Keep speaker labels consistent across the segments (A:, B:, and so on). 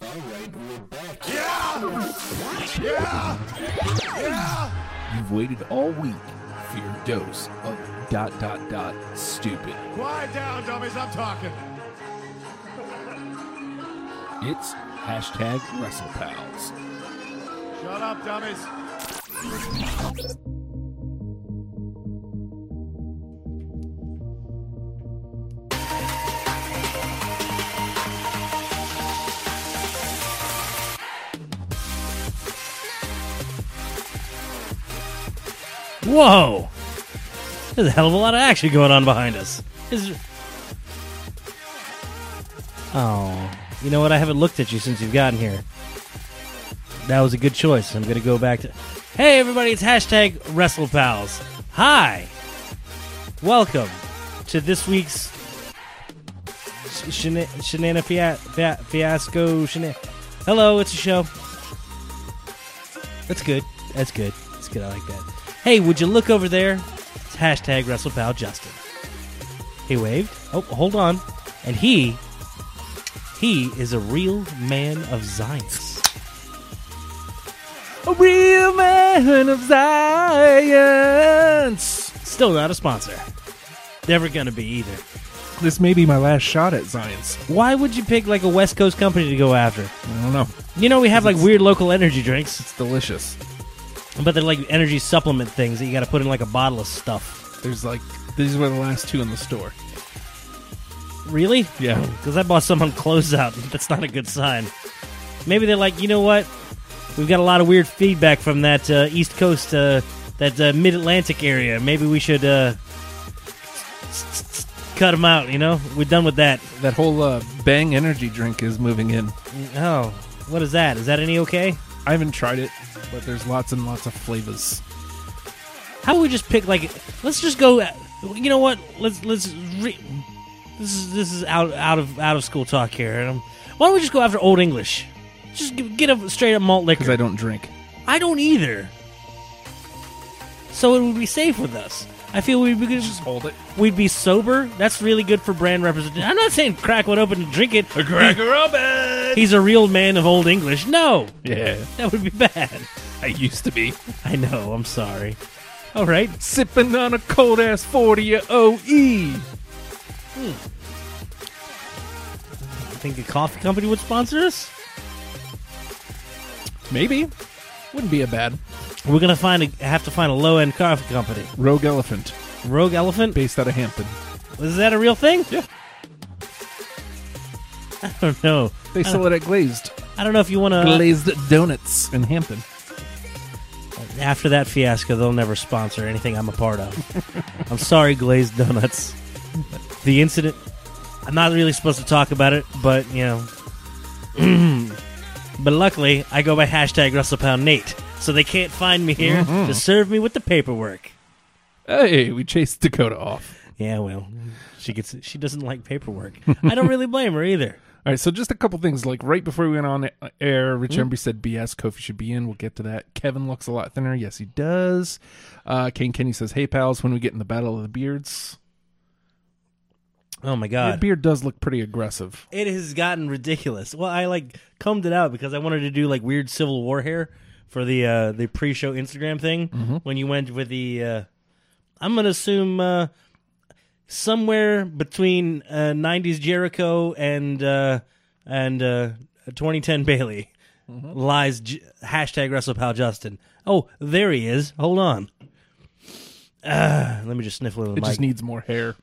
A: and we're back.
B: Yeah! Yeah! Yeah!
A: You've waited all week for your dose of dot dot dot stupid.
B: Quiet down, dummies. I'm talking.
A: It's hashtag WrestlePals.
B: Shut up, dummies.
C: Whoa! There's a hell of a lot of action going on behind us. Is oh, you know what? I haven't looked at you since you've gotten here. That was a good choice. I'm gonna go back to. Hey, everybody! It's hashtag WrestlePals. Hi, welcome to this week's sh- shena- shenana fia- fia- fiasco. Shena- Hello, it's a show. That's good. That's good. That's good. I like that. Hey, would you look over there? It's hashtag WrestlePalJustin. He waved. Oh, hold on. And he, he is a real man of Zion. A real man of science. Still not a sponsor. Never gonna be either.
D: This may be my last shot at science.
C: Why would you pick like a West Coast company to go after?
D: I don't know.
C: You know we have like weird local energy drinks,
D: It's delicious.
C: but they're like energy supplement things that you got to put in like a bottle of stuff.
D: There's like these were the last two in the store.
C: Really?
D: Yeah.
C: Because I bought some on closeout. That's not a good sign. Maybe they're like, you know what? We've got a lot of weird feedback from that uh, East Coast, uh, that uh, Mid Atlantic area. Maybe we should uh, cut them out. You know, we're done with that.
D: That whole uh, Bang energy drink is moving in.
C: Oh, what is that? Is that any okay?
D: I haven't tried it, but there's lots and lots of flavors.
C: How about we just pick like? Let's just go. You know what? Let's let's. Re- this is this is out out of out of school talk here. Um, why don't we just go after Old English? Just g- get a straight up malt liquor.
D: Because I don't drink.
C: I don't either. So it would be safe with us. I feel we'd be good-
D: hold it.
C: we'd be sober. That's really good for brand representation. I'm not saying crack one open and drink it.
D: Robin.
C: He's a real man of old English. No,
D: Yeah,
C: that would be bad.
D: I used to be
C: I know. I'm sorry. All right.
D: sipping on a cold ass forty E. OE.
C: I think the coffee company would sponsor us.
D: Maybe wouldn't be a bad
C: We're gonna find a, have to find a low end coffee company.
D: rogue elephant
C: Rogue Elephant.
D: based out of Hampton.
C: Is that a real thing?
D: Yeah.
C: I don't know.
D: They sell it at Glazed
C: I don't know if you uh, want to.
D: Glazed Donuts in Hampton.
C: after that fiasco, they'll never sponsor anything I'm a part of. I'm sorry, Glazed Donuts. The incident, I'm not really supposed to talk about it, but, you know. but luckily, I go by hashtag WrestlePoundNate, so they can't find me here to serve me with the paperwork.
D: Hey, we chased Dakota off.
C: Yeah, well, she gets she doesn't like paperwork. I don't really blame her either.
D: All right, so just a couple things. Like right before we went on air, Rich
C: Hmm?
D: Embry said BS. Kofi should be in. We'll get to that. Kevin looks a lot thinner. Yes, he does. Uh, Kane Kenny says, "Hey pals, when we get in the battle of the beards,
C: Oh my
D: your
C: god.
D: beard does look pretty aggressive."
C: It has gotten ridiculous. Well, I like combed it out because I wanted to do like weird Civil War hair for the uh, the pre-show Instagram thing.
D: Mm-hmm.
C: When you went with the, uh, I'm gonna assume uh, somewhere between uh, '90s Jericho and uh, and uh, 2010 Bailey
D: Mm-hmm.
C: lies J- hashtag WrestlePal Justin. Oh, there he is. Hold on. Uh, let me just sniffle in
D: It
C: the mic.
D: just needs more hair.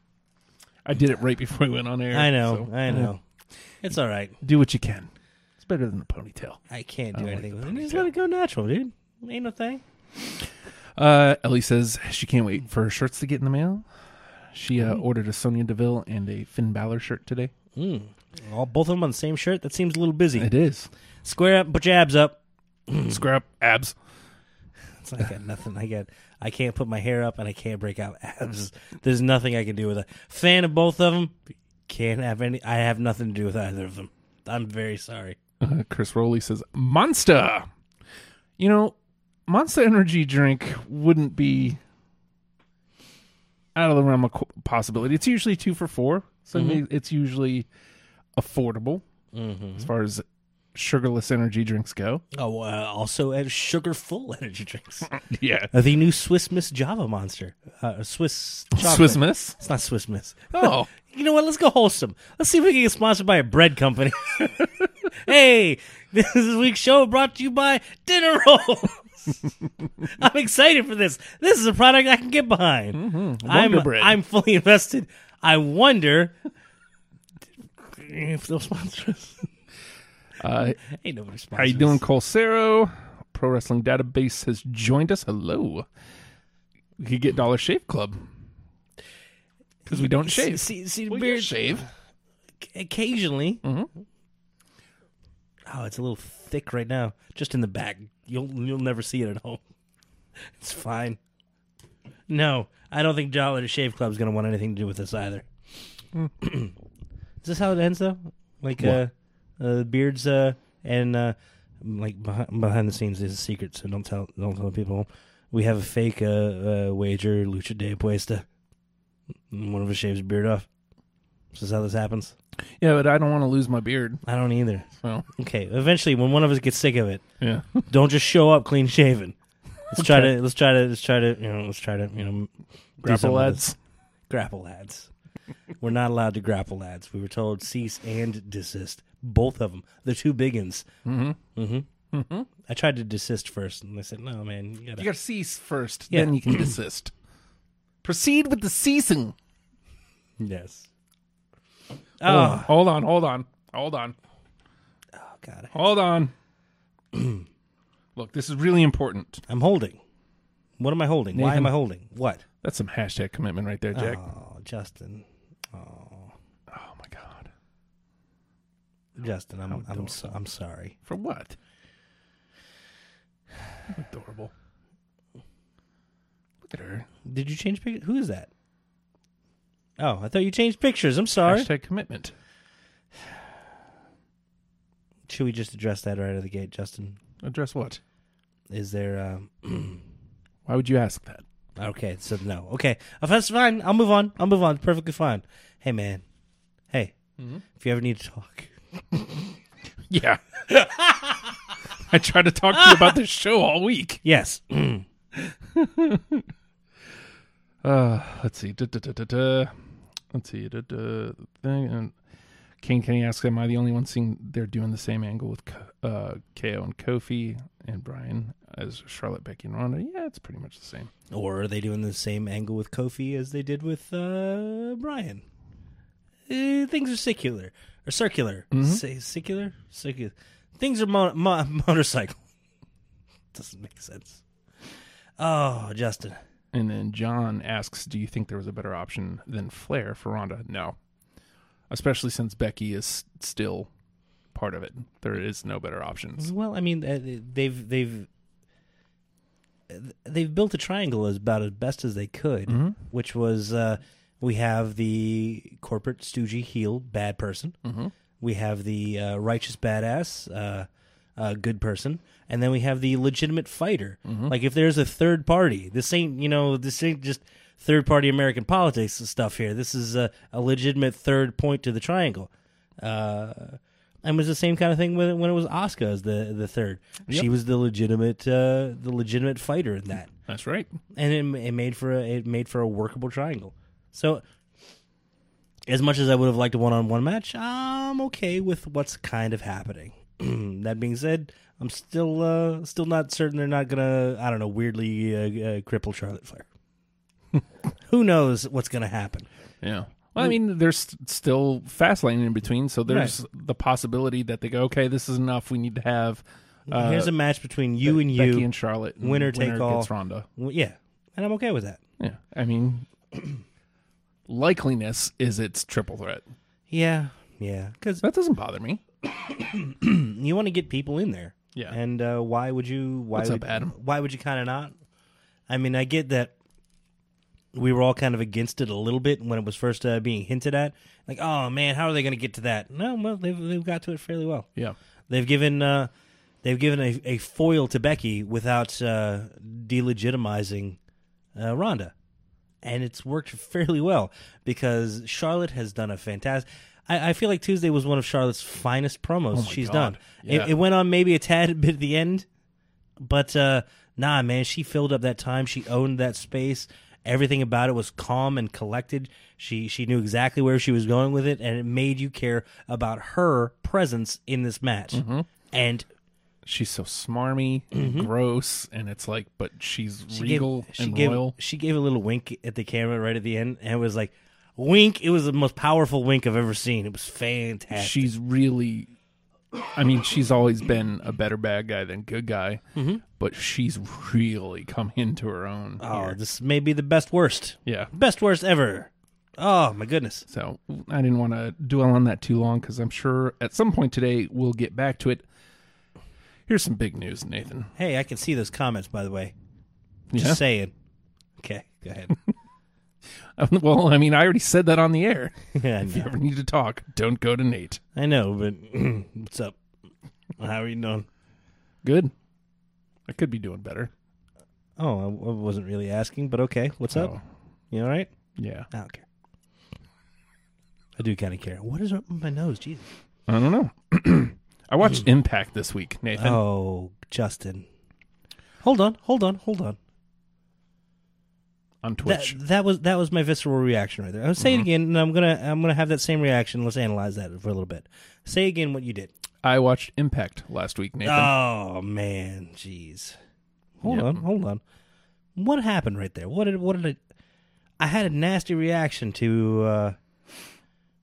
D: I did it right before we went on air.
C: I know.
D: so,
C: I
D: yeah.
C: know. It's all right.
D: Do what you can. It's better than a ponytail.
C: I can't do
D: don't like
C: anything
D: the
C: with it. Just let it go natural, dude. Ain't no thing.
D: Uh, Ellie says she can't wait for her shirts to get in the mail. She uh, ordered a Sonya Deville and a Finn Balor shirt today.
C: All both of them on the same shirt. That seems a little busy.
D: It is
C: Square up, put your abs up.
D: scrap abs.
C: It's like I got nothing. I got. I can't put my hair up, and I can't break out abs. There's nothing I can do with it. Fan of both of them. Can't have any. I have nothing to do with either of them. I'm very sorry.
D: Uh, Chris Rowley says, Monster! You know, Monster Energy Drink wouldn't be out of the realm of qu- possibility. It's usually Mm-hmm. two for four, so I mean, it's usually affordable as far as sugarless energy drinks go.
C: Oh, uh, also at sugar full energy drinks.
D: Yeah.
C: Uh, the new Swiss Miss Java Monster. Uh, Swiss chocolate.
D: Swiss Miss.
C: It's not Swiss Miss.
D: Oh.
C: You know what? Let's go wholesome. Let's see if we can get sponsored by a bread company. hey, this week's show brought to you by Dinner Rolls. I'm excited for this. This is a product I can get behind. I'm,
D: Mm-hmm. bread.
C: I'm fully invested. I wonder if they'll sponsor us.
D: Uh,
C: Ain't nobody sponsored.
D: how you doing, Colsero? Pro Wrestling Database has joined us. Hello. You could get Dollar Shave Club because we don't shave.
C: See, see,
D: We
C: beard-
D: do shave.
C: occasionally. Oh, it's a little thick right now, just in the back. You'll you'll never see it at home. It's fine. No, I don't think Dollar Shave Club's going to want anything to do with this either. Is this how it ends though? Like uh, uh beards uh and uh like behind, behind the scenes is a secret, so don't tell don't tell people. We have a fake uh, uh wager Lucha de Puesta. One of us shaves beard off. This is how this happens.
D: Yeah, but I don't want to lose my beard.
C: I don't either.
D: So
C: Okay, eventually, when one of us gets sick of it,
D: yeah,
C: don't just show up clean shaven. Let's try to let's try to let's try to you know let's try to you know do some
D: grapple
C: of
D: lads.
C: this. grapple lads. We're not allowed to grapple lads. We were told cease and desist. Both of them, the two biggins. Mm-hmm. Mm-hmm. I tried to desist first, and they said, "No, man, you gotta."
D: Mm-hmm. You gotta cease first,
C: Yeah.
D: then you can desist. Proceed with the ceasing.
C: yes.
D: Oh,
C: Oh,
D: hold on, hold on, hold on,
C: God,
D: hold on. Look, this is really important.
C: I'm holding. What am I holding? Why am
D: Nathan.
C: I holding? What?
D: That's some hashtag commitment right there, Jack.
C: Oh, Justin,
D: Oh my god.
C: Justin, I'm I'm so, I'm sorry.
D: For what? Adorable. Look at her.
C: Did you change pictures? Who is that? Oh, I thought you changed pictures. I'm sorry.
D: Hashtag commitment.
C: Should we just address that right out of the gate, Justin?
D: Address what?
C: Is there? Um,
D: Why would you ask that?
C: okay, so no. Okay, if that's fine. I'll move on. I'll move on. It's perfectly fine. Hey, man. Hey, if you ever need to talk,
D: Yeah. I tried to talk to you about this show all week.
C: yes.
D: Uh, let's see. Duh, duh, duh, duh, duh. Let's see. Duh, duh, thing. And Kane Kenny asks, "Am I the only one seeing they're doing the same angle with K- uh, KO and Kofi and Brian as Charlotte, Becky, and Ronda? Yeah, it's pretty much the same.
C: or are they doing the same angle with Kofi as they did with uh, Brian? Uh, things are secular or circular. Say secular, circular. Things are mo- mo- motorcycle. Doesn't make sense. Oh, Justin.
D: And then John asks, "Do you think there was a better option than Flair for Ronda? No, especially since Becky is still part of it. There is no better options.
C: Well, I mean, uh, they've they've they've built a triangle as about as best as they could, which was uh, we have the corporate stoogie heel bad person, we have the uh, righteous badass uh, uh, good person, and then we have the legitimate fighter. Like if there's a third party, this ain't you know this ain't just third party American politics and stuff here. This is a, a legitimate third point to the triangle. Uh, and it was the same kind of thing when it, when it was Asuka as the the third. She was the legitimate uh, the legitimate fighter in that,
D: That's right.
C: and it, it made for a, it made for a workable triangle. So, as much as I would have liked a one on one match, I'm okay with what's kind of happening. that being said, I'm still uh, still not certain they're not gonna I don't know weirdly uh, uh, cripple Charlotte Flair. Who knows what's gonna happen?
D: Yeah." Well, I mean, there's still fast lane in between, so there's the possibility that they go, okay, this is enough. We need to have uh,
C: Here's a match between you and
D: Becky
C: you.
D: and Charlotte. and
C: Winner take all.
D: Gets Ronda.
C: Well, yeah, and I'm okay with that.
D: Yeah, I mean, likeliness is its triple threat.
C: Yeah, yeah. Because
D: That doesn't bother me.
C: you want to get people in there.
D: Yeah.
C: And uh, why would you? Why
D: What's
C: would,
D: up, Adam?
C: Why would you kind of not? I mean, I get that we were all kind of against it a little bit when it was first uh, being hinted at. Like, oh man, how are they going to get to that? No, well, they've they've got to it fairly well.
D: Yeah,
C: They've given uh, they've given a, a foil to Becky without uh, delegitimizing uh, Ronda, and it's worked fairly well because Charlotte has done a fantastic. I, I feel like Tuesday was one of Charlotte's finest promos
D: Oh my
C: she's
D: God.
C: done.
D: Yeah.
C: It, it went on maybe a tad bit at the end, but uh, nah, man, she filled up that time. She owned that space. Everything about it was calm and collected. She she knew exactly where she was going with it, and it made you care about her presence in this match.
D: Mm-hmm.
C: And
D: She's so smarmy, and gross, and it's like, but she's
C: Mm-hmm. she
D: regal
C: gave, she
D: and
C: gave,
D: royal.
C: She gave a little wink at the camera right at the end, and it was like, wink. It was the most powerful wink I've ever seen. It was fantastic.
D: she's really I mean, she's always been a better bad guy than good guy,
C: Mm-hmm.
D: but she's really come into her own.
C: oh,
D: here.
C: this may be the best worst,
D: yeah.
C: best worst ever. Oh my goodness.
D: So I didn't want to dwell on that too long because I'm sure at some point today we'll get back to it. Here's some big news, Nathan.
C: Hey, I can see those comments by the way. Just
D: Yeah?
C: saying. Okay, go ahead.
D: well, I mean, I already said that on the air.
C: Yeah, I
D: If you
C: know.
D: ever need to talk, don't go to Nate.
C: I know, but what's up? How are you doing?
D: Good. I could be doing better.
C: Oh, I I wasn't really asking, but okay. What's
D: Oh,
C: up? You all right?
D: yeah.
C: I don't care. I do kind of care. What is up with my nose? Jesus.
D: I don't know. I watched Impact this week, Nathan.
C: Hmm. Oh, Justin. Hold on, hold on, hold on.
D: on
C: That,
D: Twitch.
C: that was that was my visceral reaction right there. I'll
D: Mm-hmm.
C: say it again, and I'm gonna I'm gonna have that same reaction. Let's analyze that for a little bit. Say again what you did.
D: I watched Impact last week, Nathan.
C: Oh man, jeez. Hold
D: Yep.
C: on, hold on. What happened right there? What did what did I? I had a nasty reaction to. uh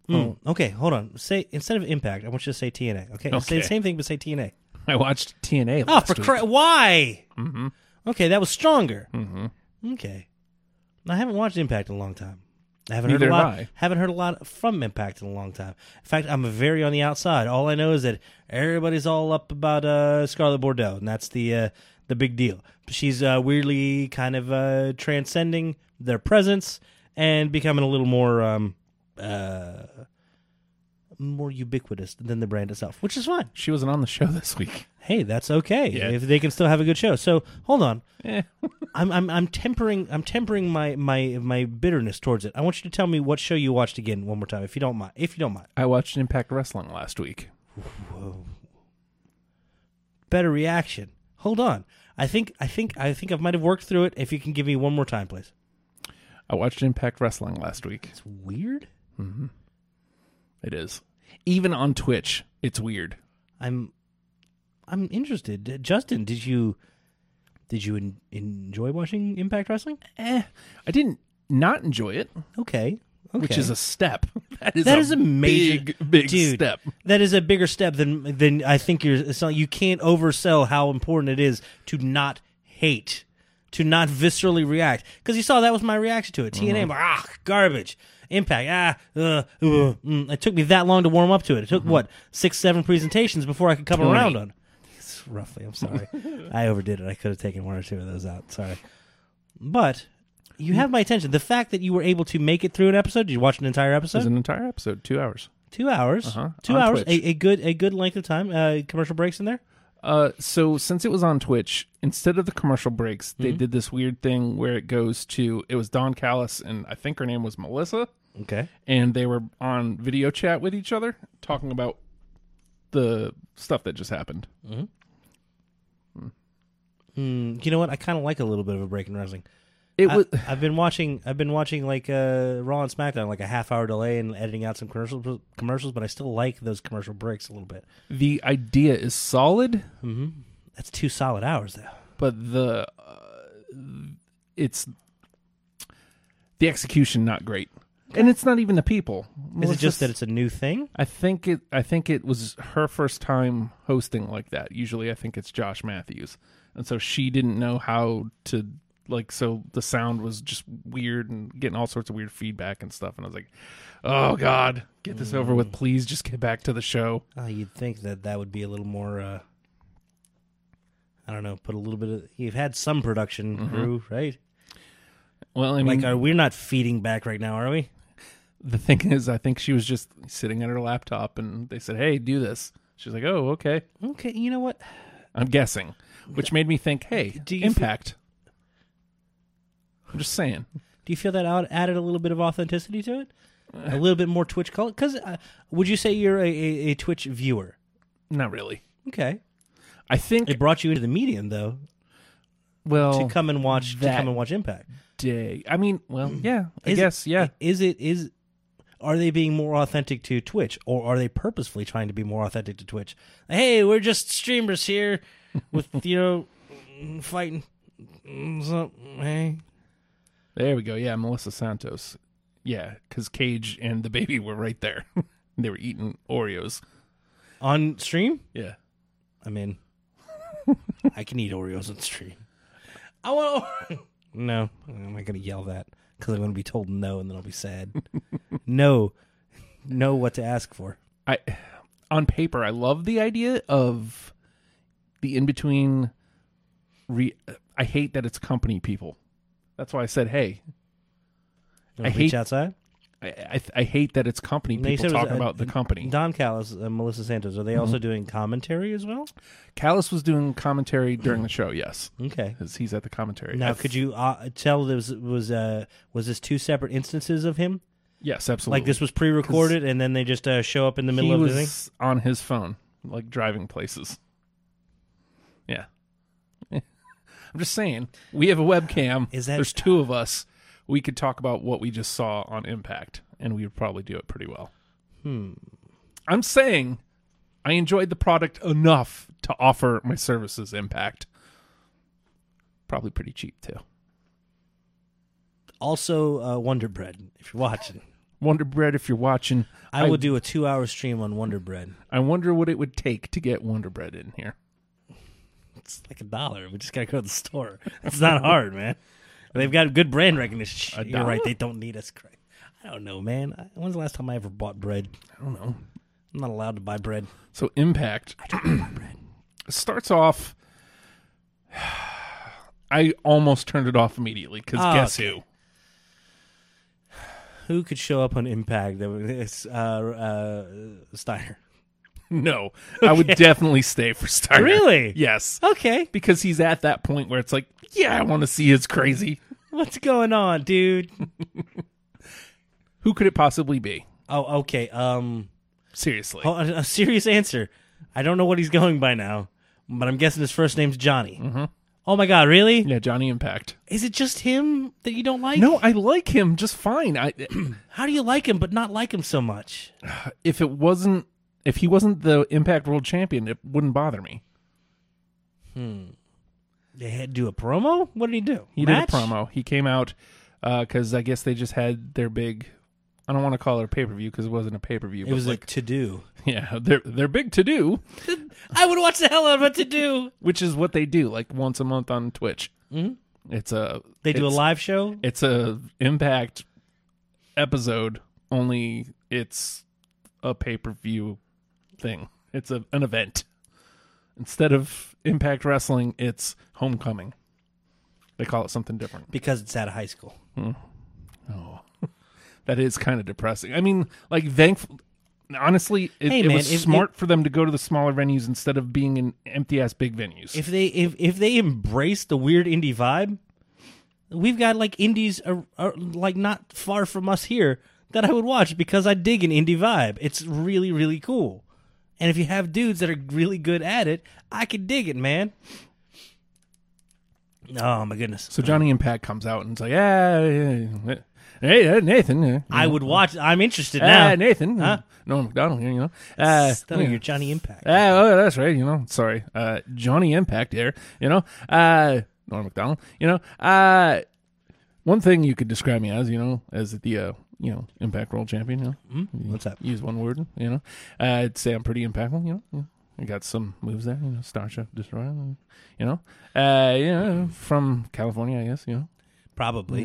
D: Oh.
C: mm, Okay, hold on. Say instead of impact, I want you to say TNA. Okay, say
D: Okay.
C: the same thing, but say TNA.
D: I watched TNA
C: Oh,
D: last
C: for
D: week.
C: cra- why? Mm-hmm. Okay, that was stronger. Mm-hmm. Okay, I haven't watched Impact in a long time. I haven't
D: Neither
C: heard a
D: have
C: lot.
D: I.
C: Haven't heard a lot from Impact in a long time. In fact, I'm very on the outside. All I know is that everybody's all up about uh, Scarlett Bordeaux, and that's the uh, the big deal. She's uh, weirdly kind of uh, transcending their presence and becoming a little more um, uh, more ubiquitous than the brand itself, which is fine
D: She wasn't on the show this week.
C: hey, that's okay
D: Yeah.
C: if they can still have a good show. So hold on,
D: Eh.
C: I'm I'm I'm tempering I'm tempering my my my bitterness towards it. I want you to tell me what show you watched again one more time, if you don't mind. If you don't mind,
D: I watched Impact Wrestling last week.
C: better reaction. Hold on, I think I think I think I might have worked through it. If you can give me one more time, please.
D: I watched Impact Wrestling last week.
C: It's weird.
D: It is. Even on Twitch, it's weird.
C: I'm I'm interested. Justin, did you did you en- enjoy watching Impact Wrestling?
D: Eh. I didn't not enjoy it,
C: Okay. Okay.
D: which is a step. That is
C: That
D: a
C: is a major
D: big, big
C: dude,
D: step.
C: That is a bigger step than than I think you're. It's not, you can't oversell how important it is to not hate, to not viscerally react. Because you saw that was my reaction to it. TNA, I'm like, ah, garbage. Impact, ah, uh, uh, mm. it took me that long to warm up to it. It took what six, seven presentations before I could come around on. It's roughly, I'm sorry, I overdid it. I could have taken one or two of those out. Sorry, but. You have my attention. The fact that you were able to make it through an episode, did you watch an entire episode?
D: It was an entire episode, two hours.
C: Two hours. Two
D: On
C: hours.
D: Twitch.
C: A, a good a good length of time. Uh, commercial breaks in there.
D: Uh, so since it was on Twitch, instead of the commercial breaks,
C: Mm-hmm.
D: they did this weird thing where it goes to it was Don Callis and I think her name was Melissa,
C: Okay.
D: and they were on video chat with each other talking about the stuff that just happened.
C: Mm, You know what? I kind of like a little bit of a break in wrestling.
D: It
C: I,
D: was
C: I've been watching. I've been watching like uh, Raw and SmackDown, like a half hour delay and editing out some commercial commercials. But I still like those commercial breaks a little bit.
D: the idea is solid,
C: That's two solid hours though.
D: but the uh, it's the execution not great, and it's not even the people.
C: Is it just that it's a new thing?
D: I think it. I think it was her first time hosting like that. Usually, I think it's Josh Matthews, and so she didn't know how to like. So the sound was just weird and getting all sorts of weird feedback and stuff. And I was like, "Oh God, get this over
C: Mm.
D: with, please. Just get back to the show."
C: Oh, you'd think that that would be a little more. Uh, I don't know. Put a little bit of. You've had some production crew, right?
D: Well, I mean,
C: Like, are we're not feeding back right now, are we?
D: the thing is, I think she was just sitting at her laptop, and they said, "Hey, do this." She's like, "Oh, okay."
C: Okay. You know what?
D: I'm guessing, which made me think, "Hey,
C: Do you
D: impact." I'm just saying.
C: Do you feel that out- added a little bit of authenticity to it? a little bit more Twitch color? Because uh, would you say you're a, a, a Twitch viewer?
D: Not really.
C: Okay,
D: I think
C: it brought you into the medium though
D: well
C: to come and watch to
D: that-
C: come and watch Impact.
D: day. I mean, well, yeah. I
C: Is it-
D: guess yeah.
C: Is it is are they being more authentic to Twitch or are they purposefully trying to be more authentic to Twitch? Hey, we're just streamers here with you know fighting. mm, So, hey.
D: There we go. Yeah, Melissa Santos. Yeah, because Cage and the baby were right there. they were eating Oreos.
C: On stream?
D: Yeah.
C: I mean, I can eat Oreos on stream. I want Oreo. No, I'm not going to yell that because I'm going to be told no and then I'll be sad. no, know what to ask for.
D: I on paper, I love the idea of the in between. Re- I hate that it's company people. That's why I said, hey,
C: You wanna
D: I
C: reach
D: hate-
C: outside.
D: I I, I hate that it's company
C: No, you
D: people
C: said it was,
D: talking
C: uh,
D: about the company.
C: Don Callis, uh, Melissa Santos, are they also
D: Mm-hmm.
C: doing commentary as well?
D: Callis was doing commentary during the show. Yes,
C: Okay.
D: because he's at the commentary.
C: Now,
D: I-
C: could you uh, tell this was uh, was this two separate instances of him?
D: Yes, absolutely.
C: Like this was pre-recorded, and then they just uh, show up in the middle
D: he
C: of
D: was
C: the thing.
D: on his phone, like driving places. Yeah, I'm just saying we have a webcam.
C: Is that-
D: there's two of us? We could talk about what we just saw on Impact, and we would probably do it pretty well. Hmm. I'm saying I enjoyed the product enough to offer my services. Impact, probably pretty cheap too.
C: Also, uh, Wonder Bread. If you're watching,
D: Wonder Bread, if you're watching,
C: I, will do a two-hour stream on Wonder Bread.
D: I wonder what it would take to get Wonder Bread in here.
C: It's like a dollar. We just gotta go to the store. It's not hard, man. They've got good brand recognition.
D: A
C: you're right.
D: dollar?
C: They don't need us. Cra- I don't know, man. I- When's the last time I ever bought bread?
D: I don't know.
C: I'm not allowed to buy bread.
D: So Impact starts off. I almost turned it off immediately because
C: Ah,
D: guess
C: okay.
D: who?
C: Who could show up on Impact? That was it's, uh, uh, Steiner.
D: No, I would definitely stay for Steiner.
C: Really?
D: Yes,
C: Okay,
D: because he's at that point where it's like, yeah, I want to see his crazy.
C: what's going on, dude?
D: Who could it possibly be?
C: Oh, okay. Um,
D: Seriously,
C: oh, a, a serious answer. I don't know what he's going by now, but I'm guessing his first name's Johnny.
D: Mm-hmm.
C: Oh my God, really?
D: yeah, Johnny Impact.
C: Is it just him that you don't like?
D: No, I like him just fine. I
C: How do you like him but not like him so much?
D: if it wasn't if he wasn't the Impact World Champion, it wouldn't bother me.
C: They had to do a promo. What did he do?
D: He
C: Match?
D: did a promo. He came out because I guess they just had their big. I don't want to call it a pay per view because it wasn't a pay per view.
C: It was
D: like
C: a to do.
D: yeah, they're they're big to do,
C: I would watch the hell out of a to do.
D: which is what they do like once a month on Twitch. Mm-hmm. It's a
C: They do a
D: it's-
C: live show.
D: It's a Impact episode only. It's a pay per view thing. It's a, an event instead of Impact Wrestling. It's Homecoming. They call it something different.
C: because it's out of high school.
D: Oh, that is kind of depressing. I mean, like, thankful. Honestly, it,
C: Hey,
D: it
C: man,
D: was
C: if-
D: smart for them to go to the smaller venues instead of being in empty ass big venues.
C: If they if if they embrace the weird indie vibe, we've got like indies are, are like not far from us here that I would watch because I dig an indie vibe. It's really really cool. And if you have dudes that are really good at it, I could dig it, man. Oh my goodness.
D: so Johnny Impact comes out and it's like, ah, yeah, yeah, hey, uh, Nathan, uh,
C: I would watch. I'm interested now.
D: ah, Nathan,
C: Huh?
D: Norm McDonald here, you know, uh,
C: Son of your Johnny Impact.
D: Ah, oh, that's right. You know, sorry, uh, Johnny Impact here. You know, uh, Norm Macdonald. You know, uh, one thing you could describe me as, you know, as the uh, you know Impact World Champion. You know, mm-hmm.
C: What's up?
D: Use one word. You know, uh, I'd say I'm pretty impactful. You know, yeah. I got some moves there. You know, Star Chef Destroyer. You know, uh, yeah, from California, I guess. You know,
C: Probably.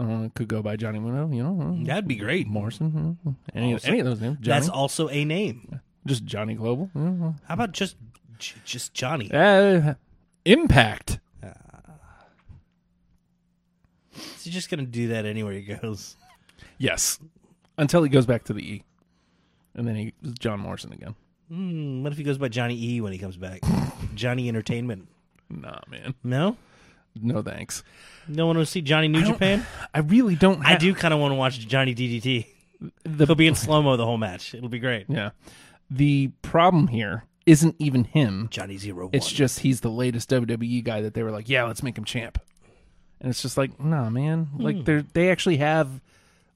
D: I don't know, Uh, could go by Johnny Muno. You know,
C: Mm. That'd be great.
D: Morrison. You know, any of any of those names. Johnny,
C: That's also a name.
D: just Johnny Global. You know,
C: How about just j- just Johnny?
D: Uh, impact.
C: Is he just gonna do that anywhere he goes?
D: Yes. Until he goes back to the E. And then he is John Morrison again.
C: Hmm, what if he goes by Johnny E when he comes back? Johnny Entertainment.
D: Nah, man.
C: No,
D: No thanks.
C: no one wants to see Johnny New
D: don't-
C: Japan.
D: I really don't
C: I
D: have-
C: do kind of want to watch Johnny DDT. He'll be in slow mo the whole match. It'll be great.
D: Yeah. The problem here isn't even him.
C: Johnny Zero One.
D: It's just he's the latest WWE guy that they were like, yeah, let's make him champ. And it's just like, nah, man.
C: Hmm.
D: Like they they actually have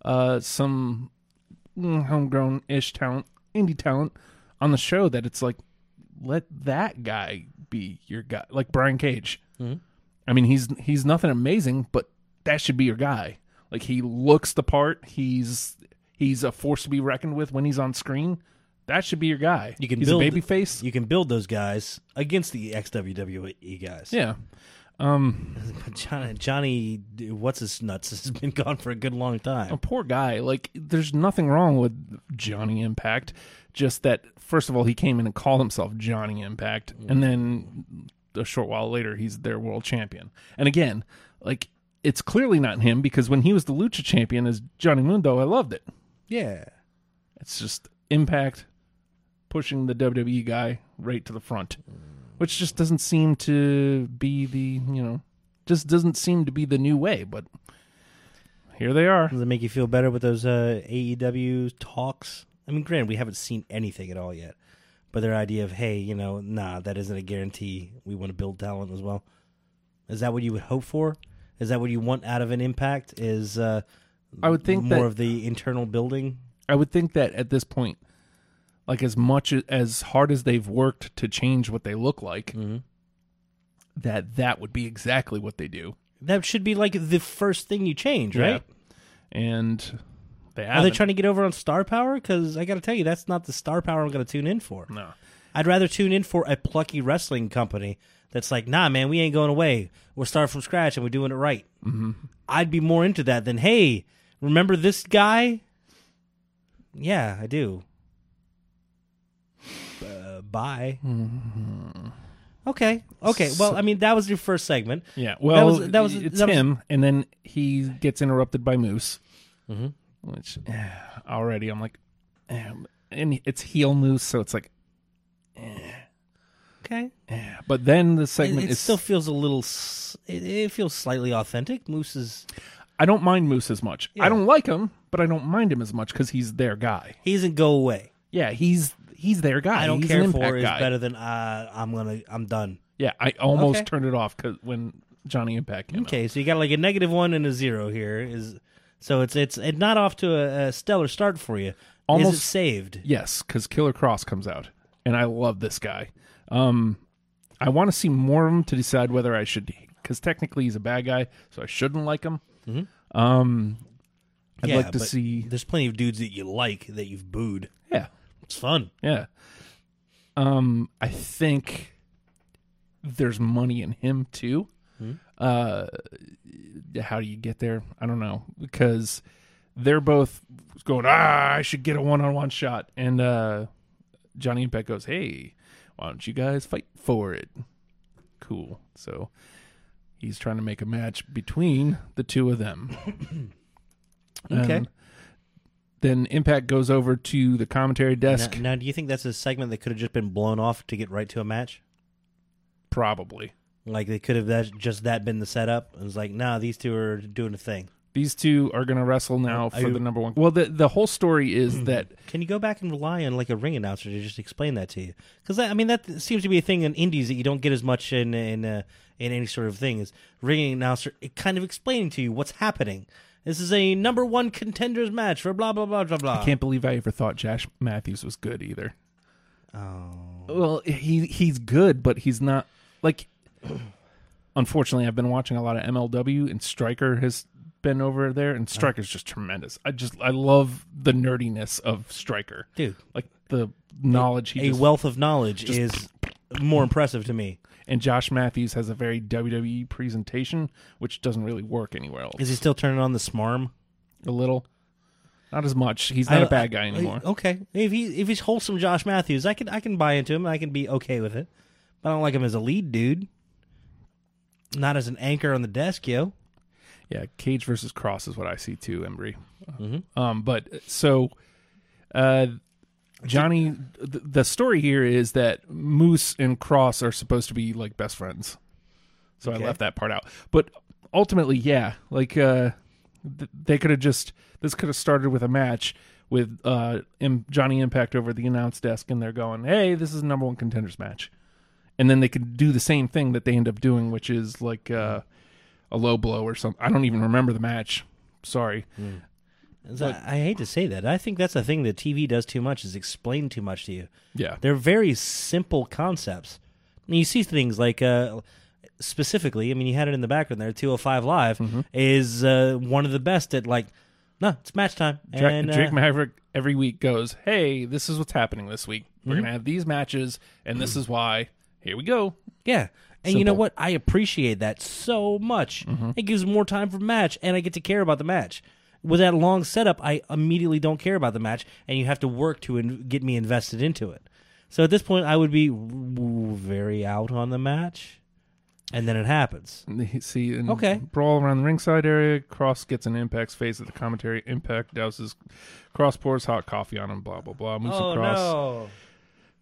D: uh, some homegrown ish talent, indie talent on the show that it's like, let that guy be your guy, like Brian Cage.
C: Hmm.
D: I mean, he's he's nothing amazing, but that should be your guy. Like he looks the part. He's he's a force to be reckoned with when he's on screen. That should be your guy.
C: you can
D: he's
C: build
D: a baby face.
C: You can build those guys against the ex WWE E guys.
D: yeah.
C: But Johnny, Johnny, what's his nuts has been gone for a good long time.
D: a poor guy. Like, there's nothing wrong with Johnny Impact. Just that, first of all, he came in and called himself Johnny Impact,
C: Mm.
D: and then a short while later, he's their world champion. And again, like, it's clearly not him because when he was the Lucha champion as Johnny Mundo, I loved it.
C: Yeah.
D: It's just Impact pushing the WWE guy right to the front, which just doesn't seem to be the you know, just doesn't seem to be the new way. But here they are.
C: Does it make you feel better with those uh, AEW talks? I mean, granted, we haven't seen anything at all yet, but their idea of hey, you know, nah, that isn't a guarantee. We want to build talent as well. Is that what you would hope for? Is that what you want out of an impact? Is uh,
D: I would think
C: more
D: that-
C: of the internal building?
D: I would think that at this point, like as much a- as hard as they've worked to change what they look like,
C: Mm-hmm.
D: that that would be exactly what they do,
C: That should be like the first thing you change, right?
D: Yeah. And they
C: Are they
D: haven't.
C: trying to get over on star power? Because I got to tell you, that's not the star power I'm going to tune in for.
D: no.
C: I'd rather tune in for a plucky wrestling company that's like, nah, man, we ain't going away. We're starting from scratch and we're doing it right. Mm-hmm. I'd be more into that than, hey, remember this guy? Yeah, I do. Uh, bye.
D: Mm-hmm.
C: Okay. Okay. Well, I mean, that was your first segment.
D: Yeah. Well,
C: was- that was-
D: it's
C: that was-
D: him, and then he gets interrupted by Moose,
C: Mm-hmm.
D: which eh, already I'm like, eh, and it's heel Moose, so it's like,
C: Okay.
D: eh. but then the
C: It,
D: segment
C: it
D: is
C: still feels a little. s- It, it feels slightly authentic. Moose is.
D: I don't mind Moose as much.
C: Yeah.
D: I don't like him, but I don't mind him as much because he's their guy.
C: He doesn't go away.
D: Yeah, he's he's their guy.
C: I don't
D: He's
C: care
D: an
C: for
D: impact
C: is
D: guy.
C: better than uh, I'm gonna. I'm done.
D: Yeah, I almost
C: Okay.
D: turned it off because when Johnny Impact came. out.
C: Okay, so you got like a negative one and a zero here. Is so it's it's it not off to a, a stellar start for you. is it
D: Almost-
C: saved.
D: Yes, because Killer Cross comes out, and I love this guy. Um, I want to see more of him to decide whether I should, because technically he's a bad guy, so I shouldn't like him. Um, I'd
C: Yeah,
D: like to
C: but
D: see.
C: There's plenty of dudes that you like that you've booed.
D: Yeah,
C: It's fun.
D: yeah. Um, I think there's money in him too. Uh, how do you get there? I don't know because they're both going. Ah, I should get a one-on-one shot, and uh, Johnny Impact goes, "Hey, why don't you guys fight for it?" Cool. So he's trying to make a match between the two of them.
C: Okay.
D: And then Impact goes over to the commentary
C: Now,
D: desk.
C: now, do you think that's a segment that could have just been blown off to get right to a match?
D: Probably.
C: Like they could have that just that been the setup. It was like, nah, these two are doing a thing.
D: These two are going to wrestle now for
C: you-
D: the number one. Hmm. Well, the the whole story is that
C: Can you go back and rely on like a ring announcer to just explain that to you? Because I mean, that seems to be a thing in indies that you don't get as much in in uh, in any sort of thing is ring announcer kind of explaining to you what's happening. This is a number one contenders match for blah blah blah blah blah.
D: I can't believe I ever thought Josh Matthews was good either. Oh. Well, he he's good, but he's not like. Unfortunately, I've been watching a lot of MLW, and Striker has been over there, and Striker's just tremendous. I just I love the nerdiness of Striker,
C: Dude.
D: Like the knowledge he
C: a
D: just-
C: wealth of knowledge is more impressive to me.
D: and Josh Matthews has a very WWE presentation, which doesn't really work anywhere else.
C: Is he still turning on the smarm?
D: a little. Not as much. He's not a
C: I-
D: bad guy
C: I-
D: anymore.
C: Okay, if he if he's wholesome, Josh Matthews, I can I can buy into him. and I can be okay with it. But I don't like him as a lead dude. Not as an anchor on the desk, yo.
D: Yeah, Cage versus Cross is what I see too, Embry. Um, but so, uh, Johnny, the, the story here is that Moose and Cross are supposed to be like best friends. So I left that part out. But ultimately, yeah, like uh, th- they could have just this could have started with a match with uh, Im- Johnny Impact over at the announce desk, and they're going, "Hey, this is a number one contenders match," and then they could do the same thing that they end up doing, which is like uh, a low blow or something. I don't even remember the match. Sorry.
C: It's- I, I hate to say that. I think that's the thing that TV does too much is explain too much to you.
D: Yeah.
C: They're very simple concepts. I mean, you see things like uh, specifically. I mean, you had it in the background there. Two hundred five live
D: Mm-hmm.
C: is uh, one of the best at like. No, it's match time.
D: Dra-
C: and, uh,
D: Drake Maverick every week goes, "Hey, this is what's happening this week. We're
C: Mm-hmm.
D: gonna have these matches, and this is why. Here we go."
C: Yeah. And you know
D: Simple. Mm-hmm.
C: what? I appreciate that so much. It gives more time for match, and I get to care about the match. With that long setup, I immediately don't care about the match, and you have to work to in- get me invested into it. So at this point, I would be w- very out on the match, and then it happens.
D: And they see, and
C: Okay.
D: brawl around the ringside area. Cross gets an Impact's face at the commentary. Impact douses. Cross pours hot coffee on him. Blah blah blah. Moves across.
C: Oh,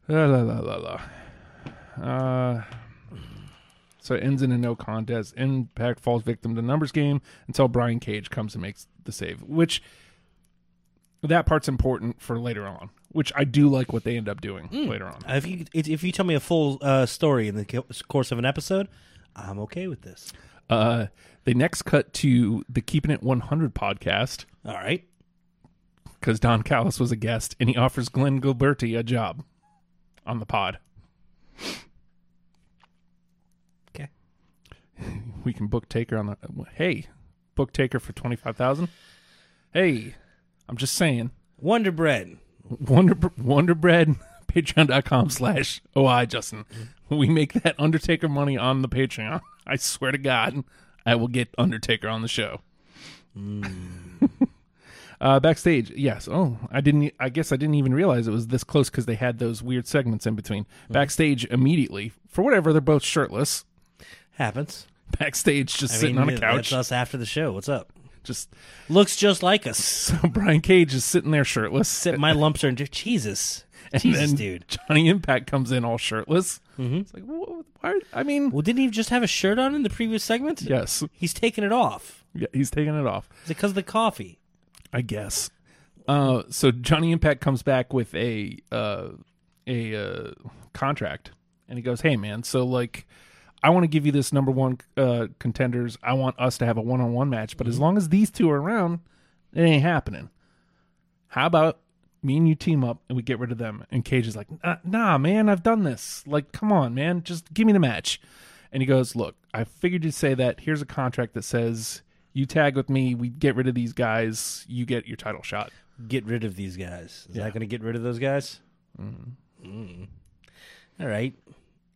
C: no!
D: La la la la la. Uh, so it ends in a no contest. Impact falls victim to numbers game until Brian Cage comes and makes the save, which that part's important for later on. Which I do like what they end up doing later on.
C: Uh, If you if if you tell me a full uh, story in the co- course of an episode, I'm okay with this.
D: Uh, they next cut to the Keeping It 100 podcast
C: All right.
D: because Don Callis was a guest, and he offers Glenn Gilberti a job on the pod.
C: Okay.
D: we can book Taker on the hey, book Taker for twenty five thousand. Hey, I'm just saying.
C: Wonder Bread.
D: Wonder Wonder Bread Patreon.com slash OI Justin. We make that Undertaker money on the Patreon. I swear to God, I will get Undertaker on the show.
C: Hmm.
D: uh, backstage, yes. Oh, I didn't. I guess I didn't even realize it was this close because they had those weird segments in between.
C: Hmm.
D: Backstage, immediately for whatever they're both shirtless.
C: Happens.
D: Backstage, just
C: I
D: sitting
C: mean,
D: on a couch,
C: That's us after the show. What's up?
D: just
C: Looks just like us.
D: Brian Cage is sitting there shirtless.
C: Except my lumps are Jesus,
D: And
C: Jesus,
D: then
C: dude.
D: Johnny Impact comes in all shirtless.
C: Mm-hmm.
D: It's like, wh- why? I mean,
C: Well, didn't he just have a shirt on in the previous segment?
D: yes,
C: he's taking it off.
D: yeah, he's taking it off,
C: Is it because of the coffee?
D: I guess. Uh, so Johnny Impact comes back with a uh, a uh, contract, and he goes, "Hey, man, so like." I want to give you this number one uh, contenders. I want us to have a one on one match, but as long as these two are around, it ain't happening. How about me and you team up and we get rid of them? And Cage is like, "Uh, nah, man, I've done this. Like, come on, man, just give me the match. And he goes, look, I figured you'd say that. Here's a contract that says you tag with me, we get rid of these guys, you get your title shot.
C: Get rid of these guys. Is that going to get rid of those guys? Mm. All right.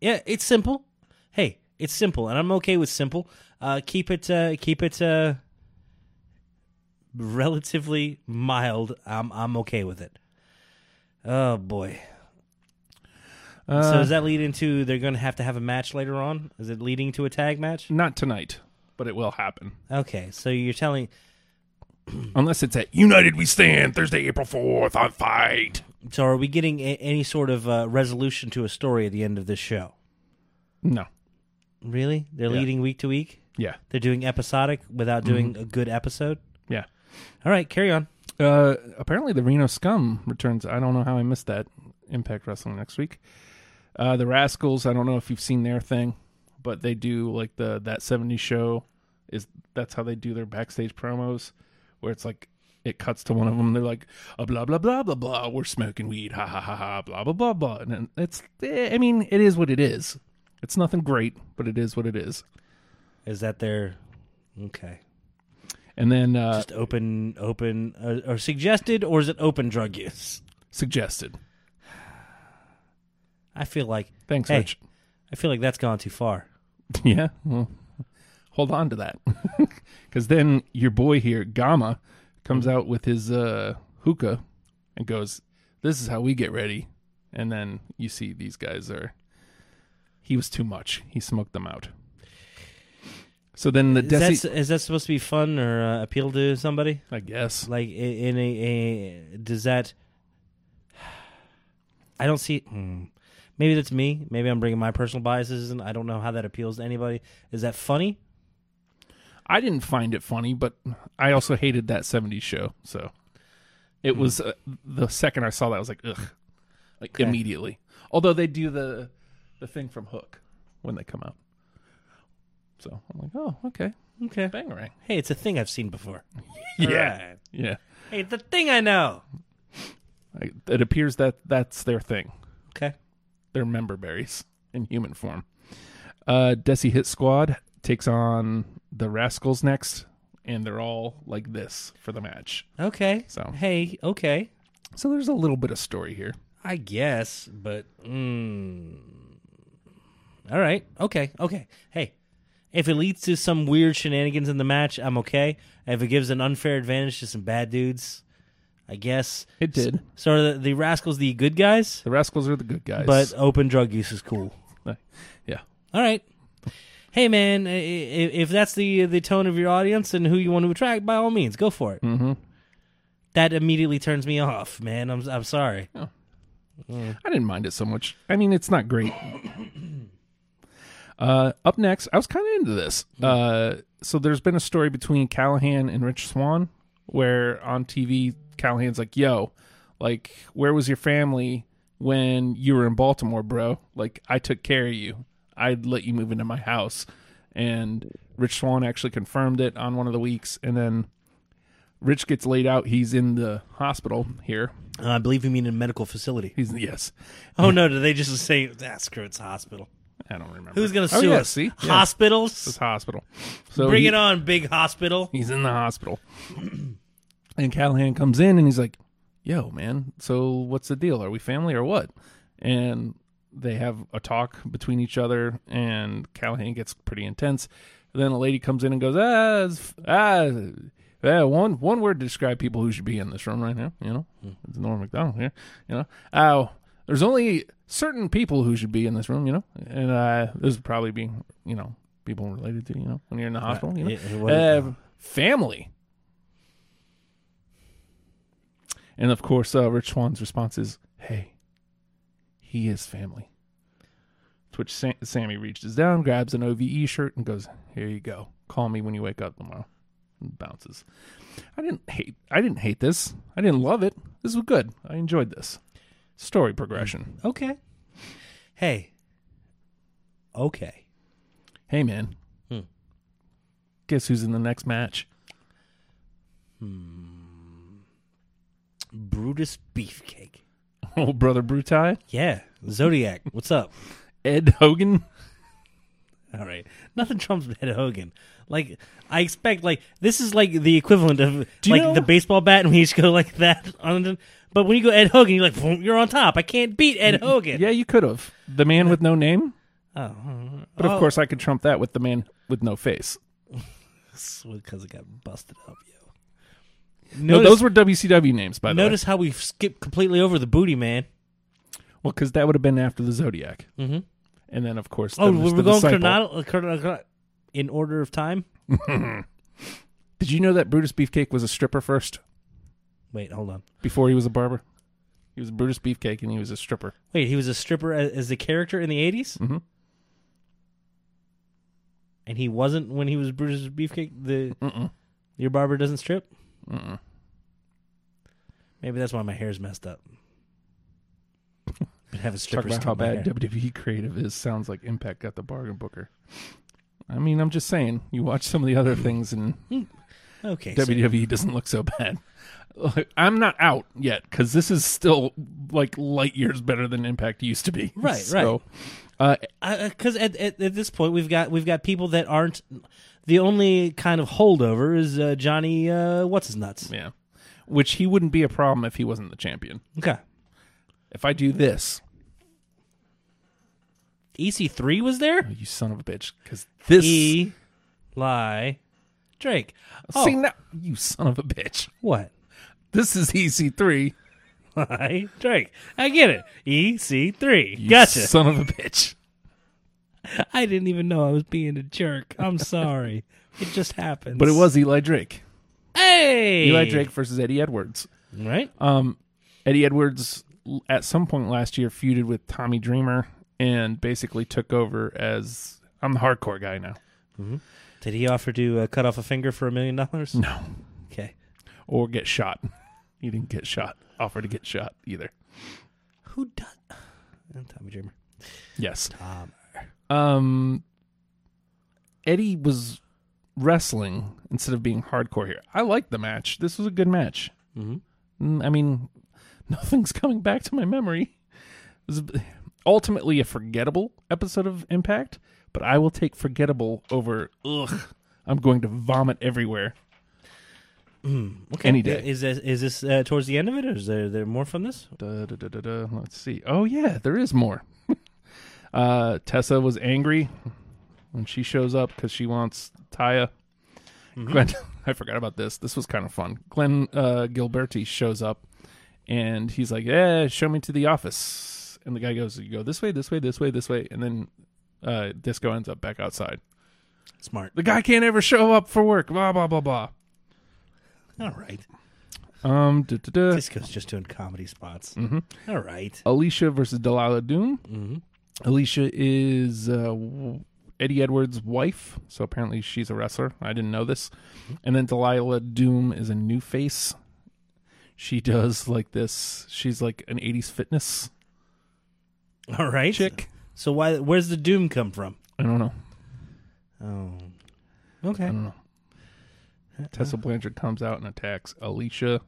C: Yeah, it's simple. Hey, it's simple, and I'm okay with simple. Uh, keep it. Uh, keep it. Uh, relatively mild. I'm. I'm okay with it. Oh boy. so does that lead into they're going to have to have a match later on? Is it leading to a tag match?
D: Not tonight, but it will happen.
C: Okay, so you're telling
D: Unless it's at United We Stand Thursday, April 4th on Fight.
C: so are we getting a, any sort of uh, resolution to a story at the end of this show?
D: No.
C: Really? They're
D: Yeah.
C: leading week to week.
D: Yeah.
C: They're doing episodic without doing a good episode.
D: Yeah.
C: All right, carry on.
D: Uh, apparently, the Reno Scum returns. I don't know how I missed that. Impact Wrestling next week. Uh, the Rascals. I don't know if you've seen their thing, but they do like the that '70s show. Is that's how they do their backstage promos, where it's like it cuts to one of them. They're like, oh, blah blah blah blah blah. We're smoking weed. Ha ha ha ha. Blah blah blah blah. And then it's. eh, I mean, it is what it is. It's nothing great, but it is what it is.
C: Is that their okay?
D: And then uh,
C: Just open, open, uh, or suggested, or is it open drug use?
D: suggested.
C: I feel like
D: Thanks,
C: Hey.
D: Rich.
C: I feel like that's gone too far.
D: Yeah, well, hold on to that, because then your boy here, Gamma, comes
C: Mm-hmm.
D: out with his uh, hookah and goes, "This is how we get ready." And then you see these guys are. He was too much. He smoked them out. So then the
C: Is
D: Desi,
C: that, s- is that supposed to be fun or uh, appeal to somebody?
D: I guess.
C: like i- in a, a does that i don't see hmm. maybe that's me maybe i'm bringing my personal biases and i don't know how that appeals to anybody is that funny
D: I didn't find it funny, but I also hated that '70s show. So It was uh, the second I saw that, I was like, ugh, like immediately. Although they do the the thing from Hook when they come out, so I'm like, oh, okay,
C: Okay.
D: bangarang,
C: Hey, it's a thing I've seen before. Alright.
D: yeah.
C: Hey, it's a thing I know.
D: I, it appears that that's their thing.
C: Okay.
D: They're member berries in human form. Uh, Desi Hit Squad takes on the Rascals next, and they're all like this for the match.
C: Okay.
D: So-
C: hey, okay.
D: So there's a little bit of story here.
C: I guess, but mm, all right, okay, okay. Hey, if it leads to some weird shenanigans in the match, I'm okay. If it gives an unfair advantage to some bad dudes, I guess
D: It did.
C: So are the, the rascals the good guys,
D: The Rascals are the good guys,
C: but open drug use is cool.
D: Uh, yeah,
C: All right. Hey man, i- i- if that's the the tone of your audience and who you want to attract, by all means, go for it. Mm-hmm. That immediately turns me off, man. I'm I'm sorry. Uh,
D: I didn't mind it so much. I mean, it's not great. Uh, up next, I was kind of into this. Uh, so there's been a story between Callahan and Rich Swan where on TV, Callahan's like, yo, like, where was your family when you were in Baltimore, bro? Like, I took care of you. I'd let you move into my house. And Rich Swan actually confirmed it on one of the weeks. And then Rich gets laid out. He's in the hospital here.
C: Uh, I believe you mean in a medical facility.
D: He's, yes.
C: Oh no! Did they just say that? screw it's hospital.
D: I don't remember.
C: Who's gonna
D: Oh,
C: sue
D: yeah,
C: us?
D: See, Yeah,
C: Hospitals.
D: it's hospital. So
C: Bring
D: he-
C: it on, big hospital.
D: He's in the hospital, and Callahan comes in and he's like, "Yo, man. So what's the deal? Are we family or what?" And they have a talk between each other, and Callahan gets pretty intense. And then a lady comes in and goes, "Ah, it's- ah." Yeah, one one word to describe people who should be in this room right now, you know, it's Norm Macdonald here, you know. Oh, there's only certain people who should be in this room, you know, and uh, this would probably be, you know, people related to, you know, when you're in the hospital, you know,
C: yeah, what-
D: Uh, family. And of course, uh, Rich Swan's response is, "Hey, he is family." To which Sam- Sammy reaches down, grabs an OVE shirt, and goes, "Here you go. Call me when you wake up tomorrow." And bounces. I didn't hate. I didn't hate this. I didn't love it. This was good. I enjoyed this story progression.
C: Okay. Hey. Okay.
D: Hey, man.
C: Hmm.
D: Guess who's in the next match?
C: Brutus Beefcake.
D: Old brother Brutai,
C: Yeah. Zodiac. What's up?
D: Ed Hogan.
C: All right. Nothing trumps Ed Hogan. Like I expect. Like this is like the equivalent of
D: Do you
C: like
D: know-
C: the baseball bat, and we just go like that. On, but when you go Ed Hogan, you're like "Boom, you're on top. I can't beat Ed Hogan.
D: Yeah, you could have the man with no name.
C: Oh,
D: But of course, I could trump that with the man with no face.
C: because it got busted up. Yo.
D: No,
C: Notice-
D: those were WCW names, by the
C: Notice how we skipped completely over the booty man.
D: way. Well, because that would have been after the Zodiac. Mm-hmm. And then, of course,
C: Oh,
D: then there's
C: we're
D: the
C: going
D: Disciple.
C: chrono- uh, chrono- chrono- in order of time.
D: Did you know that Brutus Beefcake was a stripper first
C: Wait, hold on.
D: before he was a barber? He was Brutus Beefcake and he was a stripper.
C: Wait, he was a stripper as, as a character in the 80s
D: Mhm.
C: and he wasn't when he was Brutus Beefcake. The
D: Mm-mm.
C: your barber doesn't strip.
D: Mm-mm.
C: Maybe that's why my hair's messed up. Could have a
D: Talk
C: stripper
D: about
C: strip
D: how
C: my
D: bad
C: hair.
D: WWE creative is. Sounds like Impact got the bargain booker. I mean, I'm just saying. You watch some of the other things and
C: okay, so-
D: WWE doesn't look so bad. Look, I'm not out yet because this is still like light years better than Impact used to be.
C: Right,
D: so, right. Uh,
C: because at, at at this point we've got we've got people that aren't the only kind of holdover is uh, Johnny uh, what's his nuts.
D: yeah, which he wouldn't be a problem if he wasn't the champion.
C: Okay,
D: If I do this,
C: EC E three was there.
D: you son of a bitch, because this.
C: E, Lie, Drake. Oh,
D: See now, you son of a bitch.
C: what?
D: This is E EC3.
C: Lie, Drake. I get it. E C three.
D: You
C: Gotcha.
D: son of a bitch.
C: I didn't even know I was being a jerk. I'm sorry. it just happened.
D: But it was Eli Drake.
C: Hey,
D: Eli Drake versus Eddie Edwards.
C: Right.
D: Um, Eddie Edwards l- at some point last year feuded with Tommy Dreamer and basically took over as I'm the hardcore guy now.
C: Did Mm. he offer to uh, cut off a finger for a million dollars?
D: No,
C: Okay.
D: or get shot. He didn't get shot. Offer to get shot either.
C: Who does? And Tommy Dreamer.
D: Yes.
C: Um,
D: Um, Eddie was wrestling instead of being hardcore here. I liked the match. This was a good match.
C: Mhm.
D: Mm, I mean, nothing's coming back to my memory. It was ultimately a forgettable episode of Impact, but I will take forgettable over. Ugh, I'm going to vomit everywhere.
C: okay.
D: Any day.
C: Is this, is this uh, towards the end of it, or is there, there more from this?
D: Da, da, da, da, da. Let's see. Oh yeah, there is more. uh, Tessa was angry when she shows up because she wants Taya. Glenn, I forgot about this. This was kind of fun. Glenn uh, Gilberti shows up and he's like, "Yeah, show me to the office." And the guy goes, "You go this way, this way, this way, this way," and then uh, Disco ends up back outside.
C: Smart.
D: The guy can't ever show up for work. Blah blah blah blah.
C: All right.
D: Um, duh, duh, duh.
C: Disco's just doing comedy spots.
D: Mm-hmm.
C: All right.
D: Alicia versus Delilah Doom. Alicia is uh, w- Eddie Edwards' wife, so apparently she's a wrestler. I didn't know this. And then Delilah Doom is a new face. She does like this. She's like an '80s fitness
C: All right.
D: chick.
C: So why? Where's the doom come from?
D: I don't know.
C: Oh. Okay.
D: Tessa Blanchard comes out and attacks Alicia.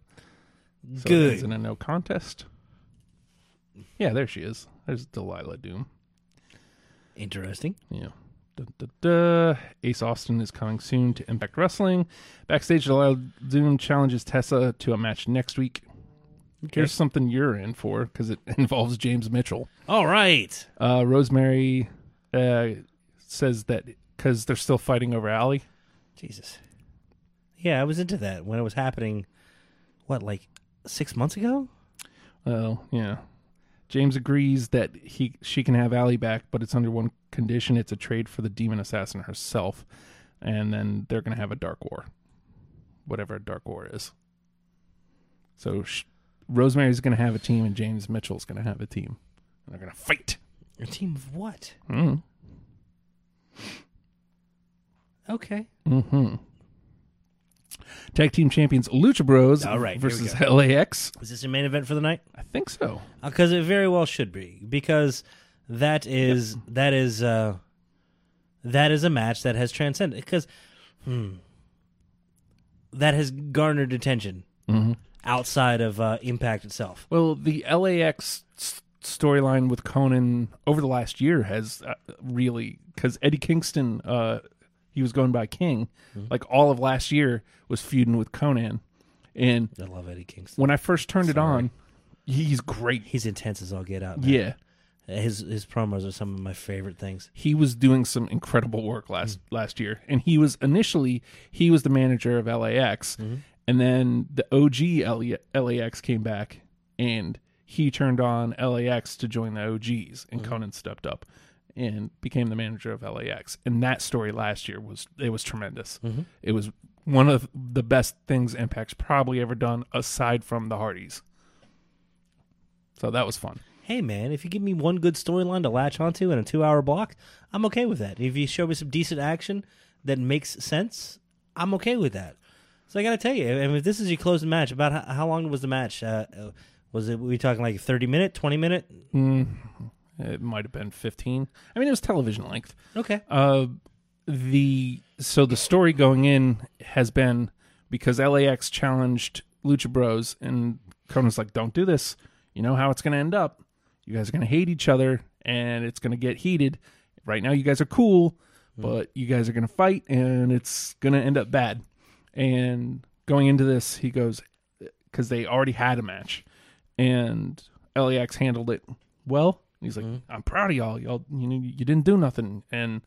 D: So it ends
C: Good.
D: in a no contest. Yeah, there she is. There's Delilah Doom.
C: Interesting.
D: Yeah. Duh, duh, duh. Ace Austin is coming soon to Impact Wrestling. Backstage, Delilah Doom challenges Tessa to a match next week. Here's something you're in for because it involves James Mitchell.
C: All right.
D: Uh, Rosemary uh, says that because they're still fighting over Allie.
C: Jesus. Yeah, I was into that when it was happening. What, like six months ago?
D: Well, yeah. James agrees that he she can have Allie back, but it's under one condition: it's a trade for the demon assassin herself, and then they're gonna have a dark war, whatever a dark war is. So sh- Rosemary's gonna have a team, and James Mitchell's gonna have a team, and they're gonna fight.
C: A team of what?
D: Mm.
C: Okay.
D: Tag team champions Lucha Bros
C: All right, here we
D: versus LAX.
C: Is this your main event for the night?
D: I think so.
C: Because it very well should be. Because that is that is uh that is a match that has transcended. Because hmm, that has garnered attention outside of uh, Impact itself.
D: Well, the LAX s- storyline with Conan over the last year has uh, really because Eddie Kingston, uh, he was going by King, like all of last year was feuding with Conan, and
C: I love Eddie Kingston.
D: when I first turned it on, he's great.
C: He's intense as all get out. man.
D: Yeah,
C: His his promos are some of my favorite things.
D: he was doing some incredible work last last year, and he was initially he was the manager of LAX, and then the OG LA, LAX came back, and he turned on LAX to join the OGs, and Conan stepped up and became the manager of LAX, and that story last year was it was tremendous. It was one of the best things Impact's probably ever done, aside from the Hardys. So that was fun.
C: Hey man, if you give me one good storyline to latch onto in a two hour block, I'm okay with that. If you show me some decent action that makes sense, I'm okay with that. So I gotta tell you, and if this is your closing match, about how, how long was the match? Uh, uh, was it were we talking like 30 minute, 20 minute?
D: It might have been fifteen. I mean, it was television length.
C: Okay,
D: Uh, the so the story going in has been because LAX challenged Lucha Bros and Conan's like, "Don't do this. You know how it's going to end up. You guys are going to hate each other, and it's going to get heated. Right now, you guys are cool, but you guys are going to fight, and it's going to end up bad." And going into this, he goes, because they already had a match, and LAX handled it well. He's like, "I'm proud of y'all. Y'all, you know, you didn't do nothing, and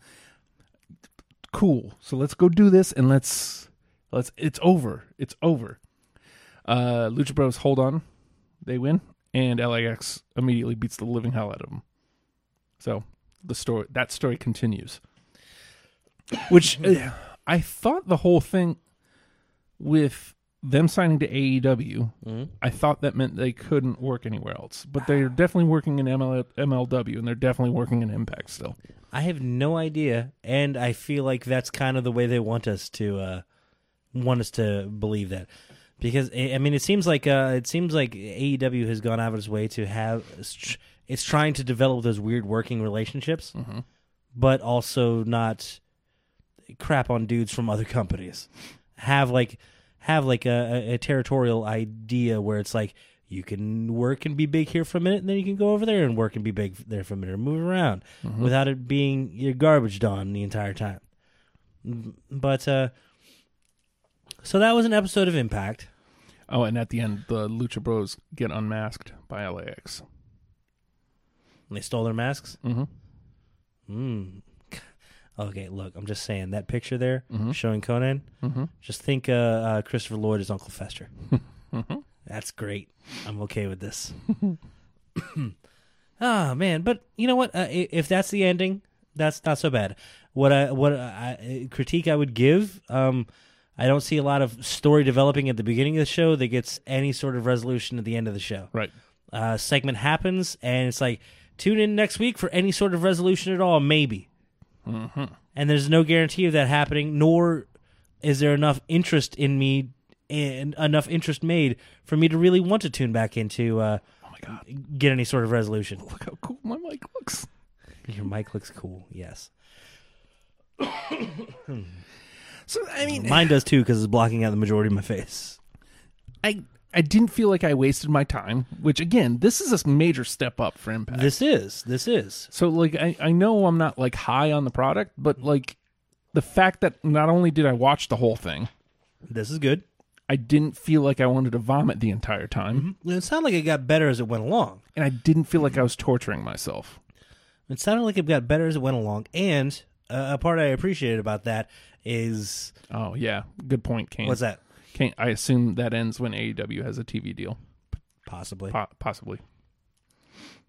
D: cool. So let's go do this, and let's let's. It's over. It's over." Uh, Lucha Bros hold on, they win, and LAX immediately beats the living hell out of them. So the story that story continues, which uh, I thought the whole thing with them signing to AEW, I thought that meant they couldn't work anywhere else. But they're definitely working in ML- MLW, and they're definitely working in Impact still.
C: I have no idea, and I feel like that's kind of the way they want us to uh, want us to believe that. because I I mean, it seems like uh, it seems like AEW has gone out of its way to have it's tr- it's trying to develop those weird working relationships, but also not crap on dudes from other companies. Have like have like a, a- a territorial idea where it's like you can work and be big here for a minute, and then you can go over there and work and be big there for a minute, or move around without it being your garbage don the entire time. M- But uh, so that was an episode of Impact.
D: Oh, and at the end, the Lucha Bros get unmasked by LAX.
C: And they stole their masks?
D: Mhm.
C: Mm. Okay, look, I'm just saying that picture there showing Conan.
D: Mm-hmm.
C: Just think uh, uh, Christopher Lloyd is Uncle Fester. That's great. I'm okay with this. Ah man, but you know what? Uh, i- if that's the ending, that's not so bad. What I what I uh, critique I would give, um, I don't see a lot of story developing at the beginning of the show that gets any sort of resolution at the end of the show
D: Right.
C: uh, segment happens, and it's like, tune in next week for any sort of resolution at all, maybe.
D: Mm-hmm.
C: And there's no guarantee of that happening, nor is there enough interest in me, and enough interest made for me to really want to tune back into uh,
D: Oh my god,
C: get any sort of resolution.
D: look how cool my mic looks.
C: Your mic looks cool, yes.
D: So I mean,
C: Mine does too because it's blocking out the majority of my face.
D: I I didn't feel like I wasted my time, which again, this is a major step up for Impact.
C: This is this is
D: so like I, I know I'm not like high on the product, but like the fact that not only did I watch the whole thing,
C: this is good.
D: I didn't feel like I wanted to vomit the entire time,
C: It sounded like it got better as it went along.
D: and I didn't feel like I was torturing myself.
C: It sounded like it got better as it went along, and uh, a part I appreciated about that is
D: Oh yeah, good point, Kane.
C: what's that?
D: Kane, I assume that ends when AEW has a TV deal,
C: Possibly,
D: po- possibly.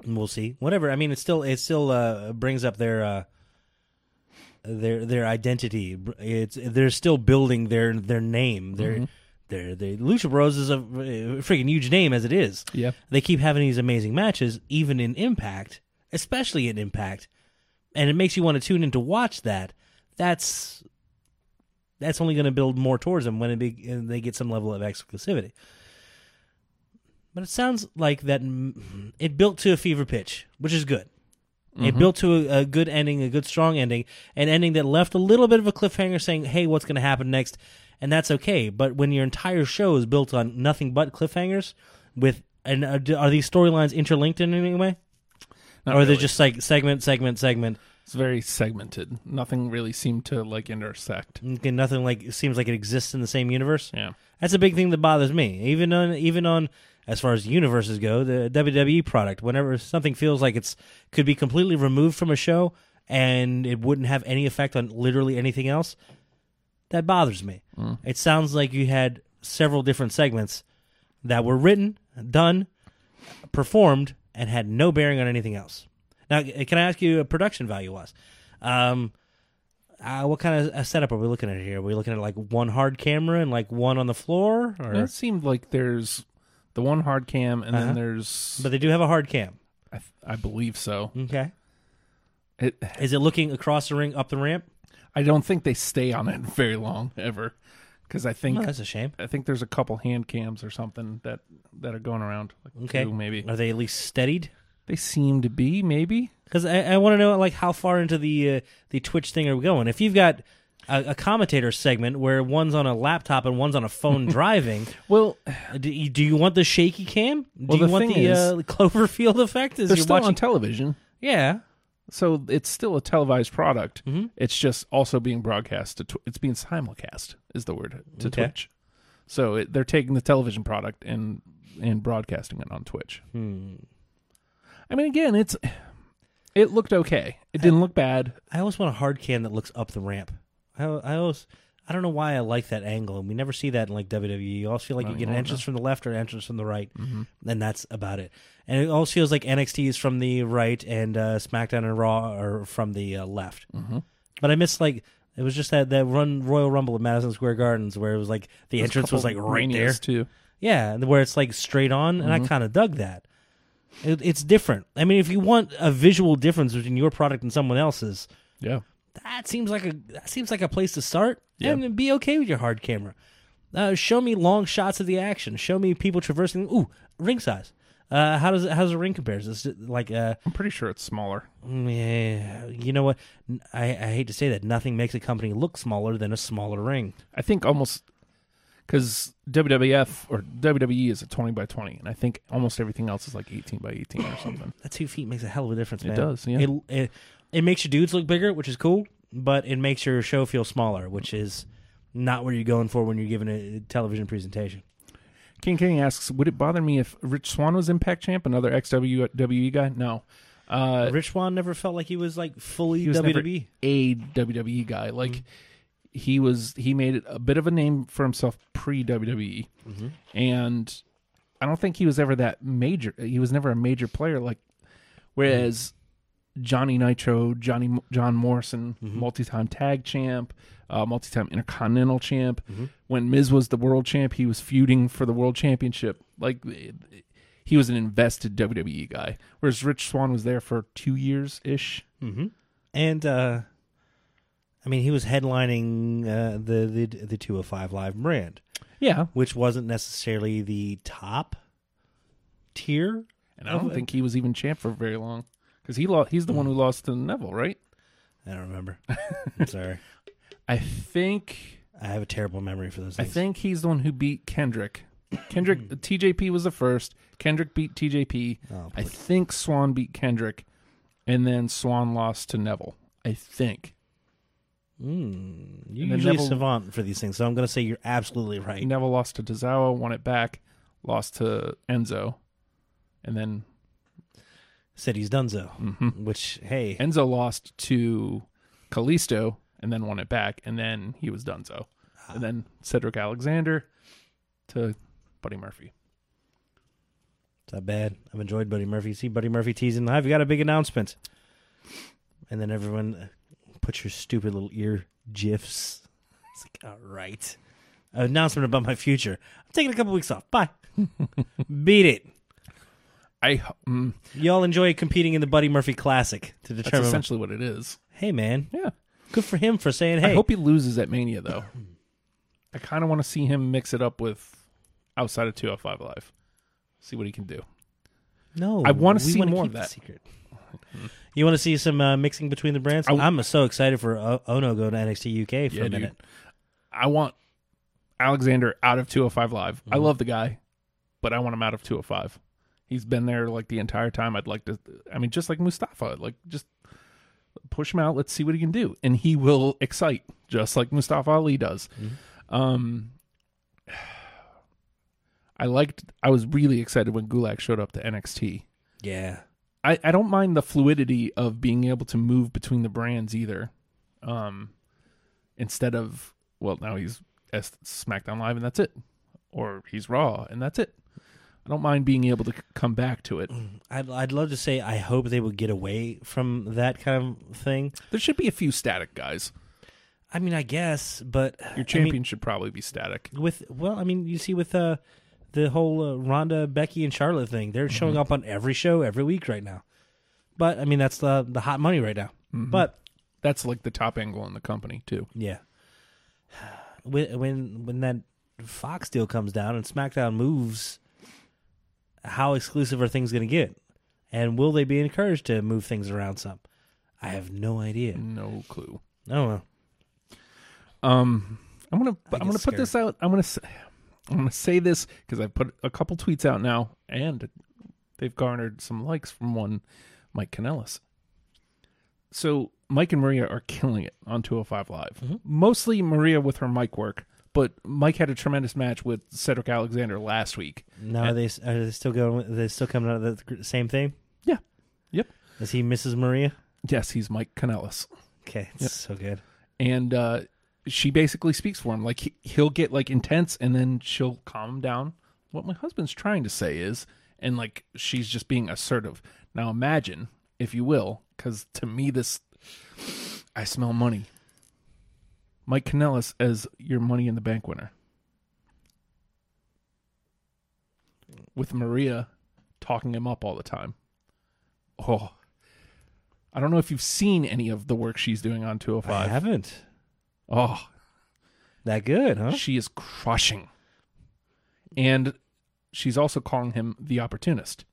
C: we'll see. Whatever. I mean, it still it still uh, brings up their uh, their their identity. It's they're still building their their name. Their
D: Mm-hmm.
C: their the Lucha Bros is a uh, freaking huge name as it is.
D: Yeah.
C: they keep having these amazing matches, even in Impact, especially in Impact, and it makes you want to tune in to watch that. That's that's only going to build more towards them when it be, and they get some level of exclusivity. But it sounds like that mm, it built to a fever pitch, which is good.
D: Mm-hmm.
C: It built to a, a good ending, a good strong ending, an ending that left a little bit of a cliffhanger saying, hey, what's going to happen next? And that's okay. But when your entire show is built on nothing but cliffhangers, with, and uh, do- are these storylines interlinked in any way?
D: Not
C: or are they
D: really.
C: just like segment, segment, segment?
D: it's very segmented. Nothing really seemed to like intersect.
C: Okay, Nothing like it seems like it exists in the same universe?
D: Yeah.
C: That's a big thing that bothers me. Even on even on as far as universes go, the WWE product, whenever something feels like it's could be completely removed from a show and it wouldn't have any effect on literally anything else, that bothers me.
D: Mm.
C: It sounds like you had several different segments that were written, done, performed, and had no bearing on anything else. Now, can I ask you a production value wise? Um, uh, what kind of a setup are we looking at here? Are we looking at like one hard camera and like one on the floor? Or?
D: It seemed like there's the one hard cam, and
C: Uh-huh.
D: then there's
C: But Hmm. they do have a hard cam.
D: I, th- I believe so.
C: Okay.
D: It,
C: Is it looking across the ring, up the ramp?
D: I don't think they stay on it very long ever, because I think
C: Oh, that's a shame.
D: I think there's a couple hand cams or something that that are going around. Like
C: Okay. Uh,
D: two maybe
C: Are they at least steadied?
D: they seem to be maybe.
C: Because I, I want to know like how far into the uh, the Twitch thing are we going? If you've got a, a commentator segment where one's on a laptop and one's on a phone driving,
D: Well,
C: do you, do you want the shaky cam? Do
D: Well,
C: you
D: the
C: want
D: thing
C: the
D: is-
C: uh, Cloverfield effect? Is
D: they're
C: you're
D: still
C: watching?
D: on television,
C: yeah.
D: so it's still a televised product.
C: Mm-hmm.
D: It's just also being broadcast to. Tw- it's being simulcast is the word to
C: Okay.
D: Twitch. So it, they're taking the television product and and broadcasting it on Twitch.
C: Hmm.
D: I mean, again, it's it looked okay. It didn't look bad.
C: I always want a hard cam that looks up the ramp. I, I always, I don't know why I like that angle, and we never see that in like WWE. You always feel like you get an entrance from the left or an entrance from the right,
D: Mm-hmm.
C: and that's about it. And it always feels like NXT is from the right and uh, SmackDown and Raw are from the uh, left.
D: Mm-hmm.
C: But I miss like it was just that that run Royal Rumble at Madison Square Gardens where it was like the
D: There's a
C: entrance was like
D: couple
C: right there.
D: manias, too. Mm-hmm.
C: Yeah, and where it's like straight on, and I kind of dug that. It, it's different. I mean, if you want a visual difference between your product and someone else's,
D: Yeah.
C: Hmm. that seems like a that seems like a place to start and be okay with your hard camera. Uh, show me long shots of the action. Show me people traversing. Ooh, ring size. Uh, how does it, how does the ring compares? Is it like uh, mm,
D: I'm pretty sure it's smaller.
C: yeah, you know what? N- I, I hate to say that nothing makes a company look smaller than a smaller ring.
D: I think almost because WWF or WWE is a 20 by 20, and I think almost everything else is like 18 by 18 or something.
C: That two feet makes a hell of a difference. man.
D: does, yeah.
C: It, it it makes your dudes look bigger, which is cool, but it makes your show feel smaller, which is not what you're going for when you're giving a television presentation.
D: King King asks, would it bother me if Rich Swan was Impact Champ, another ex WWE E guy? No. Uh,
C: Rich Swan never felt like he was like fully E.
D: he was never
C: WWE.
D: a WWE guy. Like he was, he made it a bit of a name for himself pre WWE, and I don't think he was ever that major. He was never a major player. Like whereas Johnny Nitro, Johnny John Morrison, multi-time tag champ, uh, multi-time intercontinental champ. When Miz was the world champ, he was feuding for the world championship. Like it- it- he was an invested WWE guy, whereas Rich Swan was there for two years ish.
C: And uh I mean, he was headlining uh, the the the 205 Live brand,
D: Yeah,
C: which wasn't necessarily the top tier.
D: And I don't think he was even champ for very long because he lost. He's the one who lost to Neville, right?
C: I don't remember. I'm sorry,
D: I think.
C: I have a terrible memory for those
D: I
C: things.
D: think he's the one who beat Kendrick. Kendrick TJP was the first. Kendrick beat TJP.
C: Oh,
D: I think Swan beat Kendrick, and then Swan lost to Neville. I think
C: You're
D: and then
C: Hmm. usually
D: Neville-
C: savant for these things, so I'm going to say you're absolutely right.
D: Neville lost to Tozawa, won it back, lost to Enzo, and then
C: Said he's done so,
D: Mm-hmm.
C: which hey,
D: Enzo lost to Kalisto, and then won it back, and then he was done so, and then Cedric Alexander to Buddy Murphy.
C: it's not bad. I've enjoyed Buddy Murphy. See Buddy Murphy teasing. I've got a big announcement, and then everyone uh, put your stupid little ear gifs. It's like, all right, announcement about my future. I'm taking a couple weeks off. Bye. Beat it.
D: I mm,
C: Y'all enjoy competing in the Buddy Murphy Classic to
D: that's
C: determine.
D: essentially what it is.
C: hey man,
D: Yeah,
C: good for him for saying hey.
D: I hope he loses at Mania though. I kind of want to see him mix it up with outside of 205 Live. See what he can do.
C: No,
D: I wanna
C: we
D: see
C: wanna
D: more
C: keep
D: of
C: the
D: that.
C: secret. You want to see some uh, mixing between the brands? i
D: w-
C: I'm so excited for o- Ono going to NXT UK for
D: Yeah,
C: a
D: dude.
C: minute.
D: I want Alexander out of 205 Live. I love the guy, but I want him out of 205. He's been there like the entire time. I'd like to, I mean, just like Mustafa, like just push him out. Let's see what he can do. And he will excite, just like Mustafa Ali does. Um, I liked, I was really excited when Gulak showed up to NXT.
C: Yeah,
D: I, I don't mind the fluidity of being able to move between the brands either. Um, instead of well, now he's S- SmackDown Live and that's it, or he's Raw and that's it. I don't mind being able to c- come back to it.
C: I'd I'd love to say I hope they would get away from that kind of thing.
D: There should be a few static guys.
C: I mean, I guess, but
D: Your champion should probably be static.
C: I mean, with well, I mean, you see with uh, the whole uh, Ronda, Becky, and Charlotte thing, they're showing up on every show every week right now. But I mean, that's the the hot money right now. But
D: That's like the top angle in the company too.
C: Yeah. When when when that Fox deal comes down and SmackDown moves, how exclusive are things going to get? And will they be encouraged to move things around some? I have no idea.
D: No clue.
C: I don't know.
D: Um, I'm gonna
C: I
D: I'm gonna
C: get
D: put this out. I'm gonna say, I'm gonna say this because I put a couple tweets out now, and they've garnered some likes from one Mike Canellis. So Mike and Maria are killing it on 205 Live.
C: Mm-hmm.
D: Mostly Maria with her mic work, but Mike had a tremendous match with Cedric Alexander last week.
C: Now are they are they still going? Are they still coming out of the gr- same thing?
D: Yeah. Yep.
C: Is he Mrs. Maria?
D: Yes, he's Mike Canellis.
C: Okay, it's so good.
D: and uh, she basically speaks for him. Like he, he'll get like intense, and then she'll calm him down. What my husband's trying to say is, and like she's just being assertive. Now imagine, if you will, because to me this, I smell money. Mike Kanellis as your Money in the Bank winner, with Maria talking him up all the time. Oh. I oh don't know if you've seen any of the work she's doing on 205.
C: I haven't.
D: Oh,
C: That good, huh?
D: She is crushing. And she's also calling him the opportunist.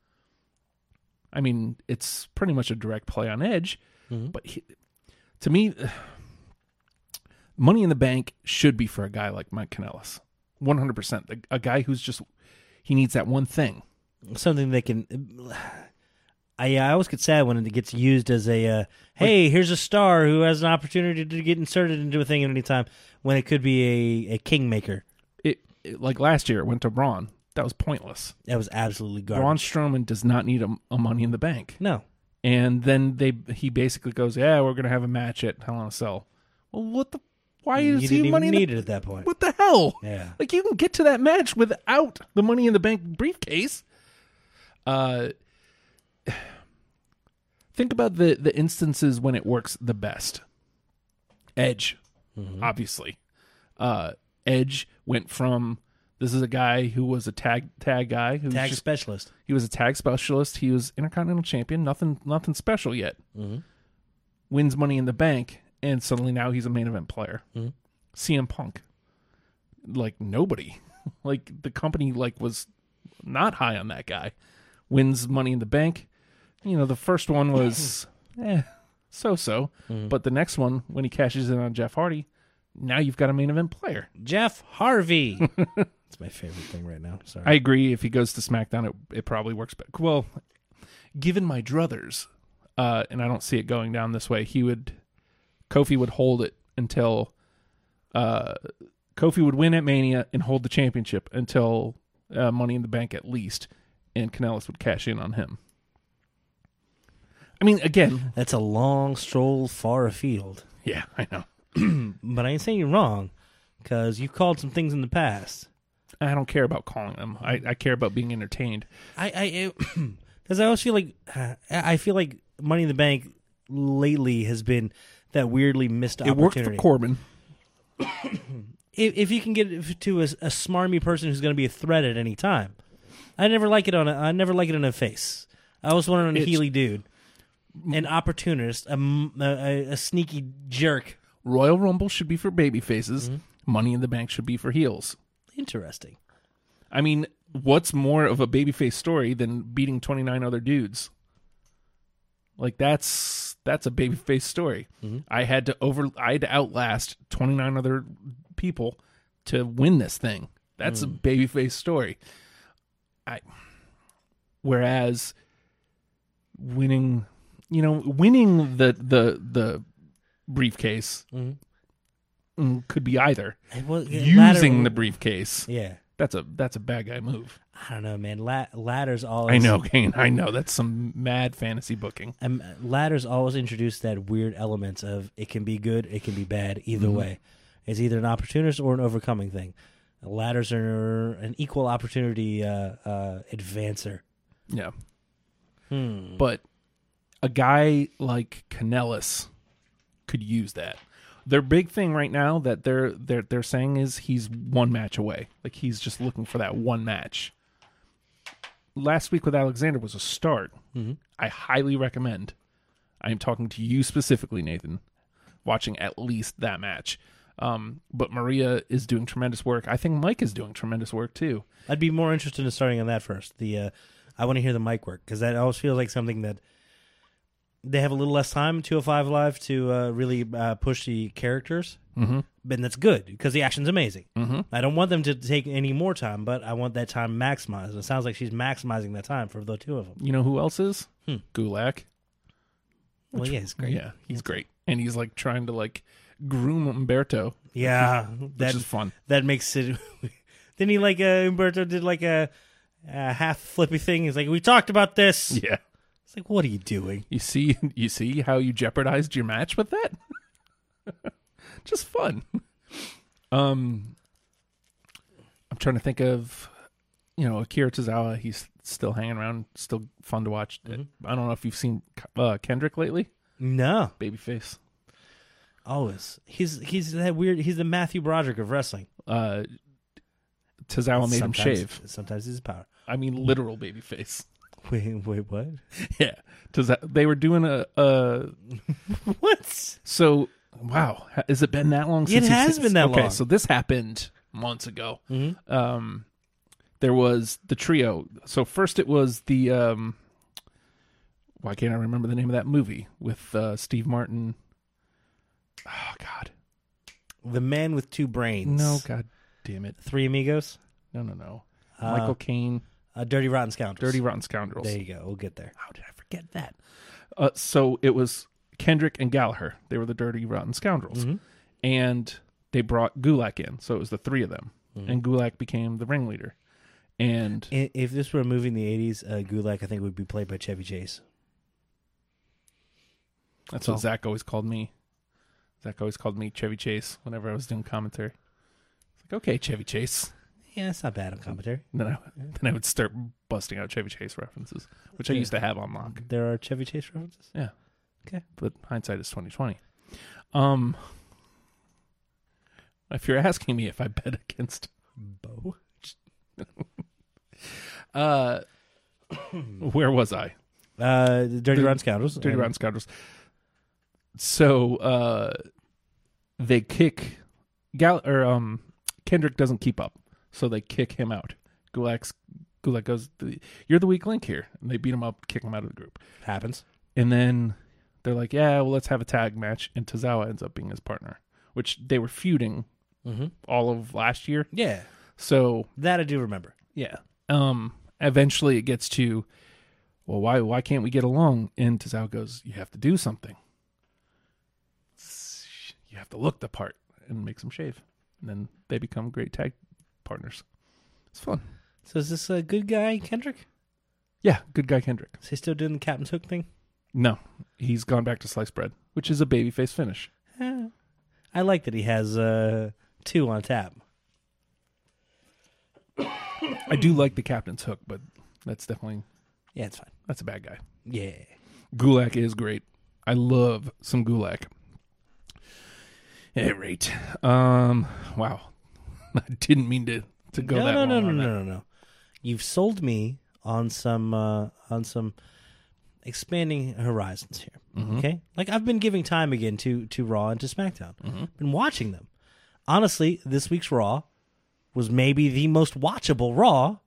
D: I mean, it's pretty much a direct play on Edge, but he, to me, Money in the Bank should be for a guy like Mike Kanellis. 100%. A, a guy who's just, he needs that one thing.
C: Something they can. I I always get sad when it gets used as a uh, hey, here's a star who has an opportunity to get inserted into a thing at any time when it could be a, a kingmaker.
D: It, it Like last year, it went to Braun. That was pointless.
C: That was absolutely garbage.
D: Braun Strowman does not need a, a Money in the Bank.
C: No,
D: and then they he basically goes, "Yeah, we're gonna have a match at Hell in a Cell." Well, what the? Why
C: you
D: is
C: didn't
D: he
C: even
D: money in
C: need
D: the,
C: it at that point.
D: What the hell?
C: Yeah.
D: like you can get to that match without the Money in the Bank briefcase. Uh, think about the the instances when it works the best. Edge,
C: Mm-hmm.
D: obviously. Uh, Edge went from this is a guy who was a tag tag guy who was
C: Tag
D: just
C: specialist.
D: he was a tag specialist. He was intercontinental champion. Nothing, nothing special yet. Wins Money in the Bank, and suddenly now he's a main event player. CM Punk, like nobody, like the company, like was not high on that guy. Wins Money in the Bank. You know, the first one was eh, so so, but the next one when he cashes in on Jeff Hardy, now you've got a main event player.
C: Jeff Harvey. It's my favorite thing right now. Sorry.
D: I agree. If he goes to SmackDown, it, it probably works better. Well, given my druthers, uh, and I don't see it going down this way, he would, Kofi would hold it until, uh, Kofi would win at Mania and hold the championship until uh, Money in the Bank at least, and Canellis would cash in on him. I mean, again,
C: That's a long stroll far afield.
D: yeah, I know.
C: But I ain't saying you're wrong, because you've called some things in the past.
D: I don't care about calling them. I, I care about being entertained.
C: I I because I always feel like I I feel like Money in the Bank lately has been that weirdly missed
D: It worked for
C: opportunity.
D: Corbin.
C: if, if you can get it to a, a smarmy person who's going to be a threat at any time, I never like it on a I never like it on a face. I always want it on a
D: It's-
C: heely dude, an opportunist, a, m- a- a- a sneaky jerk.
D: Royal Rumble should be for baby faces. Money in the Bank should be for heels.
C: Interesting.
D: I mean, what's more of a babyface story than beating 29 other dudes? Like that's that's a babyface story. I had to over I had to outlast 29 other people to win this thing. That's a babyface story. I whereas winning, you know, winning the the the briefcase mm, could be either
C: It was,
D: using the briefcase.
C: yeah.
D: That's a that's a bad guy move.
C: I don't know, man. La- ladders always.
D: I know, Kane. I know. That's some mad fantasy booking.
C: Um, ladders always introduce that weird elements of it can be good, it can be bad. Either way, it's either an opportunist or an overcoming thing. Ladders are an equal opportunity uh, uh, advancer.
D: Yeah. But a guy like Canellis could use that. Their big thing right now that they're they're they're saying is he's one match away. Like he's just looking for that one match. Last week with Alexander was a start. I highly recommend. I am talking to you specifically, Nathan. Watching at least that match. Um, but Maria is doing tremendous work. I think Mike is doing tremendous work too.
C: I'd be more interested in starting on that first. The uh, I want to hear the mic work because that always feels like something that they have a little less time. Two hundred five live to uh, really uh, push the characters, mm-hmm. and that's good because the action's amazing. Mm-hmm. I don't want them to take any more time, but I want that time maximized. It sounds like she's maximizing that time for the two of them.
D: You know who else is? Gulak.
C: Well, yeah, it's great.
D: Yeah, he's great, and he's like trying to like groom Umberto,
C: Yeah,
D: which
C: that
D: is fun.
C: that makes it. Then he like uh, Umberto did like a, a half flippy thing. He's like, "We talked about this."
D: Yeah,
C: It's like, "What are you doing?"
D: you see, you see how you jeopardized your match with that. Just fun. Um, I'm trying to think of, you know, Akira Tozawa. He's still hanging around, still fun to watch.
C: Mm-hmm.
D: I don't know if you've seen uh, Kendrick lately,
C: No.
D: babyface.
C: Always. He's he's that weird. He's the Matthew Broderick of wrestling.
D: Uh, Tozawa made him
C: Sometimes-
D: shave.
C: Sometimes he's a power.
D: I mean, literal babyface.
C: Wait, wait, what?
D: Yeah. Does that they were doing a, a
C: What?
D: so Wow, Ha- has it been that long? Since he's-
C: has been that
D: okay,
C: long. Mm-hmm.
D: so this happened months ago. Um, there was the trio. So first, it was the um, why can't I remember the name of that movie with uh, Steve Martin? Oh God,
C: The Man with Two Brains.
D: no, God damn it,
C: Three Amigos.
D: no, no, no.
C: Uh,
D: Michael Caine,
C: Uh, Dirty Rotten Scoundrels.
D: Dirty Rotten Scoundrels.
C: There you go. We'll get there.
D: How did I forget that? Uh, so it was Kendrick and Gallagher. They were the dirty, rotten scoundrels. And they brought Gulak in. So it was the three of them. And Gulak became the ringleader. And
C: I- If this were a movie in the '80s, uh, Gulak I think would be played by Chevy Chase.
D: that's what Zach always called me. Zach always called me Chevy Chase whenever I was doing commentary. It's like, okay, Chevy Chase.
C: Yeah, it's not bad on commentary.
D: And then I, then I would start busting out Chevy Chase references, which I used to have on lock.
C: There are Chevy Chase references.
D: Yeah.
C: Okay.
D: But hindsight is twenty twenty. Um if you're asking me if I bet against
C: Bo.
D: uh where was I?
C: Uh, Dirty Rotten Scoundrels.
D: Dirty
C: And
D: Rotten Scoundrels. So uh they kick Gal or um Kendrick doesn't keep up, so they kick him out. Gulak's Gulak goes, "You're the weak link here," and they beat him up, kick him out of the group.
C: Happens.
D: And then they're like, yeah, well, let's have a tag match. And Tozawa ends up being his partner, which they were feuding
C: Mm-hmm.
D: all of last year.
C: Yeah,
D: So,
C: that I do remember.
D: yeah. Um, eventually it gets to, well, why, why can't we get along? And Tozawa goes, you have to do something. You have to look the part and make some shave. And then they become great tag partners. It's fun.
C: So is this a good guy, Kendrick?
D: Yeah. Good guy, Kendrick.
C: Is he still doing the Captain's Hook thing?
D: No, he's gone back to sliced bread, which is a babyface finish.
C: Eh. I like that he has uh, two on tap.
D: I do like the captain's hook, but that's definitely
C: Yeah, it's fine.
D: that's a bad guy.
C: Yeah.
D: Gulak is great. I love some Gulak. At any rate, um, wow, I didn't mean to to go
C: no,
D: that
C: no,
D: long
C: no, no,
D: on
C: no,
D: that.
C: no, no. You've sold me on some uh, on some expanding horizons here. Okay, like I've been giving time again to to Raw and to SmackDown. Been watching them. Honestly, this week's Raw was maybe the most watchable Raw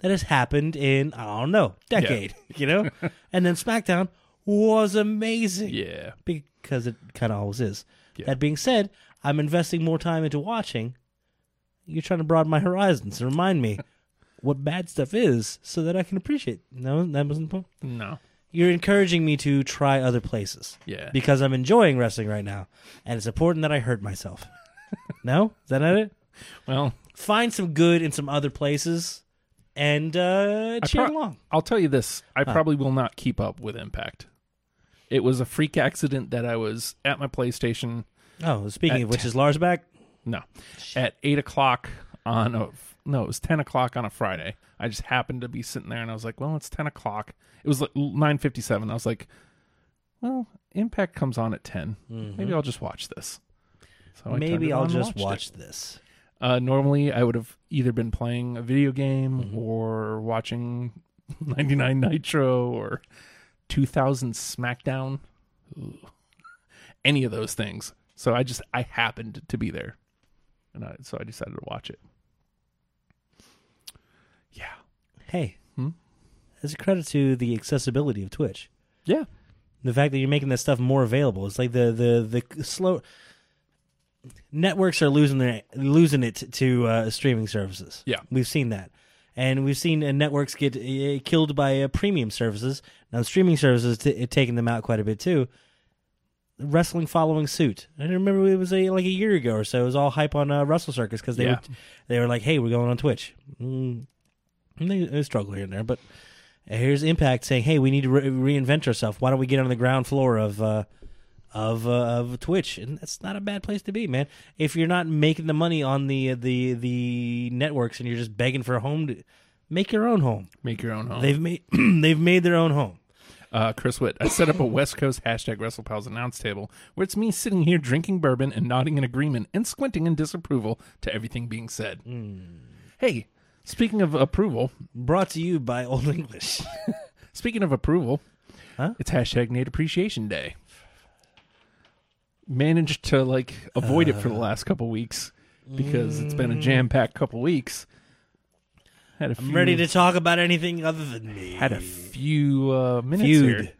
C: that has happened in I don't know decade. You know, and then SmackDown was amazing
D: Yeah,
C: because it kind of always is.
D: Yeah.
C: That being said, I'm investing more time into watching. You're trying to broaden my horizons and remind me what bad stuff is, so that I can appreciate. No, that wasn't the point.
D: no,
C: You're encouraging me to try other places.
D: Yeah.
C: Because I'm enjoying wrestling right now, and it's important that I hurt myself. no, is that not it?
D: well,
C: Find some good in some other places, and uh,
D: I
C: cheer
D: pro-
C: along.
D: I'll tell you this: I probably will not keep up with Impact. It was a freak accident that I was at my PlayStation.
C: Oh, speaking of which, is Lars back?
D: No, at eight o'clock on a no, it was ten o'clock on a Friday. I just happened to be sitting there, and I was like, "Well, it's ten o'clock." It was like nine fifty-seven. I was like, "Well, Impact comes on at 10 Maybe I'll just watch this." So I turned
C: Mm-hmm. Maybe
D: it
C: I'll
D: on and
C: just
D: watched
C: watch
D: it.
C: this.
D: Uh, normally, I would have either been playing a video game or watching ninety-nine Nitro or two thousand SmackDown. Ooh. Any of those things. So I just I happened to be there, and I, so I decided to watch it. Yeah.
C: Hey,
D: Hmm?
C: as a credit to the accessibility of Twitch,
D: Yeah.
C: the fact that you're making that stuff more available, it's like the the the slow networks are losing their losing it to uh, streaming services.
D: Yeah.
C: we've seen that, and we've seen uh, networks get uh, killed by uh, premium services. Now streaming services t- taking them out quite a bit too. Wrestling following suit. I remember it was a, like a year ago or so. It was all hype on uh, Wrestle Circus because they
D: Yeah.
C: were they were like, "Hey, we're going on Twitch." Mm, and they, they struggle here and there, but here's Impact saying, "Hey, we need to re- reinvent ourselves. Why don't we get on the ground floor of uh, of uh, of Twitch?" And that's not a bad place to be, man. If you're not making the money on the uh, the the networks and you're just begging for a home, to make your own home.
D: Make your own home.
C: They've made they've made their own home.
D: Uh, Chris Witt, I set up a West Coast hashtag WrestlePals announce table where it's me sitting here drinking bourbon and nodding in agreement and squinting in disapproval to everything being said.
C: Hmm.
D: Hey, speaking of approval,
C: Brought to you by Old English.
D: speaking of approval,
C: Huh?
D: it's hashtag Nate Appreciation Day. managed to like avoid it for the
C: Uh.
D: last couple weeks because it's been a jam packed couple weeks. Had a few,
C: Mm. I'm ready to talk about anything other than me.
D: Hmm. had a few uh, minutes
C: Feud.
D: here. Had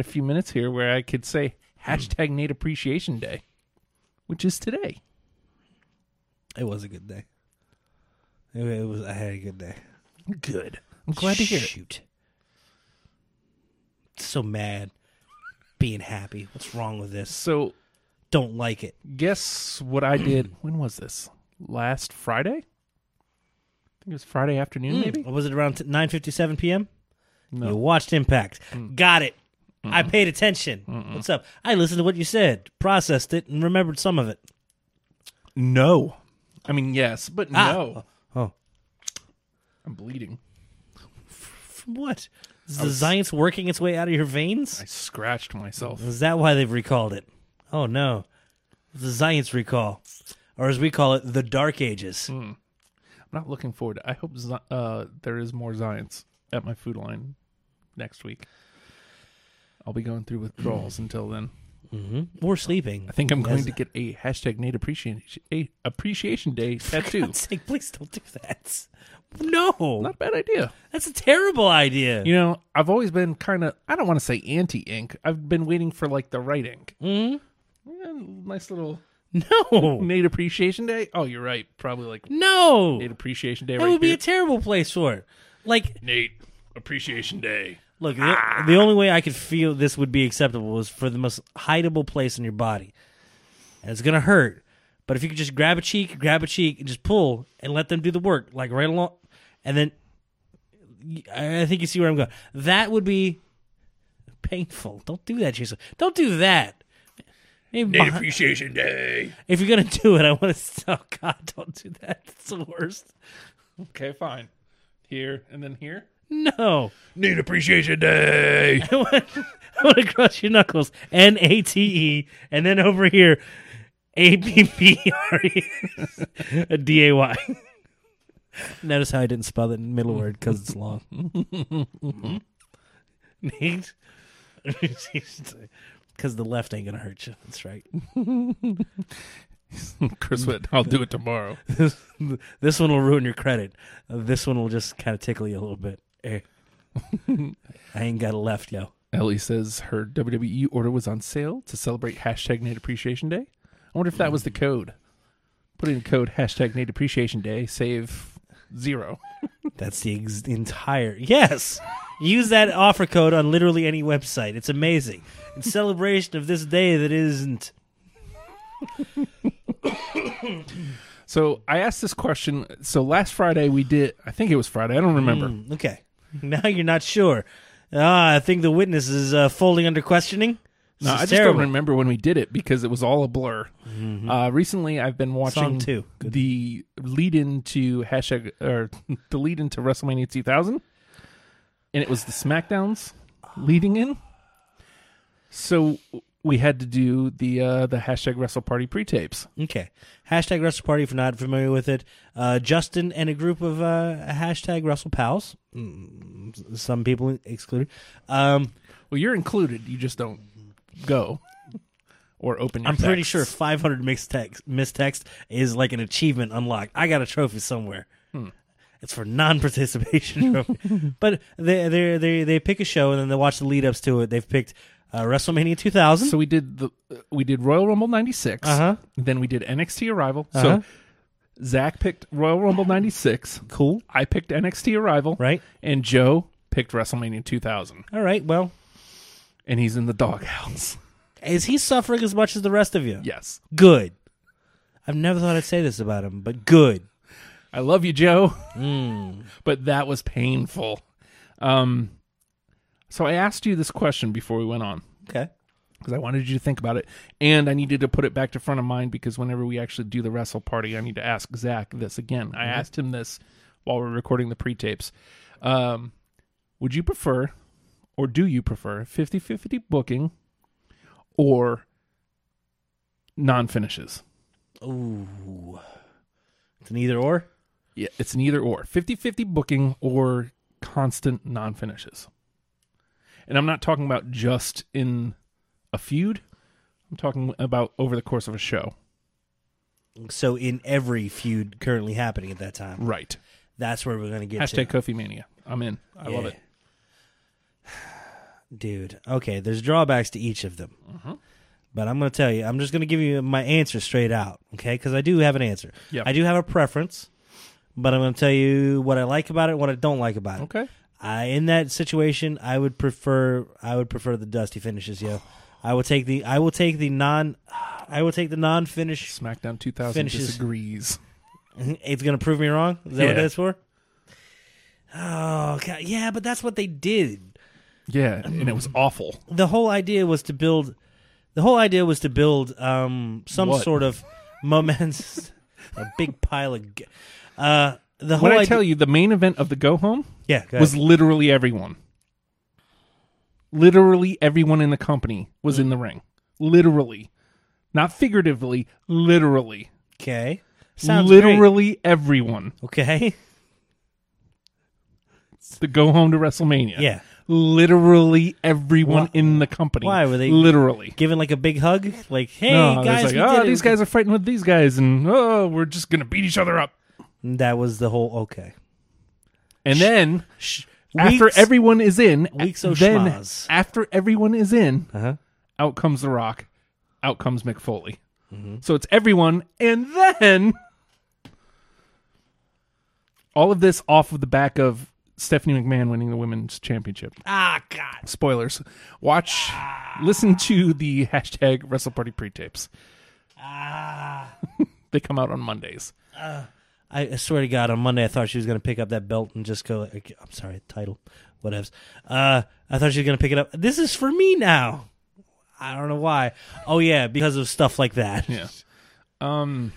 D: a few minutes here where I could say hashtag Nate Appreciation Day, which is today.
C: It was a good day. It, it was. I had a good day.
D: Good. I'm glad to hear it.
C: Shoot. So mad. Being happy. What's wrong with this?
D: So
C: Don't like it.
D: guess what I did? when was this? Last Friday? I think it was Friday afternoon, maybe.
C: Or Was it around 9:57 p.m.?
D: No. Mm.
C: You watched Impact. Got it. I paid attention. What's up? I listened to what you said, processed it, and remembered some of it.
D: No. I mean, yes, but
C: Ah.
D: no.
C: Oh,
D: I'm bleeding.
C: from what? Is the science working its way out of your veins?
D: I scratched myself.
C: Is that why they've recalled it? Oh no, the science recall, or as we call it, the Dark Ages.
D: Hmm. I'm not looking forward. I hope Zi- uh, there is more Zions at my food line next week. I'll be going through withdrawals until then.
C: Or sleeping.
D: I think I'm going to get a hashtag Nate appreciation a appreciation day tattoo.
C: God's sake, please don't do that. No,
D: Not a bad idea.
C: that's a terrible idea.
D: You know, I've always been kind of I don't want to say anti ink. I've been waiting for like the right ink. Mm-hmm. nice little
C: no,
D: Nate appreciation day. Oh, you're right. Probably like
C: no,
D: Nate appreciation day.
C: that
D: right
C: would be
D: here.
C: a terrible place for it. Like,
D: Nate appreciation day.
C: look, the, the only way I could feel this would be acceptable was for the most hideable place in your body, and it's gonna hurt. But if you could just grab a cheek, grab a cheek, and just pull, and let them do the work, like right along, and then I I think you see where I'm going. That would be painful. Don't do that, to yourself. Don't do that. Maybe behind-
D: appreciation day.
C: If you're gonna do it, I want to. Oh God, don't do that. It's the worst.
D: Okay, fine. Here and then here.
C: No,
D: Nate appreciation day.
C: I want, I want to cross your knuckles. N A T E, and then over here, A P P R E D A Y. Notice how I didn't spell that middle word because it's long. Nate, because the left ain't gonna hurt you. That's right.
D: Chris Witt, I'll do it tomorrow.
C: this one will ruin your credit. Uh, This one will just kind of tickle you a little bit. Eh. I ain't got a left, yo.
D: Ellie says her WWE order was on sale to celebrate hashtag Nate Appreciation Day. I wonder if that was the code. Put in code hashtag Nate Appreciation Day, save zero.
C: That's the ex- entire. Yes. Use that offer code on literally any website. It's amazing. In celebration of this day that isn't.
D: So I asked this question. So last Friday we did, I think it was Friday, I don't remember.
C: Okay. Now you're not sure. Ah, I think the witness is uh, folding under questioning. This
D: No, Uh, I
C: is
D: just
C: terrible. Mm-hmm.
D: don't remember when we did it because it was all a blur. Uh, recently, I've been watching
C: two. Good.
D: the lead into hashtag or the lead into WrestleMania 2000, and it was the Smackdowns leading in. So we had to do the uh, the hashtag Wrestle Party pre tapes.
C: Okay. Hashtag Wrestle Party if you're not familiar with it. Uh, Justin and a group of uh, hashtag Russell Pals, mm, some people excluded. Um,
D: Well, you're included. You just don't go or open. Your
C: I'm pretty
D: texts.
C: sure 500 mixed text, missed text is like an achievement unlocked. I got a trophy somewhere.
D: Hmm.
C: It's for non-participation trophy. but they they they they pick a show and then they watch the lead-ups to it. They've picked uh, WrestleMania 2000.
D: So we did the we did Royal Rumble '96.
C: Uh-huh.
D: Then we did NXT Arrival.
C: Uh-huh.
D: So Zach picked Royal Rumble '96.
C: cool,
D: I picked NXT Arrival.
C: right?
D: And Joe picked WrestleMania 2000.
C: All right. Well,
D: And he's in the doghouse.
C: is he suffering as much as the rest of you?
D: yes.
C: Good. I've never thought I'd say this about him, but good.
D: I love you, Joe. but that was painful. Um, so I asked you this question before we went on
C: Okay.
D: because I wanted you to think about it, and I needed to put it back to front of mind because whenever we actually do the wrestle party, I need to ask Zach this again. I asked him this while we're recording the pre-tapes. Um, would you prefer, or do you prefer, 50-50 booking or non-finishes?
C: Ooh. It's an either or.
D: Yeah, it's an either or 50-50 booking or constant non-finishes. And I'm not talking about just in a feud. I'm talking about over the course of a show.
C: So in every feud currently happening at that time,
D: Right.
C: that's where we're gonna get
D: Hashtag
C: to,
D: Kofi Mania. I'm in. I love
C: Yeah.
D: it.
C: dude. Okay, there's drawbacks to each of them,
D: Mm-hmm.
C: but I'm gonna tell you. I'm just gonna give you my answer straight out, okay? Because I do have an answer.
D: Yep.
C: I do have a preference, but I'm gonna tell you what I like about it, what I don't like about it.
D: Okay.
C: I, in that situation, I would prefer I would prefer the dusty finishes. Yeah, I will take the I will take the non I will take the non finish.
D: SmackDown 2000
C: Finishes.
D: disagrees.
C: It's gonna prove me wrong. Is that what
D: Yeah.
C: that's for? Oh God. yeah, but that's what they did.
D: Yeah, and it was
C: Mm.
D: awful.
C: The whole idea was to build. The whole idea was to build um, some
D: What?
C: sort of moments. a big pile of. g- Uh, the whole
D: When I
C: idea-
D: tell you, the main event of the go home
C: yeah, go
D: was
C: ahead.
D: literally everyone. Literally everyone in the company was
C: Mm.
D: in the ring. Literally. Not figuratively, literally.
C: okay. Sounds great.
D: literally everyone.
C: okay.
D: The go home to WrestleMania.
C: Yeah.
D: Literally everyone in the company.
C: why were they-
D: Literally.
C: Giving like a big hug, like hey
D: No,
C: guys,
D: it's
C: we
D: like,
C: did
D: oh,
C: it."
D: these guys are fighting with these guys, and oh, we're just gonna beat each other up.
C: That was the whole okay.
D: And then
C: Sh-
D: after
C: weeks-
D: everyone is in,
C: Weeks
D: a-
C: of
D: then
C: schmas.
D: after everyone is in,
C: Uh-huh.
D: out comes The Rock, out comes McFoley.
C: Mm-hmm.
D: So it's everyone, and then all of this off of the back of Stephanie McMahon winning the women's championship.
C: ah god, Ah.
D: Spoilers. Watch, listen to the hashtag WrestleParty pre-tapes.
C: Ah.
D: they come out on Mondays.
C: I I swear to God, on Monday I thought she was gonna pick up that belt and just go. like, I'm sorry, title, whatevs. Uh, I thought she was gonna pick it up. This is for me now. I don't know why. Oh yeah, because of stuff like that.
D: Yeah. Um.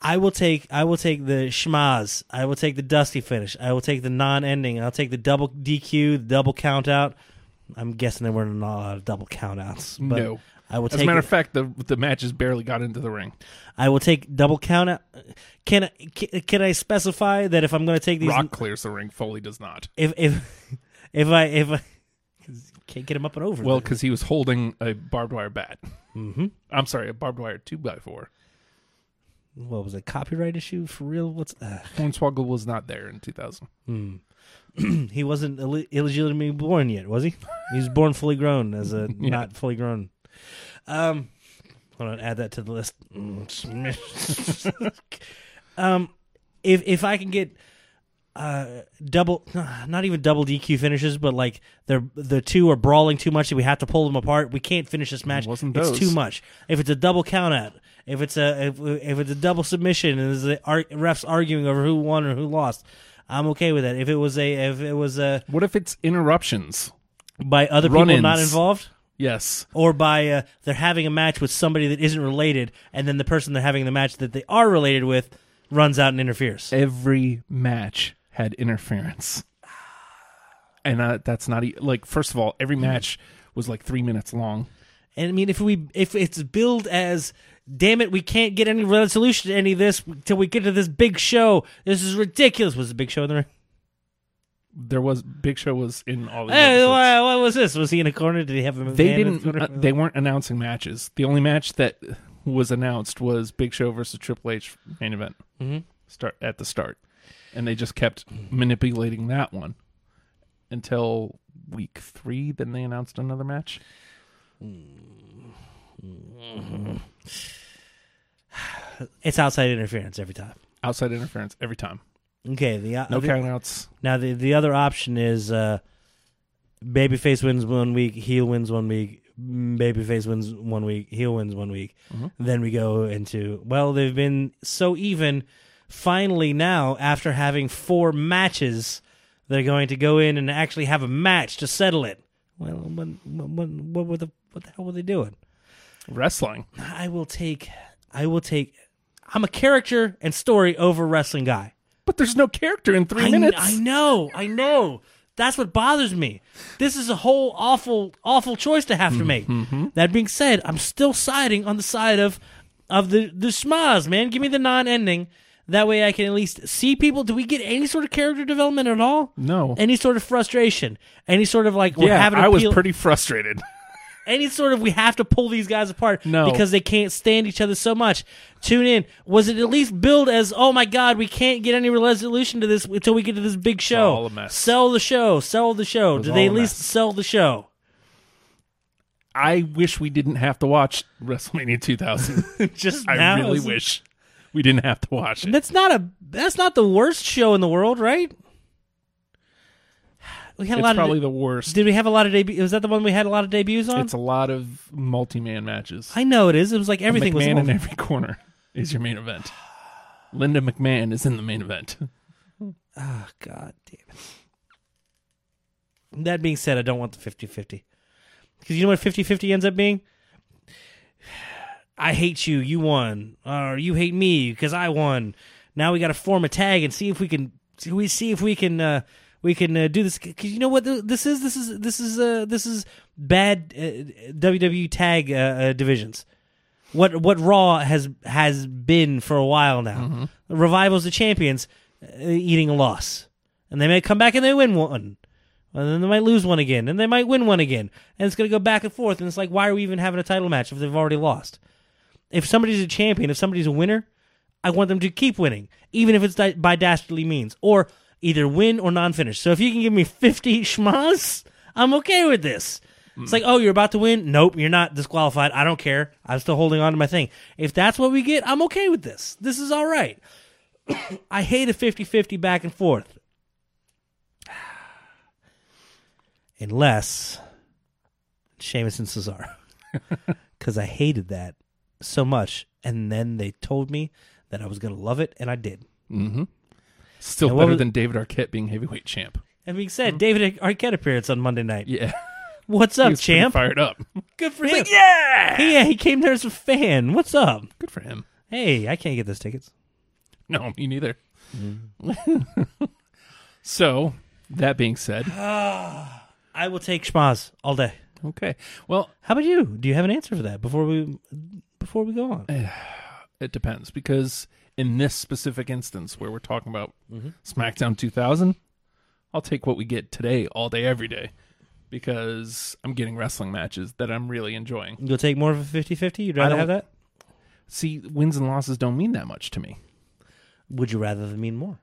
C: I will take. I will take the schmaz. I will take the dusty finish. I will take the non-ending. I'll take the double DQ, the double count out. I'm guessing there weren't a lot of double count outs. But
D: No.
C: I will
D: As
C: take
D: a matter
C: it-
D: of fact, the the matches barely got into the ring.
C: I will take double count. Out. Can I can, can I specify that if I'm going to take these,
D: Rock clears the ring. Foley does not.
C: if if if I if I 'cause you can't get him up and over.
D: Well,
C: them.
D: because he was holding a barbed wire bat. Mm-hmm. I'm sorry, a barbed wire two by four.
C: what was it? Copyright issue for real? What's uh,
D: Hornswoggle was not there in 2000.
C: Hmm. he wasn't Ill- illegitimately born yet, was he? He was born fully grown as a not fully grown. Um, hold on, add that to the list. Mm, um, if if I can get uh double not even double DQ finishes, but like they're the two are brawling too much that we have to pull them apart. We can't finish this match.
D: It wasn't
C: it's
D: those.
C: too much. If it's a double count out, if it's a if, if it's a double submission and there's the ar- refs arguing over who won or who lost, I'm okay with that. If it was a if it was a
D: What if it's interruptions?
C: by other people
D: Run-ins.
C: not involved
D: Yes.
C: or by uh, they're having a match with somebody that isn't related and then the person they're having the match that they are related with runs out and interferes.
D: Every match had interference. And uh, that's not e- like, first of all, every
C: Hmm.
D: match was like three minutes long.
C: And I mean, if we if it's billed as, damn it, we can't get any resolution to any of this till we get to this big show. This is ridiculous. Was the big show in the ring?
D: There was, Big Show was in all the
C: Hey,
D: episodes.
C: Eh, why, what was this? Was he in a corner? Did he have a?
D: They
C: hand in
D: didn't. uh,
C: the-
D: they weren't announcing matches. The only match that was announced was Big Show versus Triple H main event. Mm-hmm. Start at the start, and they just kept manipulating that one until week three. Then they announced another match.
C: it's outside interference every time.
D: Outside interference every time.
C: Okay. The uh,
D: No
C: the-
D: countouts.
C: now the the other option is, uh, babyface wins one week, heel wins one week, mm, babyface wins one week, heel wins one week. Then we go into well, they've been so even. Finally, now after having four matches, they're going to go in and actually have a match to settle it. Well, what, what, what were the what the hell were they doing?
D: Wrestling.
C: I will take. I will take. I'm a character and story over wrestling guy.
D: But there's no character in three
C: I,
D: minutes.
C: I know. I know. That's what bothers me. This is a whole awful, awful choice to have to make.
D: Mm-hmm,
C: That being said, I'm still siding on the side of of the the schmaz, man. Give me the non-ending. That way, I can at least see people. Do we get any sort of character development at all?
D: No.
C: Any sort of frustration? Any sort of like? We're
D: yeah,
C: having a
D: I was
C: peel-
D: pretty frustrated.
C: any sort of we have to pull these guys apart
D: No.
C: because they can't stand each other so much. Tune in. Was it at least billed as oh my god, we can't get any resolution to this until we get to this big show?
D: all a mess.
C: Sell the show, sell the show. Did
D: all
C: they
D: a
C: at least
D: mess.
C: sell the show?
D: I wish we didn't have to watch WrestleMania 2000.
C: Just
D: I
C: now
D: really
C: is-
D: wish we didn't have to watch it.
C: That's not a that's not the worst show in the world, right? We had a
D: It's
C: lot
D: probably
C: of
D: the worst.
C: Did we have a lot of debuts? Was that the one we had a lot of debuts on?
D: it's a lot of multi-man matches.
C: I know it is. It was like everything was
D: McMahon
C: all-
D: in every corner is your main event. Linda McMahon is in the main event.
C: Oh, God damn it. That being said, I don't want the 50 50. Because you know what 50 50 ends up being? I hate you, you won. Or you hate me because I won. Now we got to form a tag and see if we can. See, we see if we can. Uh, we can uh, do this because you know what th- this is. This is this is uh, this is bad uh, WWE tag uh, uh, divisions what what Raw has has been for a while now. Revival's the champions uh, eating a loss, and they may come back and they win one, and then they might lose one again, and they might win one again, and it's going to go back and forth. And it's like, why are we even having a title match if they've already lost? If somebody's a champion, if somebody's a winner, I want them to keep winning, even if it's di- by dastardly means, or either win or non-finish. So if you can give me fifty schmas, I'm okay with this. It's like, oh, you're about to win. Nope, you're not disqualified. I don't care. I'm still holding on to my thing. If that's what we get, I'm okay with this. This is all right. I hate a 50-50 back and forth. Unless Sheamus and Cesaro. Because I hated that so much. And then they told me that I was going to love it, and I did.
D: Still
C: And what
D: better
C: was-
D: than David Arquette being heavyweight champ.
C: That being
D: Hmm.
C: said, David Arquette appearance on Monday night.
D: Yeah,
C: What's
D: He
C: up,
D: was pretty
C: champ?
D: fired up.
C: Good for him. yeah! Yeah, he came there as a fan. What's up?
D: Good for him.
C: Hey, I can't get those tickets.
D: No, me neither. so that being said,
C: I will take schmaz all day.
D: okay. Well,
C: How about you? Do you have an answer for that before we before we go
D: Eh.
C: on?
D: it depends because in this specific instance where we're talking about
C: Mm-hmm.
D: SmackDown 2000, I'll take what we get today, all day, every day, because I'm getting wrestling matches that I'm really enjoying.
C: You'll take more of a 50-50? You'd rather
D: don't-
C: have that?
D: See, wins and losses don't mean that much to me.
C: Would you rather them mean more?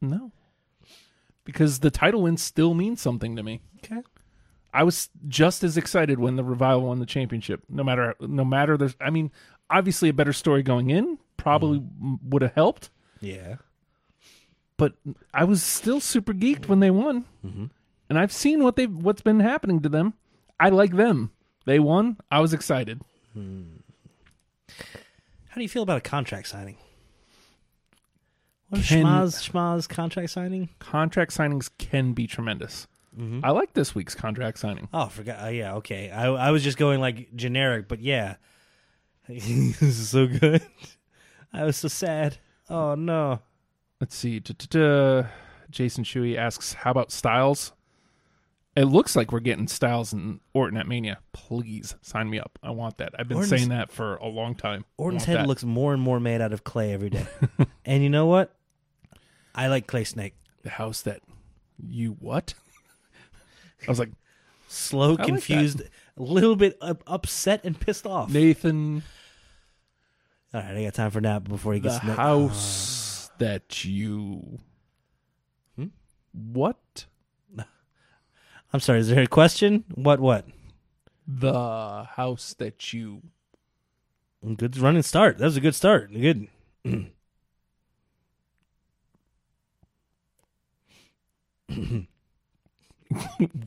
D: No. Because the title wins still mean something to me.
C: Okay.
D: I was just as excited when the revival won the championship. No matter, no matter. There's, I mean, obviously a better story going in probably m would have helped,
C: Yeah.
D: but I was still super geeked when they won, and I've seen what they what's been happening to them. I like them. They won. I was excited.
C: How do you feel about a contract signing? What
D: Can-
C: schmaz schmaz contract signing?
D: Contract signings can be tremendous. I like this week's contract signing.
C: Oh, I forgot. Uh, yeah, okay. I I was just going like generic, but yeah, this is so good. I was so sad. Oh no.
D: Let's see. Da-da-da. Jason Shuey asks, "How about Styles?" It looks like we're getting Styles and Orton at Mania. Please sign me up. I want that. I've been
C: Orton's-
D: saying that for a long time. I
C: Orton's
D: want
C: head
D: that.
C: looks more and more made out of clay every day. and you know what? I like Clay Snake.
D: the house that you what? I was like
C: Slow,
D: that.
C: confused, a little bit up, upset and pissed off.
D: Nathan,
C: All right, I got time for nap before he
D: the
C: gets next.
D: house that you
C: Hmm?
D: what
C: I'm sorry. Is there a question? What? What?
D: the house that you
C: Good running start. That was a good start. Good.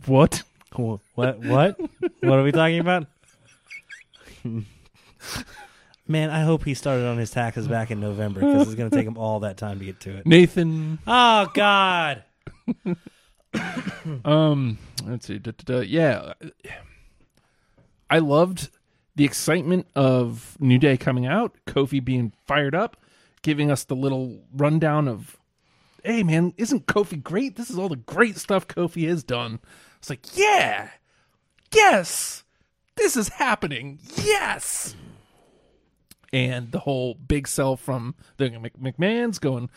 D: what?
C: What? What? What are we talking about? Man, I hope he started on his taxes back in November because it's going to take him all that time to get to it.
D: Nathan,
C: Oh God!
D: Um, let's see. Da, da, da. Yeah, I loved the excitement of New Day coming out, Kofi being fired up, giving us the little rundown of, "Hey, man, isn't Kofi great? This is all the great stuff Kofi has done." It's like, yeah, yes, this is happening. Yes. And the whole big sell from the Mc- McMahon's going,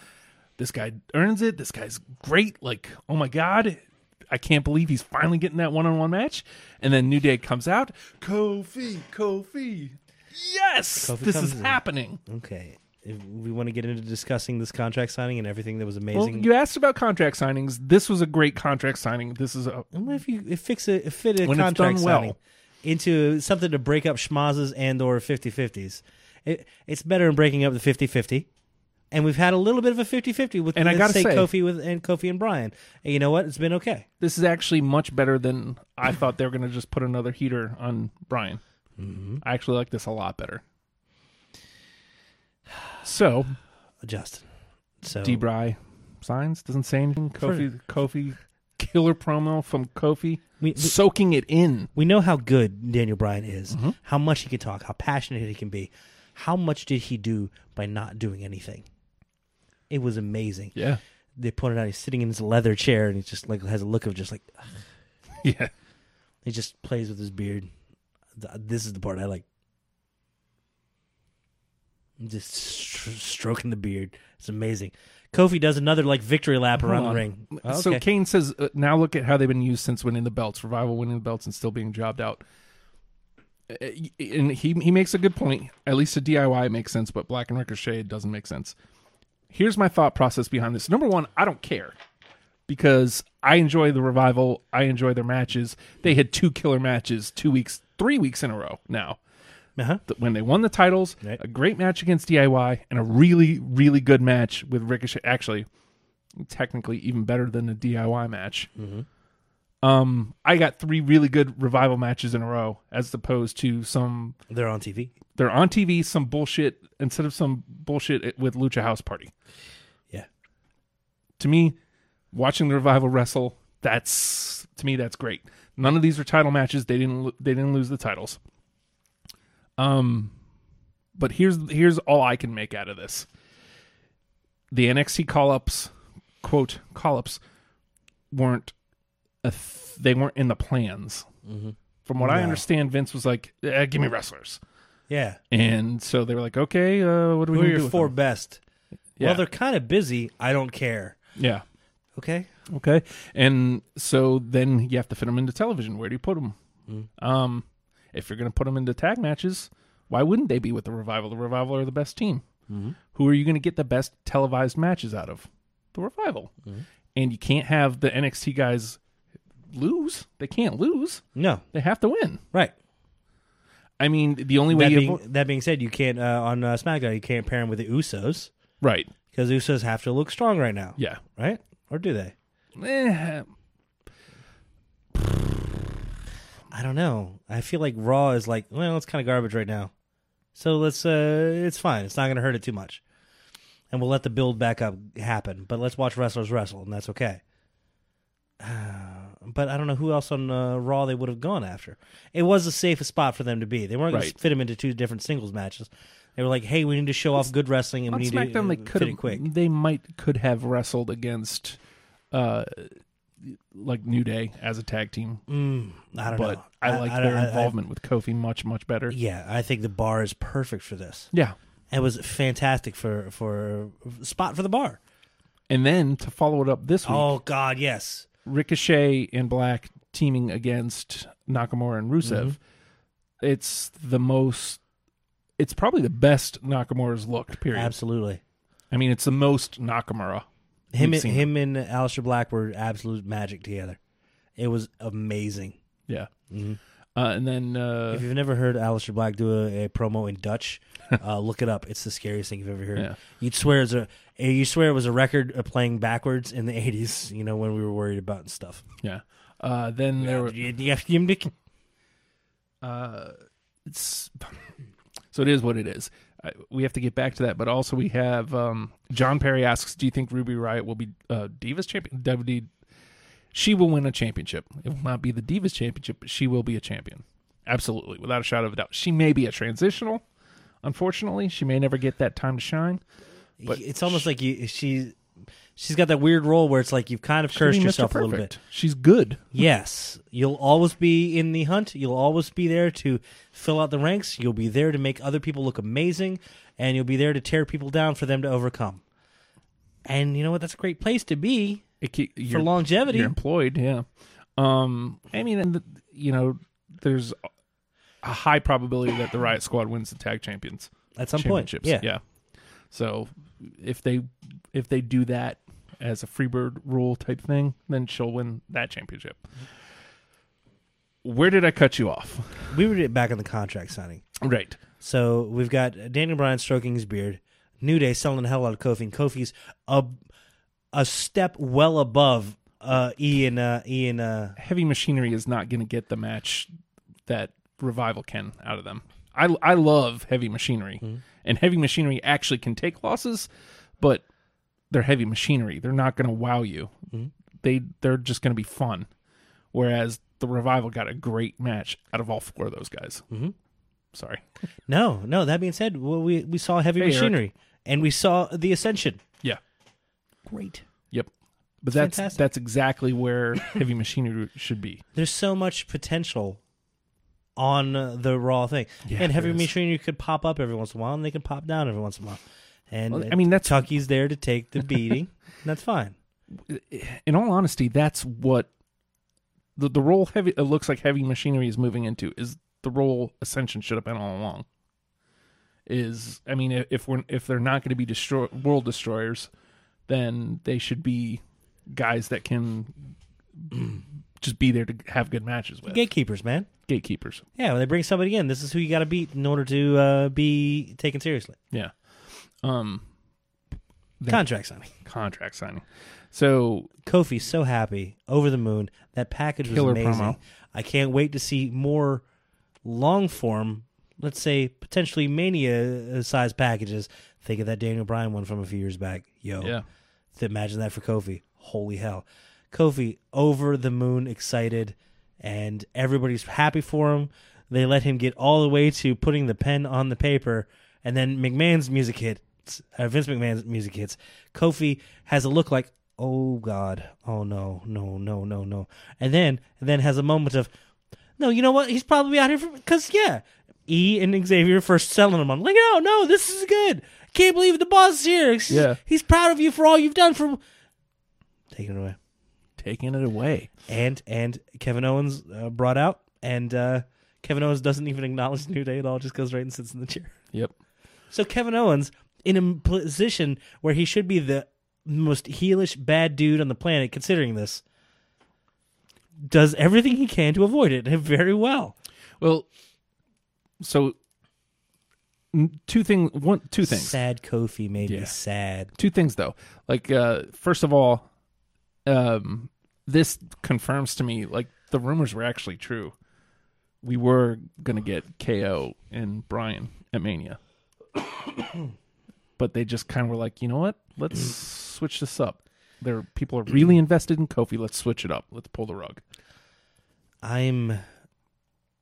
D: this guy earns it. This guy's great. Like, oh my God, I can't believe he's finally getting that one on one match. And then New Day comes out. Kofi, Kofi. Yes,
C: Kofi
D: this
C: comes
D: is
C: in.
D: happening.
C: Okay. If we want to get into discussing this contract signing and everything that was
D: Well,
C: amazing.
D: you asked about contract signings. This was a great contract signing. This is a
C: What if you if fix a if fit a
D: When it's
C: contract
D: done well.
C: signing into something to break up schmazes and or 50-50s? It, it's better than breaking up the 50-50. And we've had a little bit of a 50-50 with
D: And I
C: let's
D: gotta
C: say,
D: say-
C: Kofi with and Kofi and Brian. And you know what? It's been okay.
D: this is actually much better than I thought they were going to just put another heater on Brian. I actually like this a lot better. So,
C: Justin. So
D: D. Bry signs doesn't say anything. Kofi, Kofi, killer promo from Kofi,
C: we, we,
D: soaking it in.
C: we know how good Daniel Bryan is,
D: Mm-hmm.
C: how much he can talk, how passionate he can be. How much did he do by not doing anything? It was amazing.
D: Yeah,
C: They pointed out he's sitting in his leather chair and he just like has a look of just like
D: yeah.
C: He just plays with his beard. Th- This is the part I like. Just stro- stroking the beard. It's amazing. Kofi does another like victory lap around the
D: on.
C: ring.
D: So
C: Oh, Okay.
D: Kane says, uh, now look at how they've been used since winning the belts. Revival winning the belts and still being jobbed out. Uh, And he he makes a good point. At least a DIY makes sense, but Black and Ricochet doesn't make sense. Here's my thought process behind this. Number one, I don't care because I enjoy the revival. I enjoy their matches. They had two killer matches, two weeks, three weeks in a row now
C: uh-huh.
D: th- when they won the titles,
C: Right.
D: a great match against DIY, and a really, really good match with Ricochet. Actually, technically, even better than the DIY match. Um, I got three really good revival matches in a row, as opposed to some
C: They're on TV.
D: they're on TV, some bullshit instead of some bullshit with Lucha House Party.
C: Yeah.
D: To me, watching the revival wrestle, that's to me that's great. None of these are title matches. They didn't lo- they didn't lose the titles. Um, but here's here's all I can make out of this. The NXT call ups, quote call ups, weren't a th- they weren't in the plans.
C: Mm-hmm.
D: From what I
C: No.
D: understand, Vince was like, eh, "Give me wrestlers."
C: Yeah.
D: And so they were like, okay, uh, what do we
C: Who are
D: gonna do
C: your
D: with
C: four
D: them?
C: best?
D: Yeah.
C: Well, they're kind of busy. I don't care.
D: Yeah.
C: Okay.
D: Okay. And so then you have to fit them into television. Where do you put them?
C: Mm.
D: Um, if you're going to put them into tag matches, why wouldn't they be with the Revival? The Revival are the best team.
C: Mm-hmm.
D: Who are you going to get the best televised matches out of? The Revival.
C: Mm-hmm.
D: And you can't have the NXT guys lose. They can't lose.
C: No.
D: They have to win.
C: Right.
D: I mean, the only way
C: That
D: you
C: being,
D: avo-
C: that being said, you can't uh, on uh, SmackDown. You can't pair him with the Usos
D: right,
C: because Usos have to look strong right now.
D: yeah.
C: Right? Or do they?
D: Eh,
C: I don't know. I feel like Raw is like, well, it's kind of garbage right now. So let's uh it's fine. It's not going to hurt it too much. And we'll let the build back up happen, but let's watch wrestlers wrestle and that's okay. Uh, but I don't know who else on uh, Raw they would have gone after. It was the safest spot for them to be. They weren't going
D: Right.
C: to fit them into two different singles matches. They were like, "Hey, we need to show off good wrestling and
D: on
C: we need
D: SmackDown,
C: to uh,
D: they
C: fit
D: could
C: it quick."
D: have, they might could have wrestled against, uh, like New Day as a tag team,
C: Mm-hmm. I don't
D: but
C: know.
D: I, like their
C: I- I-
D: involvement with Kofi much much better.
C: yeah, I think the bar is perfect for this.
D: Yeah,
C: It was fantastic for for spot for the bar.
D: and then to follow it up this week,
C: Oh God, yes.
D: Ricochet and Black teaming against Nakamura and Rusev.
C: Mm-hmm.
D: It's the most. It's probably the best Nakamura's looked. Period.
C: Absolutely.
D: I mean, it's the most Nakamura.
C: Him
D: We've
C: and
D: seen
C: him and Alistair Black were absolute magic together. It was amazing.
D: Yeah. Uh, and then uh,
C: Mm-hmm. If you've never heard Alistair Black do a, a promo in Dutch, uh, look it up. It's the scariest thing you've ever heard.
D: Yeah.
C: You'd swear it's a eh, you swear it was a record of playing backwards in the eighties. You know when we were worried about stuff.
D: yeah. Uh, then there were
C: It's
D: it's so it is what it is. I, we have to get back to that, but also we have um, John Perry asks, "Do you think Ruby Riot will be uh, Divas champion? WD, she will win a championship. It will not be the Divas championship, but she will be a champion. Absolutely, without a shadow of a doubt. She may be a transitional. Unfortunately, she may never get that time to shine. But
C: almost like you she she's got that weird role where it's like you've kind of
D: She'll
C: cursed
D: be Mr.
C: yourself a little bit.
D: Perfect. She's good.
C: Yes, you'll always be in the hunt. You'll always be there to fill out the ranks. You'll be there to make other people look amazing, and you'll be there to tear people down for them to overcome. And you know what? That's a great place to be.
D: it keep,
C: for
D: you're,
C: longevity.
D: you're employed. Yeah. Um, I mean, and the, you know, there's a high probability that the Riot Squad wins the tag champions
C: at some point.
D: championships.
C: Yeah.
D: yeah. So if they if they do that as a freebird rule type thing, then she'll win that championship. Where did I cut you off?
C: We were back on the contract signing.
D: Right.
C: So we've got Daniel Bryan stroking his beard, New Day selling the hell out of Kofi, and Kofi's a a step well above uh, Ian uh, Ian uh,
D: Heavy machinery is not going to get the match that revival can out of them. I I love heavy machinery, and heavy machinery actually can take losses, but they're heavy machinery. They're not going to wow you. They they're just going to be fun. Whereas the revival got a great match out of all four of those guys. Mm-hmm. Sorry.
C: No, no. That being said, well, we we saw heavy
D: Hey, Eric.
C: machinery, and we saw the ascension.
D: Yeah.
C: Great.
D: Yep. But that's
C: fantastic.
D: that's exactly where heavy machinery should be.
C: There's so much potential on uh, the raw thing,
D: Yeah,
C: and heavy
D: there is.
C: machinery could pop up every once in a while, and they can pop down every once in a while. And
D: Well, I mean, that's-
C: Chucky's there to take the beating. and that's fine.
D: In all honesty, that's what the the role heavy it looks like heavy machinery is moving into is the role ascension should have been all along. Is I mean i- if we're if they're not going to be destroy world destroyers, then they should be guys that can just be there to have good matches with
C: Gatekeepers, man.
D: gatekeepers.
C: Yeah, when they bring somebody in, this is who you got to beat in order to uh, be taken seriously.
D: Yeah. Um Yeah.
C: Contract signing.
D: contract signing. So
C: Kofi's so happy, over the moon. That package
D: Killer
C: was amazing.
D: promo.
C: I can't wait to see more long form, let's say potentially mania size packages. Think of that Daniel Bryan one from a few years back. Yo,
D: yeah.
C: Th- imagine that for Kofi. Holy hell, Kofi over the moon, excited, and everybody's happy for him. They let him get all the way to putting the pen on the paper, and then McMahon's music hits. Uh, Vince McMahon's music hits. Kofi has a look like, oh god, oh no, no, no, no, no, and then and then has a moment of, no, you know what? He's probably out here because yeah, E and Xavier first selling him on like no, no, this is good. Can't believe the boss is here. He's,
D: Yeah.
C: he's proud of you for all you've done for. Taking it away,
D: taking it away.
C: and and Kevin Owens uh, brought out, and uh, Kevin Owens doesn't even acknowledge New Day at all. Just goes right and sits in the chair.
D: Yep.
C: So Kevin Owens in a position where he should be the most heelish bad dude on the planet, considering this, does everything he can to avoid it very well.
D: Well, so n- two thing one two things.
C: Sad Kofi made
D: Yeah.
C: me sad.
D: Two things though. Like uh first of all, um this confirms to me like the rumors were actually true. We were going to get KO and Brian at Mania. but they just kind of were like, "You know what? Let's switch this up." There people are really invested in Kofi. Let's switch it up. Let's pull the rug.
C: I'm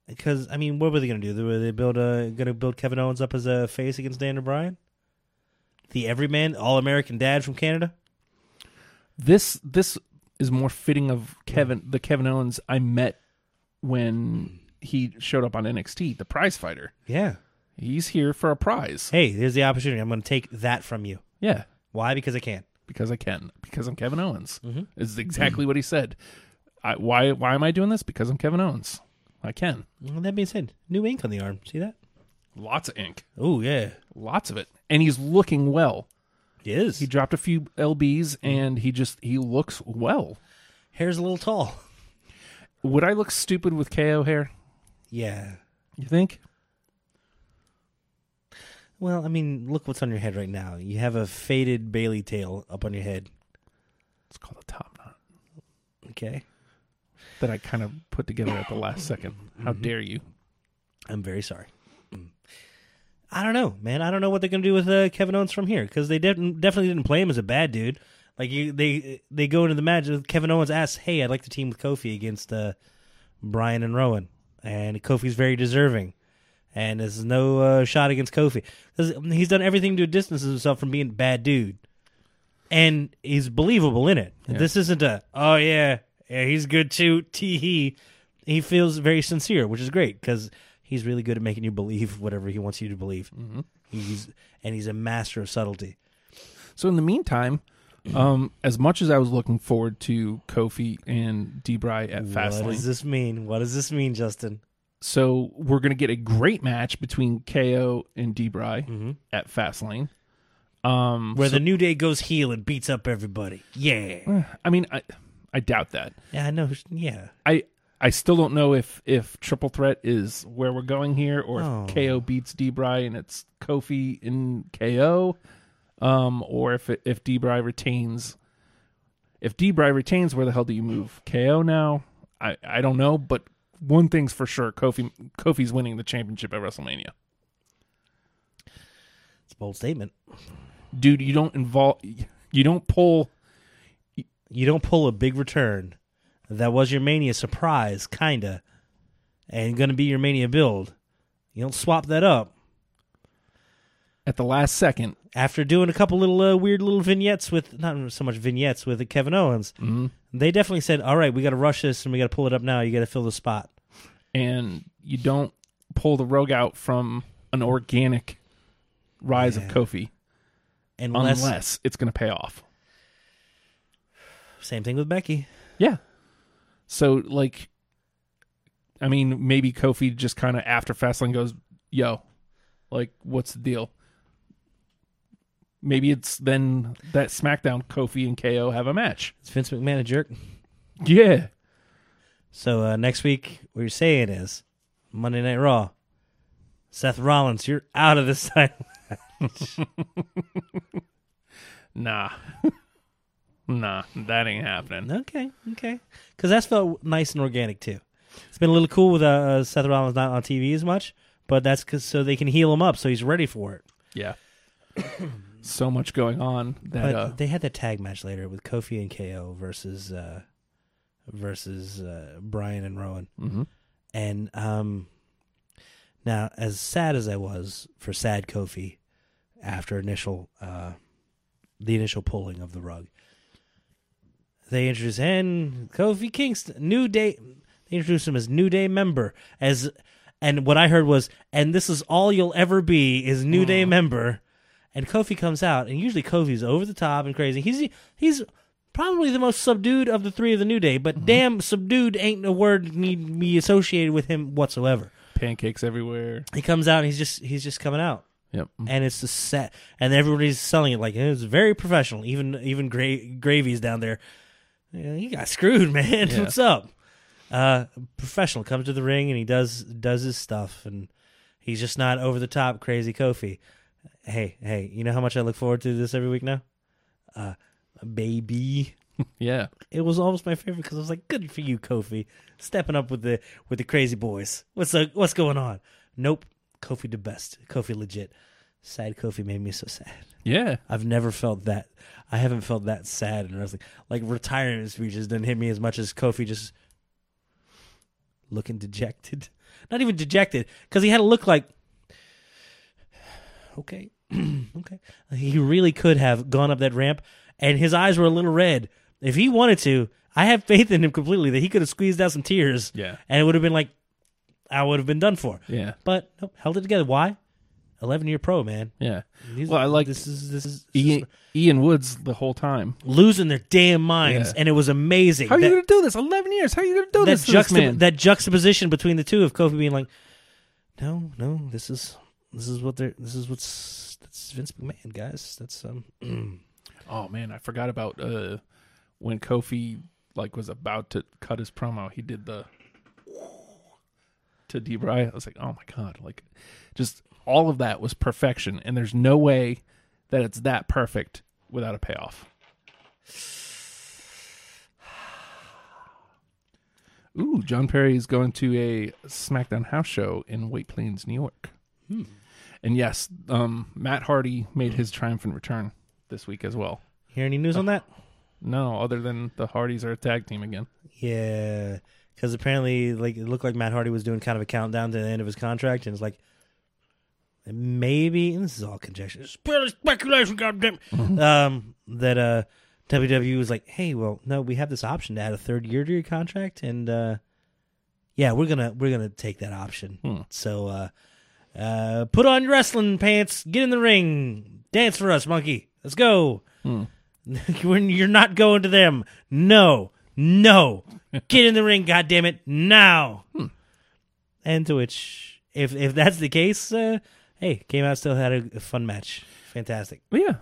C: because I mean, what were they going to do? They Were they build a going to build Kevin Owens up as a face against Daniel Bryan, the everyman, all American dad from Canada?
D: this this is more fitting of Kevin the Kevin Owens I met when he showed up on NXT, the prize fighter.
C: Yeah.
D: He's here for a prize.
C: Hey, here's the opportunity. I'm going to take that from you.
D: Yeah,
C: Why? Because I can.
D: because I can, because I'm Kevin Owens. Is exactly what he said. I, why why am I doing this? Because I'm Kevin Owens. I can.
C: Well, that being said, new ink on the arm. See that?
D: Lots of ink,
C: Oh yeah,
D: lots of it, and he's looking well.
C: it is.
D: He dropped a few lbs, and he just he looks well.
C: Hair's a little tall.
D: Would I look stupid with KO hair?
C: Yeah.
D: You think?
C: Well, I mean, look what's on your head right now. You have a faded Bailey tail up on your head.
D: It's called a top knot.
C: Okay.
D: that I kind of put together at the last second. How dare you?
C: I'm very sorry. Mm. I don't know, man. I don't know what they're gonna do with uh, Kevin Owens from here because they didn't definitely didn't play him as a bad dude. Like you, they they go into the match. uh, Kevin Owens asks, "Hey, I'd like to team with Kofi against uh, Brian and Rowan," and Kofi's very deserving. And there's no uh, shot against Kofi. 'Cause He's done everything to distance himself from being a bad dude, and he's believable in it. This isn't a oh yeah, yeah he's good too. Tee hee. He feels very sincere, which is great because he's really good at making you believe whatever he wants you to believe. He's and he's a master of subtlety.
D: So in the meantime, Um, as much as I was looking forward to Kofi and Debray at
C: What
D: Fastlane,
C: does this mean? What does this mean, Justin?
D: so we're gonna get a great match between KO and Debray
C: Mhm.
D: at Fastlane. Um,
C: Where the New Day goes heel and beats up everybody. Yeah.
D: I mean, I I doubt that.
C: Yeah, I know. Yeah.
D: I I still don't know if if triple threat is where we're going here, or
C: Oh.
D: if KO beats Debray and it's Kofi and KO, um, or if it, if Debray retains. If Debray retains, where the hell do you move KO now? I I don't know, but one thing's for sure, Kofi Kofi's winning the championship at WrestleMania.
C: It's a bold statement.
D: Dude, you don't involve, you don't pull.
C: You don't pull a big return. That was your mania surprise, kinda. And gonna be your mania build. You don't swap that up.
D: At the last second,
C: After doing a couple little uh, weird little vignettes with not so much vignettes with Kevin Owens, they definitely said, "All right, we got to rush this and we got to pull it up now. You got to fill the spot."
D: and you don't pull the rogue out from an organic rise of Kofi
C: And
D: unless,
C: less
D: it's going to pay off.
C: same thing with Becky.
D: Yeah. So like, I mean, maybe Kofi just kind of after Fastlane goes, "Yo, like, what's the deal?" Maybe it's then that SmackDown Kofi and KO have a match.
C: It's Vince McMahon a jerk.
D: Yeah.
C: So uh, next week, what you're saying is Monday Night Raw. Seth Rollins, you're out of this title.
D: Nah. nah, that ain't happening.
C: okay, okay, because that's felt nice and organic too. It's been a little cool with uh, uh, Seth Rollins not on TV as much, but that's 'cause- so they can heal him up, so he's ready for it.
D: Yeah. so much going on that
C: But
D: uh,
C: they had that tag match later with Kofi and KO versus uh, versus uh, Brian and Rowan.
D: Mhm.
C: And um, now, as sad as I was for sad Kofi after initial uh, the initial pulling of the rug, they introduced and Kofi Kingston, New Day. They introduced him as New Day member as. And what I heard was, and this is all you'll ever be is New Day member. And Kofi comes out, and usually Kofi's over the top and crazy. He's he's probably the most subdued of the three of the New Day, but damn, subdued ain't a word need to be associated with him whatsoever.
D: pancakes everywhere.
C: He comes out, and he's just he's just coming out,
D: Yep.
C: Mm-hmm. and it's the set, and everybody's selling it like "Eh, it's very professional. Even even gra- Gravy's down there. "Yeah, You got screwed, man.
D: Yeah.
C: What's up? Uh, professional comes to the ring and he does does his stuff, and he's just not over the top crazy Kofi. Hey, hey, you know how much I look forward to this every week now, uh, baby.
D: Yeah.
C: It was almost my favorite because I was like, "Good for you, Kofi, stepping up with the with the crazy boys." What's up? What's going on? Nope, Kofi the best. Kofi legit. Sad Kofi made me so sad.
D: Yeah.
C: I've never felt that. I haven't felt that sad in wrestling. Like retirement speeches didn't hit me as much as Kofi just looking dejected. Not even dejected, because he had a look like, okay, okay. He really could have gone up that ramp, and his eyes were a little red. If he wanted to, I have faith in him completely that he could have squeezed out some tears.
D: Yeah.
C: and it would have been like, I would have been done for.
D: Yeah.
C: But nope, held it together. Why? Eleven year pro man.
D: Yeah.
C: These-
D: well, I like
C: this is this is, this is
D: Ian, Ian Woods the whole time.
C: losing their damn minds,
D: Yeah.
C: and it was amazing.
D: How are
C: that,
D: you going to do this? 11 years. How are you going to do
C: that
D: this? to this
C: juxtap-
D: man?
C: that juxtaposition between the two of Kofi being like, "No, no, this is this is what they're this is what's that's Vince McMahon, guys. That's um,
D: oh, man. I forgot about uh, when Kofi like was about to cut his promo. He did the to Debray. I was like, oh, my God. Like, just all of that was perfection. And there's no way that it's that perfect without a payoff. Ooh, John Perry is going to a SmackDown house show in White Plains, New York. And yes, um, Matt Hardy made his triumphant return this week as well.
C: hear any news on that?
D: No, other than the Hardys are a tag team again.
C: Yeah, because apparently, like it looked like Matt Hardy was doing kind of a countdown to the end of his contract, and it's like maybe and this is all conjecture, It's purely speculation, goddamn. Um, that uh, WWE was like, hey, well, no, we have this option to add a third year to your contract, and uh, yeah, we're gonna we're gonna take that option. So uh, uh, put on your wrestling pants, get in the ring, dance for us, monkey. Let's go. When You're not going to them. No, no. Get in the ring, goddammit, now. And to which, if if that's the case, uh, hey, came out still had a, a fun match. Fantastic.
D: But yeah.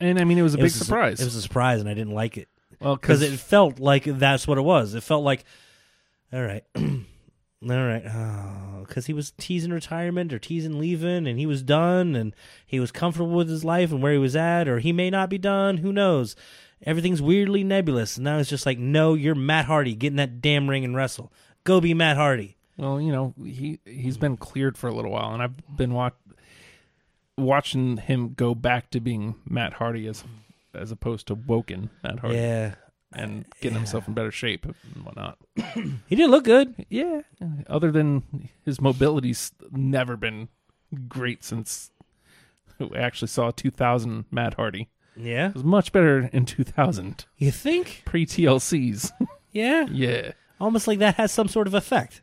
D: And I mean, it was a
C: It
D: big
C: was a su-
D: surprise.
C: it was a surprise, and I didn't like it
D: well,
C: because it felt like that's what it was. It felt like, all right, all right, because he was teasing retirement or teasing leaving, and he was done, and he was comfortable with his life and where he was at, or he may not be done. Who knows? Everything's weirdly nebulous, and now it's just like, no, you're Matt Hardy. Get in that damn ring and wrestle. Go be Matt Hardy.
D: Well, you know, he he's been cleared for a little while, and I've been watch, watching him go back to being Matt Hardy as as opposed to woken Matt Hardy,
C: Yeah,
D: and getting himself in better shape and whatnot.
C: he did look good.
D: Yeah. Other than his mobility's never been great since we actually saw 2000 Matt Hardy. It
C: Yeah,
D: was much better in 2000
C: you think?
D: pre TLCs.
C: Yeah,
D: yeah.
C: almost like that has some sort of effect.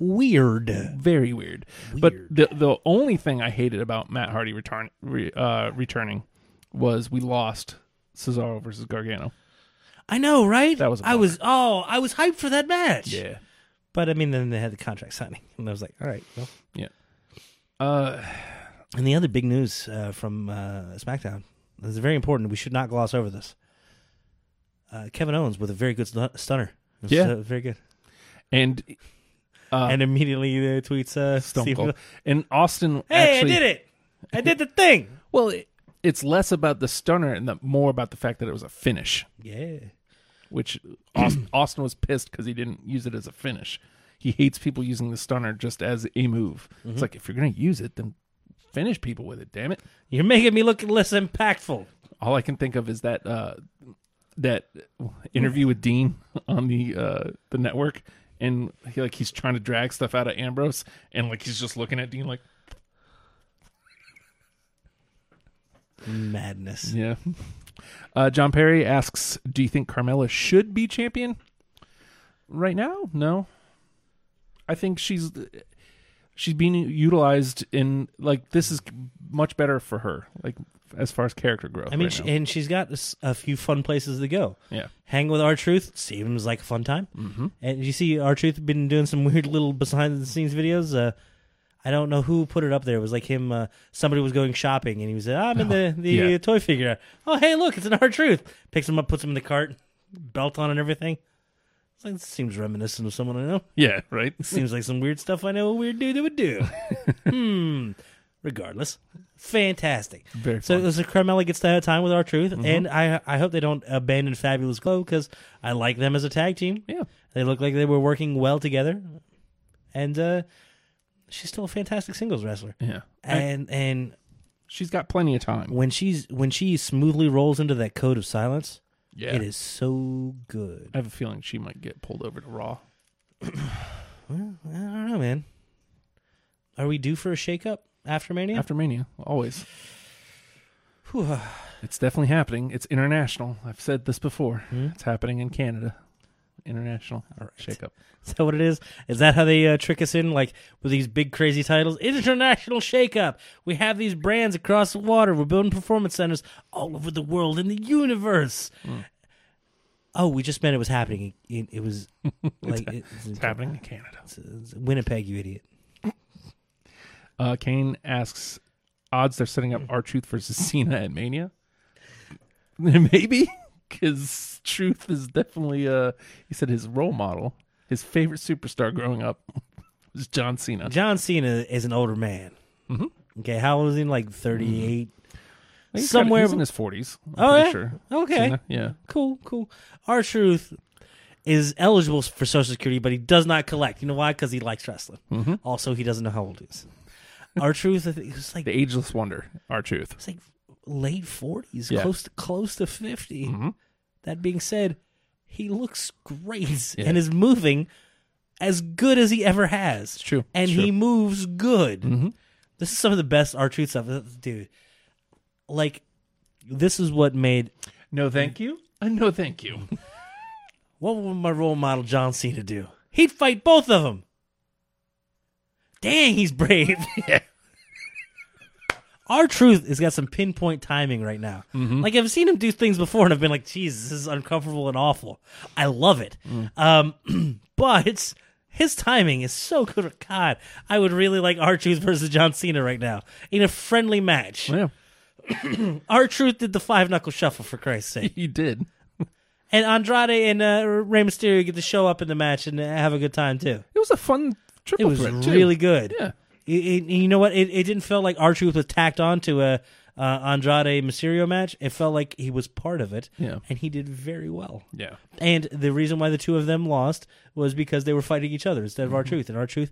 C: Weird.
D: very weird. But the the only thing I hated about Matt Hardy return re, uh, returning was we lost Cesaro versus Gargano.
C: I know, right?
D: That was a
C: I was oh, I was hyped for that match.
D: Yeah,
C: But I mean, then they had the contract signing, and I was like, all right. Well.
D: yeah. Uh,
C: And the other big news uh, from uh, SmackDown this is very important. We should not gloss over this. Uh, Kevin Owens with a very good stu- stunner. It was,
D: Yeah.
C: uh, very good.
D: and Uh,
C: and immediately uh, tweets uh,
D: Stone
C: Steve-
D: Cold and Austin.
C: Hey,
D: actually,
C: I did it! I did the thing.
D: Well, it, it's less about the stunner and the, more about the fact that it was a finish,
C: Yeah.
D: which Austin, Austin was pissed because he didn't use it as a finish. He hates people using the stunner just as a move. It's like if you're gonna use it, then finish people with it. Damn it.
C: You're making me look less impactful.
D: all I can think of is that uh, that interview with Dean on the uh, the network, and he like he's trying to drag stuff out of Ambrose, and like he's just looking at Dean like,
C: Madness.
D: yeah. Uh, John Perry asks, "Do you think Carmella should be champion right now?" No, I think she's she's being utilized in like this is much better for her, like as far as character growth.
C: I mean,
D: right
C: she,
D: now.
C: and she's got a s- a few fun places to go.
D: yeah,
C: hang with our truth seems like a fun time mm-hmm. and you see our truth been doing some weird little behind the scenes videos uh i don't know who put it up there it was like him uh, somebody was going shopping and he was i'm in the the
D: yeah.
C: uh, toy figure oh hey look it's an our truth picks him up puts him in the cart belt on and everything it's like, this seems reminiscent of someone i know
D: yeah, right.
C: seems like some weird stuff i know a weird dude that would do hmm regardless fantastic
D: Very
C: so uh,
D: fun. Mm-hmm.
C: it was a Carmella gets to have time with our truth, and I I hope they don't abandon Fabulous Glow because I like them as a tag team.
D: yeah.
C: They look like they were working well together, and uh, she's still a fantastic singles wrestler.
D: Yeah,
C: And and
D: she's got plenty of time.
C: when she's when she smoothly rolls into that code of silence,
D: Yeah,
C: it is so good.
D: I have a feeling she might get pulled over to Raw.
C: I don't know, man. Are we due for a shakeup after Mania?
D: After Mania, always. it's definitely happening. It's international. I've said this before. It's happening in Canada. International shakeup.
C: Is that what it is? Is that how they uh, trick us in, like with these big crazy titles? International shakeup. We have these brands across the water. We're building performance centers all over the world in the universe.
D: Hmm.
C: Oh, we just meant it was happening. It, it was like it-
D: It's happening in Canada.
C: it's Winnipeg, you idiot.
D: Uh, Kane asks odds they're setting up our Truth versus Cena at Mania. Maybe because Truth is definitely uh he said his role model, his favorite superstar growing up was John Cena.
C: John Cena is an older man.
D: Mm-hmm.
C: Okay, how old is he? Like thirty-eight.
D: He's got-
C: Somewhere
D: he's in his forties.
C: Oh,
D: pretty
C: yeah?
D: sure.
C: Okay.
D: Cena, yeah.
C: cool, cool. Our truth is eligible for Social Security, but he does not collect. You know why? Because he likes wrestling.
D: Mm-hmm.
C: Also, he doesn't know how old he is. Our truth, I think, was like
D: The Ageless Wonder, our truth.
C: it's like late forties,
D: Yeah. Mm-hmm.
C: close to close to 50 That being said, he looks great
D: Yeah.
C: and is moving as good as he ever has. It's
D: true.
C: and
D: It's true. Mm-hmm.
C: he moves good. This is some of the best R truth stuff, dude. Like, this is what made
D: No, thank you. Uh, no, thank you.
C: What would my role model John Cena do? He'd fight both of them. Dang, he's brave. Our truth has got some pinpoint timing right now. Like I've seen him do things before, and I've been like, "Jesus, this is uncomfortable and awful." I love it, um, but his timing is so good. God, I would really like our truth versus John Cena right now in a friendly match.
D: Yeah,
C: Our truth did the five knuckle shuffle for Christ's sake,
D: he did.
C: and Andrade and uh, Rey Mysterio get to show up in the match and have a good time too.
D: It was a fun
C: It
D: triple
C: was
D: threat, too.
C: really good.
D: Yeah.
C: It- it- you know what? It, it didn't feel like our truth was tacked on to a uh, Andrade Mysterio match. It felt like he was part of it.
D: Yeah.
C: and he did very well.
D: Yeah.
C: And the reason why the two of them lost was because they were fighting each other
D: Mm-hmm.
C: instead of our truth. And our truth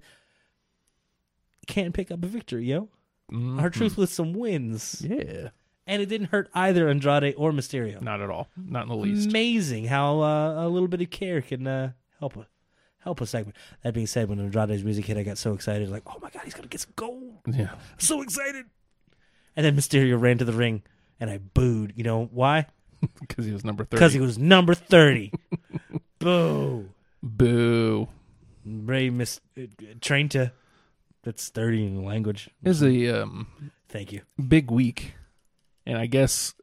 C: can't pick up a victory, yo. Our truth with some wins,
D: Mm-hmm. Yeah.
C: and it didn't hurt either Andrade or Mysterio.
D: Not at all. Not in the least.
C: Amazing how uh, a little bit of care can uh, help a help a segment. That being said, when Andrade's music hit, I got so excited, like, oh my god, he's gonna get some gold.
D: Yeah.
C: So excited. And then Mysterio ran to the ring and I booed. You know why?
D: Because he was number 30.
C: Because he was number 30. Boo.
D: Boo.
C: Ray mis- uh, uh, train to. That's 30 in language.
D: Is a um,
C: Thank you.
D: big week. And I guess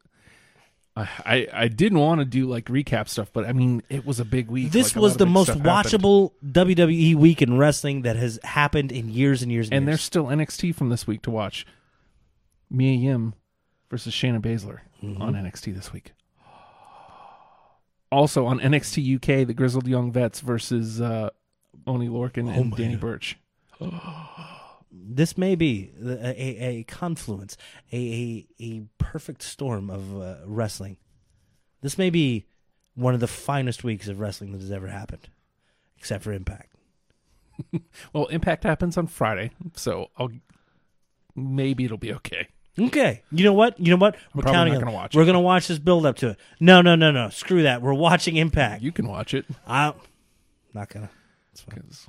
D: I, I, I didn't want to do like recap stuff, but I mean, it was a big week.
C: This
D: Like, a lot
C: was
D: of
C: the
D: big
C: most
D: stuff happened.
C: watchable WWE week in wrestling that has happened in years and years and,
D: And there's
C: years.
D: still NXT from this week to watch. Mia Yim versus Shayna Baszler on NXT this week. Also on NXT UK, the Grizzled Young Vets versus uh, Oni Lorcan and Danny Burch.
C: This may be the- a, a, a confluence, a, a, a perfect storm of uh, wrestling. This may be one of the finest weeks of wrestling that has ever happened, except for Impact.
D: Well, Impact happens on Friday, so I'll maybe it'll be okay.
C: Okay. You know what? You know what? We're
D: probably
C: counting
D: not
C: on
D: gonna
C: it.
D: watch
C: We're
D: it.
C: going to watch this build up to it. No, no, no, no. Screw that. We're watching Impact.
D: You can watch it
C: I'm not going to. It's fine.
D: 'cause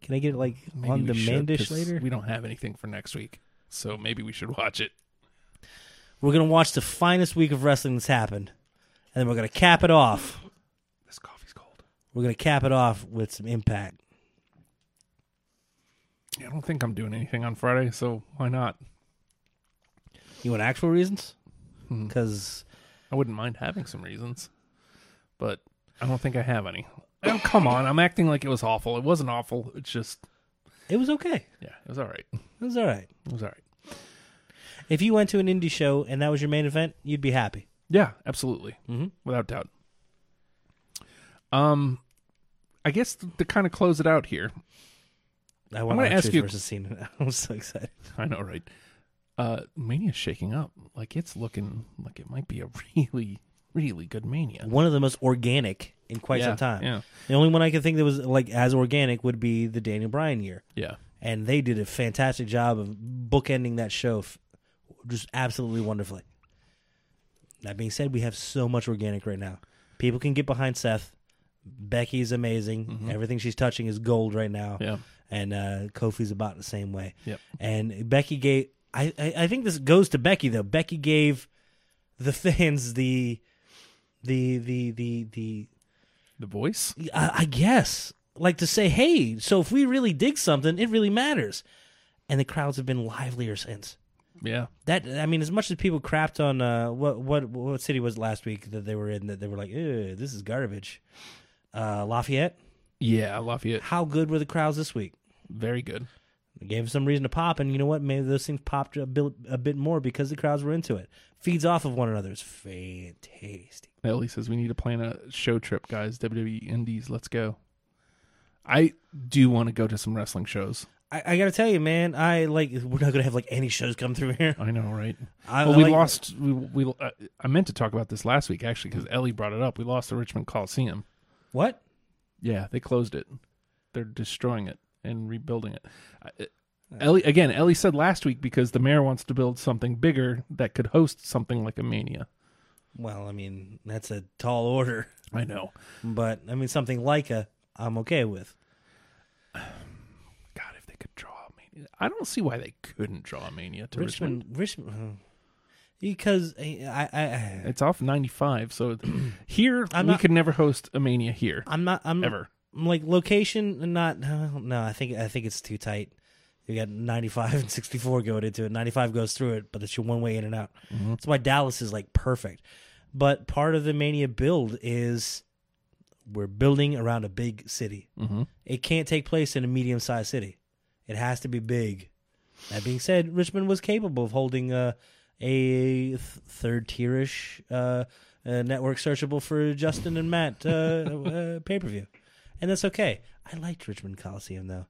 C: Can I get it like
D: maybe
C: on
D: we should,
C: demandish
D: 'cause
C: later?
D: We don't have anything for next week, so maybe we should watch it.
C: We're going to watch the finest week of wrestling that's happened. And then we're going to cap it off.
D: This coffee's cold.
C: We're going to cap it off with some Impact.
D: Yeah, I don't think I'm doing anything on Friday, so why not?
C: You want actual reasons?
D: Hmm.
C: Because
D: I wouldn't mind having some reasons, but I don't think I have any. Oh, come on. I'm acting like it was awful. It wasn't awful. It's just,
C: it was okay.
D: yeah, it was all right. It
C: It was all right.
D: was all right.
C: If you went to an indie show and that was your main event, you'd be happy.
D: Yeah, absolutely. Mm-hmm. Without doubt. Um, I guess th- to kind of close it out here,
C: I want
D: gonna
C: to
D: ask
C: ask
D: you-
C: you versus Cena. I'm so excited.
D: I know, right? Uh, Mania's shaking up. Like, it's looking like it might be a really, really good Mania.
C: one of the most organic in quite
D: Yeah,
C: some time.
D: yeah.
C: The only one I could think that was like as organic would be the Daniel Bryan year,
D: Yeah.
C: and they did a fantastic job of bookending that show, f- just absolutely wonderfully. That being said, we have so much organic right now. People can get behind Seth. Becky's amazing. Everything she's touching is gold right now.
D: Mm-hmm. Yeah.
C: And uh, Kofi's about the same way.
D: Yep.
C: And Becky gave. I, I I think this goes to Becky though. Becky gave the fans the the the the the
D: The voice?
C: I, I guess like to say, hey, so if we really dig something, it really matters. And the crowds have been livelier since.
D: Yeah.
C: That I mean, as much as people crapped on uh, what what what city was it last week that they were in that they were like, Ew, this is garbage. Uh, Lafayette,
D: Yeah. Lafayette.
C: how good were the crowds this week?
D: Very good.
C: It gave them some reason to pop, and you know what? Maybe those things popped a bit, a bit more because the crowds were into it. Feeds off of one another. It's fantastic.
D: Ellie says we need to plan a show trip, guys. WWE Indies, let's go. I do want to go to some wrestling shows.
C: I, I gotta tell you, man. I like. We're not gonna have like any shows come through here.
D: I know, right?
C: I,
D: well,
C: I
D: we
C: like-
D: lost. We, we uh, I meant to talk about this last week actually because Ellie brought it up. We lost the Richmond Coliseum.
C: What?
D: Yeah, they closed it. They're destroying it and rebuilding it. I, it- Ellie again. Ellie said last week because the mayor wants to build something bigger that could host something like a mania.
C: Well, I mean, that's a tall order,
D: I know.
C: but I mean, something like a, I'm okay with.
D: God, if they could draw a mania, I don't see why they couldn't draw a mania to Richmond.
C: Richmond, Richmond, uh, because uh, I, I, I
D: It's off 95, so here
C: I'm
D: we
C: not-
D: could never host a mania here
C: I'm not, I'm
D: ever.
C: uh, I'm like location, and not. No, no, I think, I think it's too tight. You got 95 and 64 going into it. 95 goes through it, but it's your one way in and out. That's why Dallas is like perfect. But part of the Mania build is we're building around a big city.
D: Mhm.
C: It can't take place in a medium sized city, it has to be big. That being said, Richmond was capable of holding uh, a th- third tierish uh, uh, network searchable for Justin and Matt uh, uh, pay per view, and that's okay. I liked Richmond Coliseum though.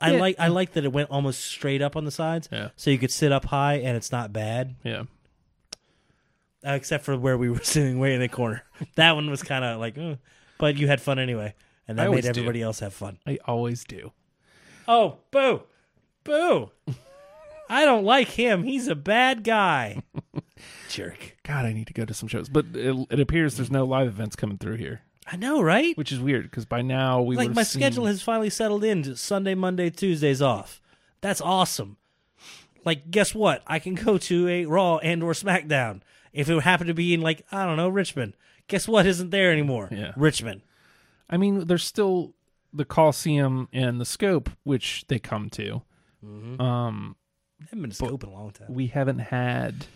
C: I
D: Yeah.
C: like I like that it went almost straight up on the sides,
D: Yeah.
C: so you could sit up high and it's not bad,
D: Yeah.
C: uh, except for where we were sitting way in the corner. that one was kind of like, "Ugh," but you had fun anyway, and
D: I
C: that
D: always
C: made
D: do.
C: everybody else have fun.
D: I always do.
C: Oh, boo. Boo. I don't like him. He's a bad guy. Jerk.
D: God, I need to go to some shows, but it, it appears there's no live events coming through here,
C: I know, right?
D: which is weird because by now we
C: like
D: would've
C: my
D: seen-
C: schedule has finally settled in to Sunday, Monday, Tuesdays off. That's awesome. Like guess what? I can go to a Raw and or SmackDown if it would happen to be in like I don't know, Richmond. Guess what isn't there anymore?
D: Yeah.
C: Richmond.
D: I mean, there's still the Coliseum and the Scope, which they come to. Um,
C: I haven't been to Scope in a long time.
D: we haven't had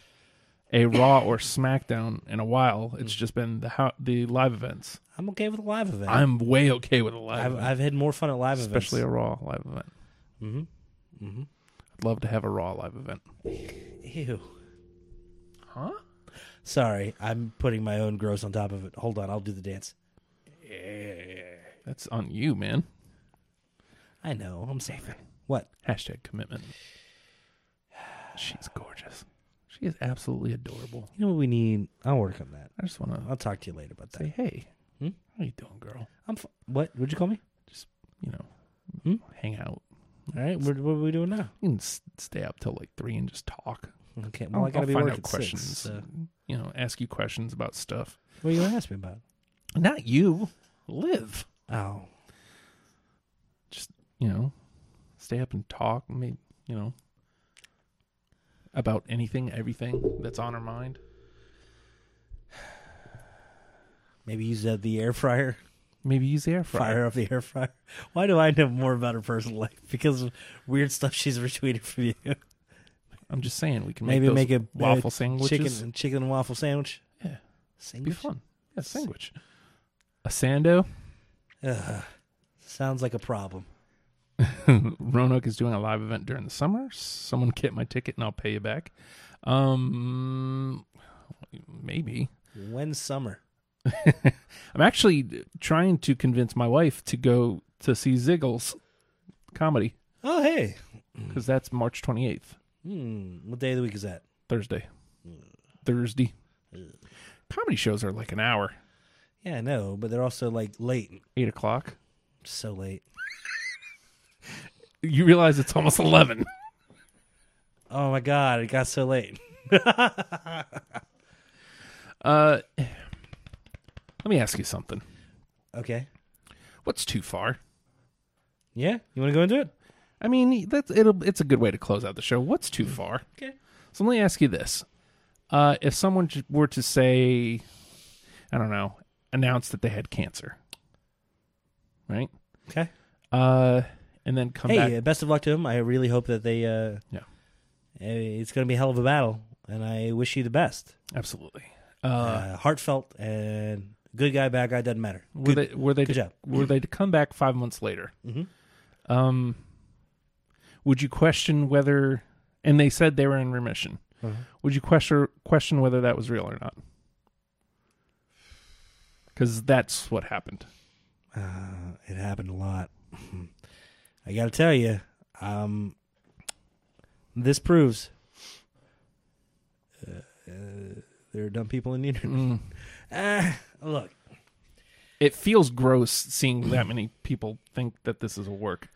D: a Raw or SmackDown in a while. It's just been the ho- the live events.
C: I'm okay with a live event. i
D: I'm way okay with a live,
C: have
D: event,
C: I've had more fun at live
D: especially
C: events.
D: a Raw live event. Mm-hmm. Mm-hmm. I'd love to have a Raw live event.
C: Ew.
D: Huh?
C: Sorry, I'm putting my own gross on top of it. Hold on, I'll do the dance.
D: That's on you, man.
C: I know. I'm saving. What?
D: Hashtag commitment. She's gorgeous. She is absolutely adorable.
C: You know what we need? I'll work on that.
D: I just want to
C: I'll talk to you later about that.
D: say, hey,
C: Hmm?
D: how you doing, girl?
C: I'm. F- what? Would you call me?
D: Just you know,
C: Hmm?
D: hang out.
C: All right. What, what are we doing now?
D: You can s- stay up till like three and just talk.
C: Okay. Well, I
D: I'll-
C: gotta
D: I'll
C: be
D: find
C: working uh,
D: out questions.
C: Six, so-
D: You know, ask you questions about stuff.
C: What are you gonna ask me about?
D: Not you. Live.
C: Oh,
D: Just you know, stay up and talk. Maybe you know about anything, everything that's on her mind.
C: maybe use uh, the air fryer.
D: Maybe use the air fryer.
C: Fire up the air fryer. Why do I know more about her personal life? Because of weird stuff she's retweeted from you.
D: I'm just saying we can make
C: maybe
D: those
C: make a
D: waffle
C: a
D: sandwiches.
C: chicken chicken and waffle sandwich.
D: Yeah, be
C: Sandwich?
D: fun. Yeah, sandwich. A sando.
C: Ugh. Sounds like a problem.
D: Roanoke is doing a live event during the summer. Someone get my ticket and I'll pay you back. Um, maybe.
C: When summer?
D: I'm actually trying to convince my wife to go to see Ziggles comedy
C: Oh hey.
D: because that's March 28th,
C: Hmm. What day of the week is that?
D: Thursday.
C: Mm.
D: Thursday. Comedy shows are like an hour,
C: Yeah, I know, but they're also like late.
D: eight o'clock.
C: So late.
D: You realize it's almost 11.
C: Oh my god, it got so late.
D: Uh, let me ask you something.
C: Okay.
D: What's too far?
C: Yeah? You wanna go into it?
D: I mean, that's it'll. It's a good way to close out the show. What's too far?
C: Hmm. Okay.
D: So let me ask you this: uh, If someone j- were to say, I don't know, announce that they had cancer, right?
C: Okay.
D: Uh, and then come
C: hey,
D: back.
C: uh, best of luck to him. I really hope that they uh
D: Yeah.
C: uh, it's gonna be a hell of a battle, and I wish you the best.
D: Absolutely.
C: Uh,
D: Uh,
C: heartfelt and good guy, bad guy, doesn't matter.
D: were they were they
C: good
D: to,
C: job.
D: were they to come back five months later?
C: Mhm.
D: Um, would you question whether? And they said they were in remission.
C: Uh-huh.
D: Would you question question whether that was real or not? Because that's what happened.
C: Uh, it happened a lot. I gotta tell you, um, this proves uh, uh, there are dumb people in the internet.
D: Mm.
C: Ah, look,
D: It feels gross seeing that many people think that this is a work.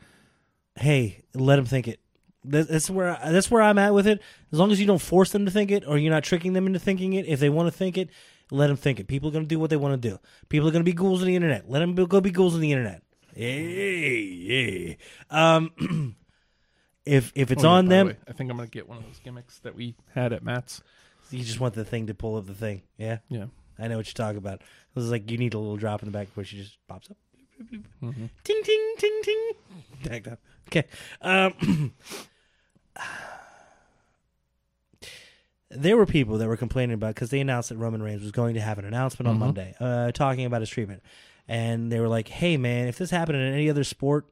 C: hey, let them think it. That- That's where I- that's where I'm at with it. As long as you don't force them to think it, or you're not tricking them into thinking it, if they want to think it, let them think it. People are gonna do what they want to do. People are gonna be ghouls on the internet. Let them go be ghouls on the internet. Hey, yeah. Um, if if it's
D: Oh, yeah,
C: on
D: by the
C: them,
D: way, I think I'm gonna get one of those gimmicks that we had at Matt's.
C: You just want the thing to pull up the thing. Yeah,
D: Yeah.
C: I know what you're talking about. It was like you need a little drop in the back where she just pops up.
D: Mm-hmm.
C: ting ting ting ting. Back up. Okay. Um, there were people that were complaining about because they announced that Roman Reigns was going to have an announcement on Monday, uh, talking about his treatment, and they were like, "Hey, man, if this happened in any other sport,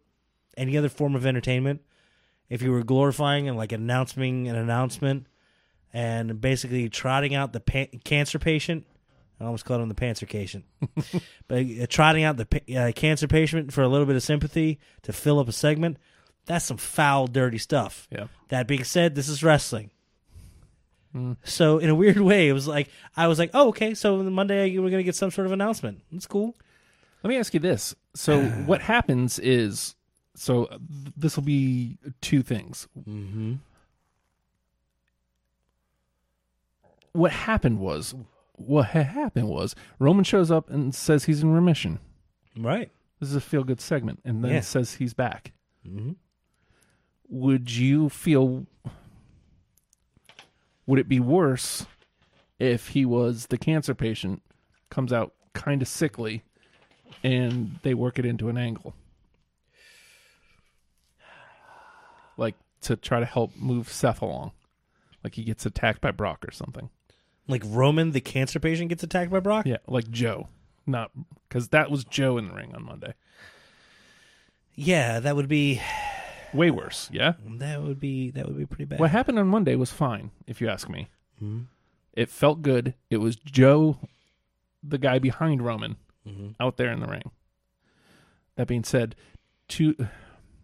C: any other form of entertainment, if you were glorifying and like announcing an announcement." And basically trotting out the pa- cancer patient, I almost called him the cancer patient. but uh, trotting out the pa- uh, cancer patient for a little bit of sympathy to fill up a segment, that's some foul, dirty stuff.
D: Yeah.
C: That being said, this is wrestling. So in a weird way, it was like I was like, "Oh, okay. So on Monday we're gonna get some sort of announcement. That's cool."
D: Let me ask you this. So what happens is so th- this will be two things. Mm-hmm. What happened was what ha- happened was Roman shows up and says he's in remission.
C: Right?
D: This is a feel good segment, and then
C: Yeah.
D: it says he's back. Would you feel? Would it be worse if he was the cancer patient, comes out kind of sickly, and they work it into an angle, like to try to help move Seth along, like he gets attacked by Brock or something?
C: Like Roman, the cancer patient, gets attacked by Brock.
D: Yeah, like Joe, not because that was Joe in the ring on Monday.
C: Yeah, that would be
D: Way worse. Yeah.
C: that would be that would be pretty bad.
D: What happened on Monday was fine, if you ask me. It felt good. It was Joe, the guy behind Roman, out there in the ring. That being said, two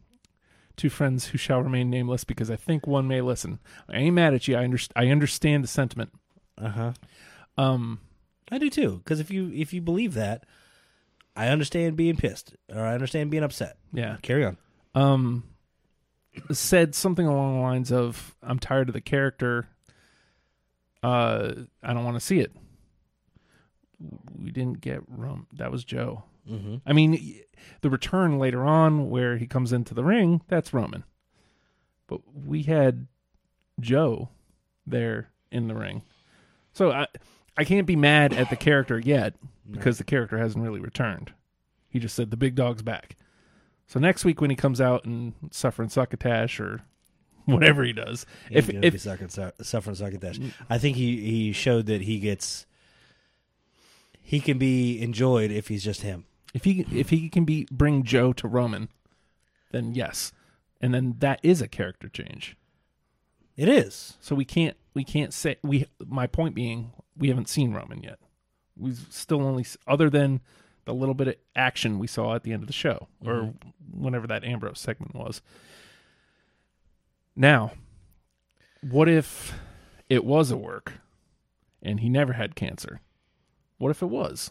D: two friends who shall remain nameless because I think one may listen. I ain't mad at you. I underst- I understand the sentiment.
C: Uh huh.
D: Um,
C: I do too. Because if you if you believe that, I understand being pissed or I understand being upset.
D: yeah.
C: Carry on.
D: Um, said something along the lines of, "I'm tired of the character. Uh, I don't want to see it." We didn't get Rome. That was Joe. Mm-hmm. I mean, y- the return later on where he comes into the ring, that's Roman. But we had Joe there in the ring. So I I can't be mad at the character yet because the character hasn't really returned. He just said the big dog's back. So next week when he comes out and suffering succotash or whatever he does,
C: If,
D: if
C: gonna
D: if
C: be sucking, su- suffering succotash, I think he he showed that he gets he can be enjoyed if he's just him.
D: if he if he can be bring Joe to Roman, then yes, and then that is a character change.
C: It is.
D: So we can't we can't say we. My point being, we haven't seen Roman yet. We've still only s- other than the little bit of action we saw at the end of the show or whenever that Ambrose segment was. Now, what if it was a work and he never had cancer? What if it was?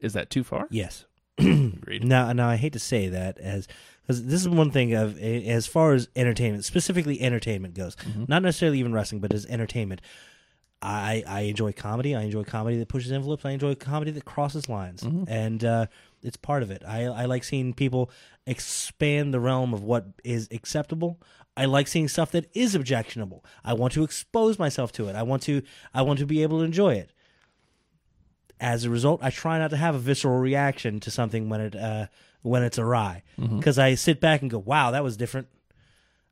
D: Is that too far?
C: Yes.
D: Agreed.
C: Now, now I hate to say that as because this is one thing of a- as far as entertainment, specifically entertainment goes, not necessarily even wrestling, but as entertainment. I I enjoy comedy. I enjoy comedy that pushes envelopes. I enjoy comedy that crosses lines, and uh, it's part of it. I I like seeing people expand the realm of what is acceptable. I like seeing stuff that is objectionable. I want to expose myself to it. I want to I want to be able to enjoy it as a result, I try not to have a visceral reaction to something when it uh, when it's awry because I sit back and go, "Wow, that was different."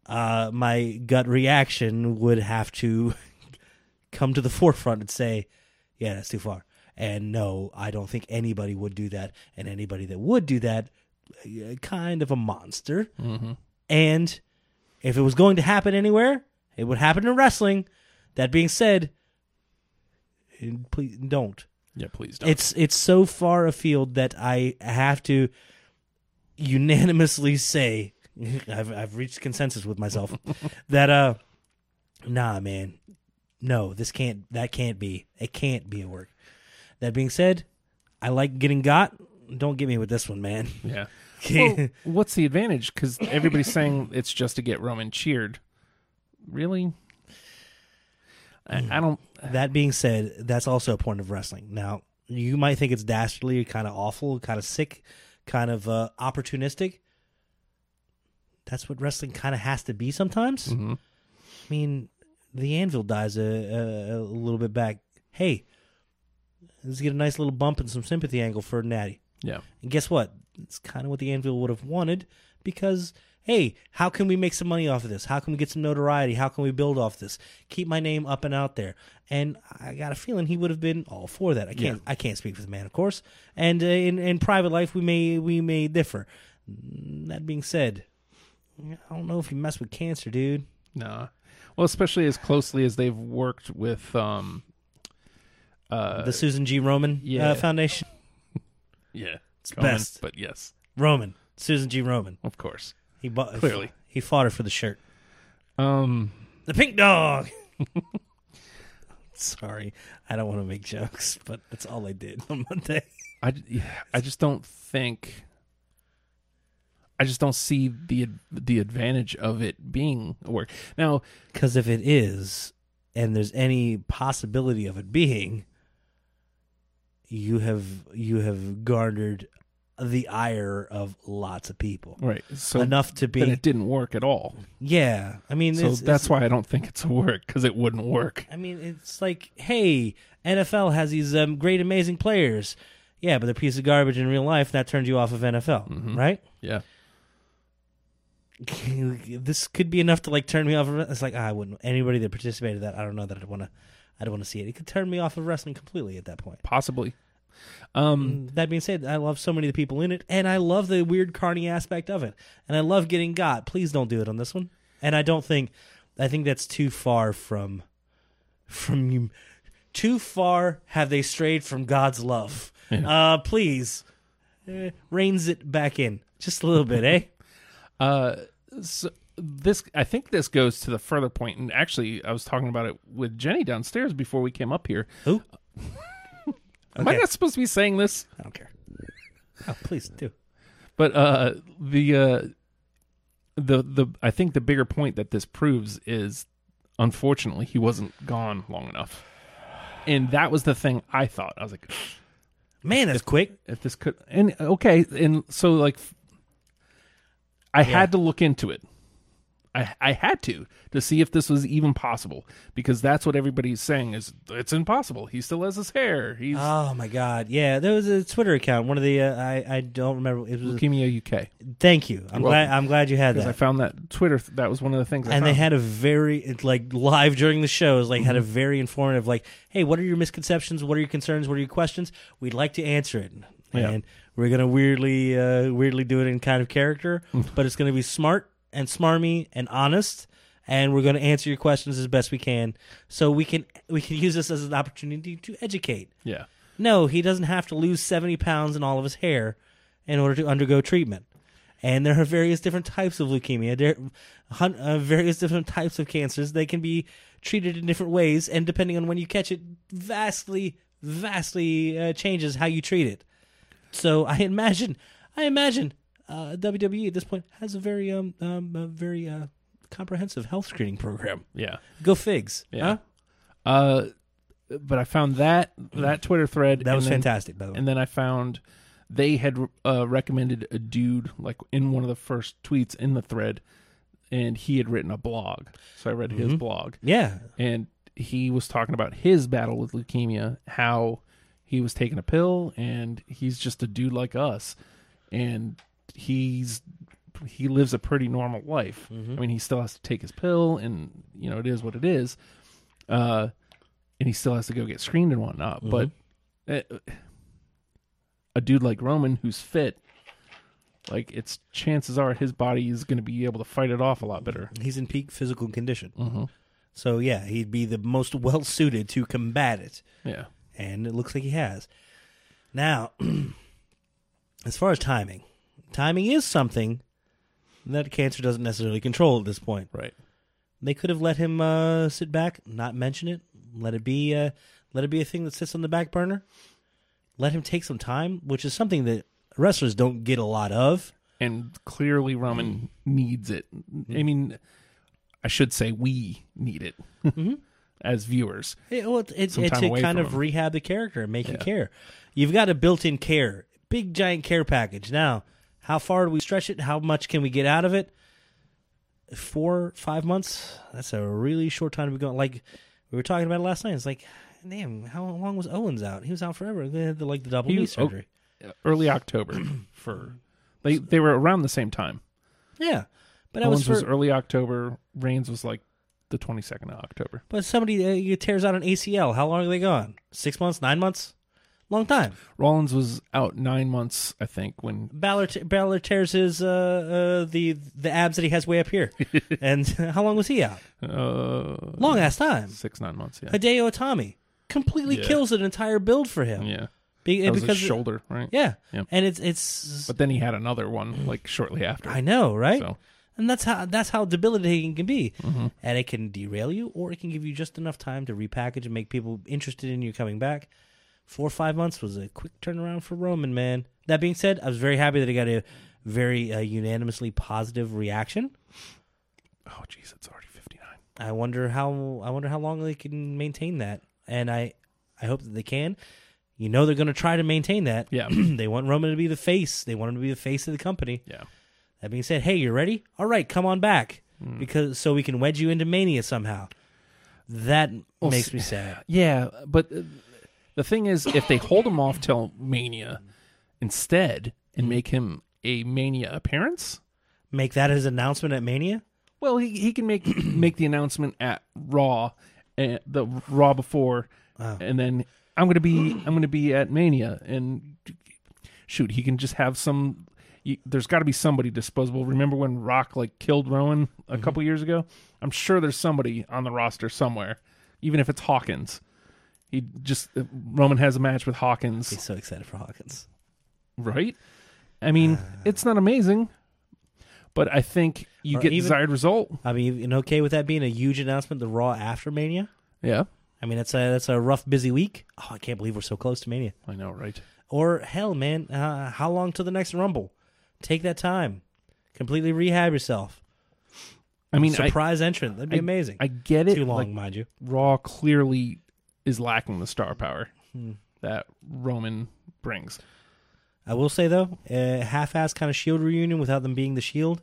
C: Uh, my gut reaction would have to come to the forefront and say, "Yeah, that's too far." And no, I don't think anybody would do that. And anybody that would do that, uh, kind of a monster. And if it was going to happen anywhere, it would happen in wrestling. That being said, eh, please don't
D: Yeah, please don't.
C: it's it's so far afield that I have to unanimously say I've I've reached consensus with myself that uh nah man no this can't that can't be it can't be a work. That being said, I like getting got. Don't get me with this one, man.
D: Yeah. Well, what's the advantage? Because everybody's saying it's just to get Roman cheered. Really? I, I don't.
C: That being said, that's also a point of wrestling. Now, you might think it's dastardly, kind of awful, kind of sick, kind of uh, opportunistic. That's what wrestling kind of has to be sometimes. I mean, the anvil dies a, a, a little bit back. Hey, let's get a nice little bump and some sympathy angle for Natty.
D: Yeah.
C: And guess what? it's kind of what the Anvil would have wanted because hey, how can we make some money off of this? How can we get some notoriety? How can we build off this? Keep my name up and out there. And I got a feeling he would have been all for that. I can't I can't speak for the man, of course. And uh, in in private life, we may we may differ. Mm, That being said, I don't know if you mess with cancer, dude.
D: Nah. Well, especially as closely as they've worked with um uh
C: The Susan G. Roman
D: yeah.
C: uh, Foundation.
D: yeah, it's
C: best.
D: But yes,
C: Roman. Susan G. Roman.
D: of course.
C: He bought
D: Clearly.
C: He fought her for the shirt.
D: Um
C: The pink dog. Sorry, I don't want to make jokes, but that's all I did on Monday.
D: I yeah, I just don't think I just don't see the ad- the advantage of it being a work. Now,
C: Because if it is, and there's any possibility of it being, you have you have garnered the ire of lots of people
D: right. So
C: enough to
D: then
C: be.
D: it didn't work at all.
C: yeah, I mean,
D: So
C: it's- it's-
D: that's why I don't think it's a work cuz it wouldn't work.
C: I mean, it's like, hey, NFL has these um, great, amazing players. Yeah, but they're a piece of garbage in real life. That turns you off of NFL,
D: Mm-hmm.
C: right?
D: Yeah.
C: this could be enough to like turn me off. Of, it's like ah, I wouldn't anybody that participated in that. I don't know that I'd want to. I'd want to see it. It could turn me off of wrestling completely at that point.
D: Possibly. Um
C: That being said, I love so many of the people in it, and I love the weird carny aspect of it, and I love getting got. Please don't do it on this one. And I don't think, I think that's too far from, from you. Too far have they strayed from God's love. Uh, please, eh, reins it back in just a little bit, eh?
D: so this I think this goes to the further point, and actually, I was talking about it with Jenny downstairs before we came up here.
C: Who?
D: Am I
C: Okay.
D: not supposed to be saying this?
C: I don't care. Oh, please do.
D: But uh, the uh, the the I think the bigger point that this proves is, unfortunately, he wasn't gone long enough, and that was the thing I thought. I was like,
C: Man, that's quick.
D: if this could, and okay, and so like, I had to look into it. I, I had to to see if this was even possible because that's what everybody's saying is it's impossible. He still has his hair. He's
C: Oh my god, yeah. There was a Twitter account. One of the uh, I I don't remember. It was.
D: leukemia UK
C: Thank you. I'm glad. I'm glad you had
D: because I
C: that.
D: found that Twitter. That was one of the things. I
C: And they
D: found.
C: had a very it's like live during the shows. Like had a
D: Mm-hmm.
C: very informative. Like, hey, what are your misconceptions? What are your concerns? What are your questions? We'd like to answer it.
D: Yeah.
C: And we're gonna weirdly uh, weirdly do it in kind of character,
D: Hmm.
C: but it's gonna be smart and smarmy and honest. And we're going to answer your questions as best we can, so we can we can use this as an opportunity to educate.
D: yeah.
C: No, he doesn't have to lose 70 pounds and all of his hair in order to undergo treatment. And there are various different types of leukemia, there hun- uh, various different types of cancers. They can be treated in different ways, and depending on when you catch it, vastly, vastly uh, changes how you treat it. So I imagine, I imagine uh, WWE at this point has a very, um, um a very uh, comprehensive health screening program.
D: Yeah.
C: Go figs.
D: Yeah.
C: huh?
D: Uh, but I found that that Twitter thread.
C: that
D: and
C: was
D: then-
C: fantastic. By the way,
D: And then I found they had uh, recommended a dude like in one of the first tweets in the thread, and he had written a blog. So I read his blog,
C: yeah,
D: and he was talking about his battle with leukemia, how he was taking a pill, and he's just a dude like us, and he's he lives a pretty normal life. I mean, he still has to take his pill, and you know it is what it is. Uh, and he still has to go get screened and whatnot. But uh, a dude like Roman who's fit. Like it's chances are his body is going to be able to fight it off a lot better.
C: He's in peak physical condition. So yeah, he'd be the most well suited to combat it,
D: Yeah.
C: and it looks like he has. Now, as far as timing, timing is something that cancer doesn't necessarily control at this point.
D: Right.
C: They could have let him uh, sit back, not mention it, let it be, uh, let it be a thing that sits on the back burner. Let him take some time, which is something that wrestlers don't get a lot of.
D: and clearly Roman needs it. I mean, I should say we need it as viewers.
C: It, well, it, it,
D: Some time
C: to
D: away
C: kind
D: from
C: of
D: him.
C: rehab the character and make you care. You've got a built-in care, big giant care package. Now, how far do we stretch it? How much can we get out of it? Four, five months? That's a really short time to be going. Like we were talking about it last night. It's like, damn, how long was Owens out? He was out forever. They had the, like the double knee
D: was- oh,
C: surgery.
D: early October for they they were around the same time.
C: Yeah, but that was
D: Owens
C: for.
D: was early October. Reigns was like the 22nd of October.
C: but somebody uh, tears out an ACL. How long are they gone? Six months? Nine months? Long time.
D: Rollins was out nine months, I think, when
C: Balor, t- Balor tears his uh, uh, the the abs that he has way up here. and how long was he out?
D: uh,
C: Long ass time.
D: six nine months. Yeah,
C: Hideo Itami completely
D: Yeah.
C: kills an entire build for him.
D: yeah.
C: Be-
D: That was
C: because
D: his shoulder, right?
C: Yeah.
D: Yeah.
C: And it's it's
D: But then he had another one like shortly after.
C: I know, right?
D: So. Mm-hmm.
C: And that's how that's how debilitating it can be. And it can derail you or it can give you just enough time to repackage and make people interested in you coming back. Four or five months was a quick turnaround for Roman, man. That being said, I was very happy that he got a very uh, unanimously positive reaction.
D: Oh, jeez, it's already 59.
C: I wonder how I wonder how long they can maintain that, and I I hope that they can. You know they're going to try to maintain that.
D: Yeah.
C: they want Roman to be the face. They want him to be the face of the company.
D: Yeah.
C: That being said, hey, you ready? All right, come on back because so we can wedge you into Mania somehow. That makes me sad.
D: Yeah, but uh, the thing is, if they hold him off till Mania instead and make him a Mania appearance,
C: Make that his announcement at Mania.
D: well, he, he can make make the announcement at Raw, and the Raw before, and then I'm gonna be I'm gonna be at Mania, and shoot, he can just have some. You, there's got to be somebody disposable. Remember when Rock like killed Rowan a
C: Mm-hmm.
D: couple years ago? I'm sure there's somebody on the roster somewhere, even if it's Hawkins. He just uh, Roman has a match with Hawkins,
C: He's so excited for Hawkins.
D: right? I mean,
C: Uh.
D: it's not amazing, but I think you
C: Or
D: get
C: even-
D: desired result.
C: I mean, you okay with that being a huge announcement? The Raw after Mania.
D: Yeah,
C: I mean, that's a that's a rough, busy week. Oh, I can't believe we're so close to Mania.
D: I know, right?
C: Or hell, man, uh, how long till the next Rumble? Take that time. Completely rehab yourself.
D: I mean, I,
C: Surprise entrant. That'd be
D: I-
C: amazing.
D: I get it.
C: Too long,
D: like,
C: mind you.
D: Raw clearly is lacking the star power
C: Hmm.
D: that Roman brings.
C: I will say, though, a half ass kind of shield reunion without them being the shield,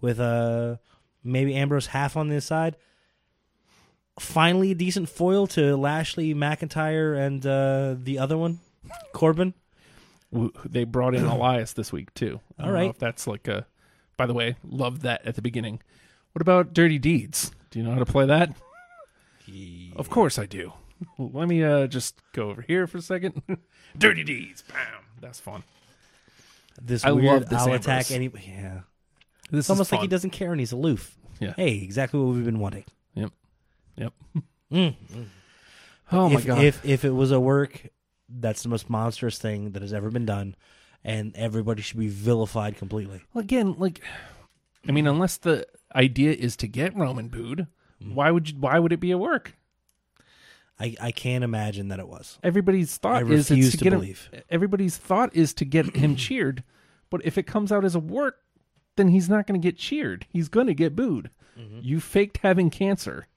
C: with uh, maybe Ambrose half on the side. Finally, a decent foil to Lashley, McIntyre, and uh, the other one, Corbin.
D: W- They brought in Elias this week too. I don't
C: All
D: know
C: right.
D: if that's like a. By the way, loved that at the beginning. What about Dirty Deeds? Do you know how to play that? Of course I do. Let me uh, just go over here for a second. Dirty Deeds, bam. That's fun.
C: This
D: I
C: weird,
D: love this
C: I'll attack
D: Ambrose.
C: any. Yeah.
D: This
C: It's almost like he doesn't care and he's aloof.
D: Yeah.
C: Hey, exactly what we've been wanting.
D: Yep. Yep. Oh my
C: Mm. if,
D: god.
C: If if it was a work, that's the most monstrous thing that has ever been done, and everybody should be vilified completely.
D: Well, again, like, I mean, unless the idea is to get Roman booed,
C: Mm-hmm.
D: why would you, why would it be a work?
C: I, I can't imagine that it was.
D: Everybody's
C: I
D: thought is it's
C: refuse
D: to,
C: to
D: get
C: believe.
D: him. Everybody's thought is to get him cheered, but if it comes out as a work, then he's not going to get cheered. He's going to get booed.
C: Mm-hmm.
D: You faked having cancer.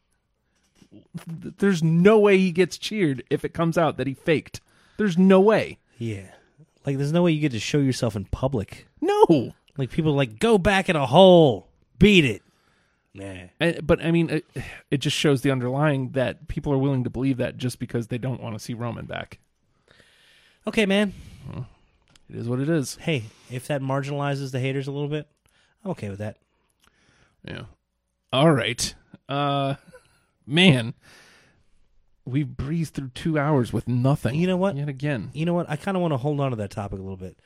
D: Th- There's no way he gets cheered if it comes out that he faked. There's no way.
C: Yeah, like there's no way you get to show yourself in public.
D: No.
C: Like people are like go back in a hole, beat it. Nah.
D: And, but I mean, it, it just shows the underlying that people are willing to believe that just because they don't want to see Roman back.
C: Okay, man.
D: It is what it is.
C: Hey, if that marginalizes the haters a little bit, I'm okay with that.
D: Yeah. All right. Uh, man, we breezed through two hours with nothing.
C: You know what?
D: Yet again.
C: You know what? I kind of want to hold on to that topic a little bit.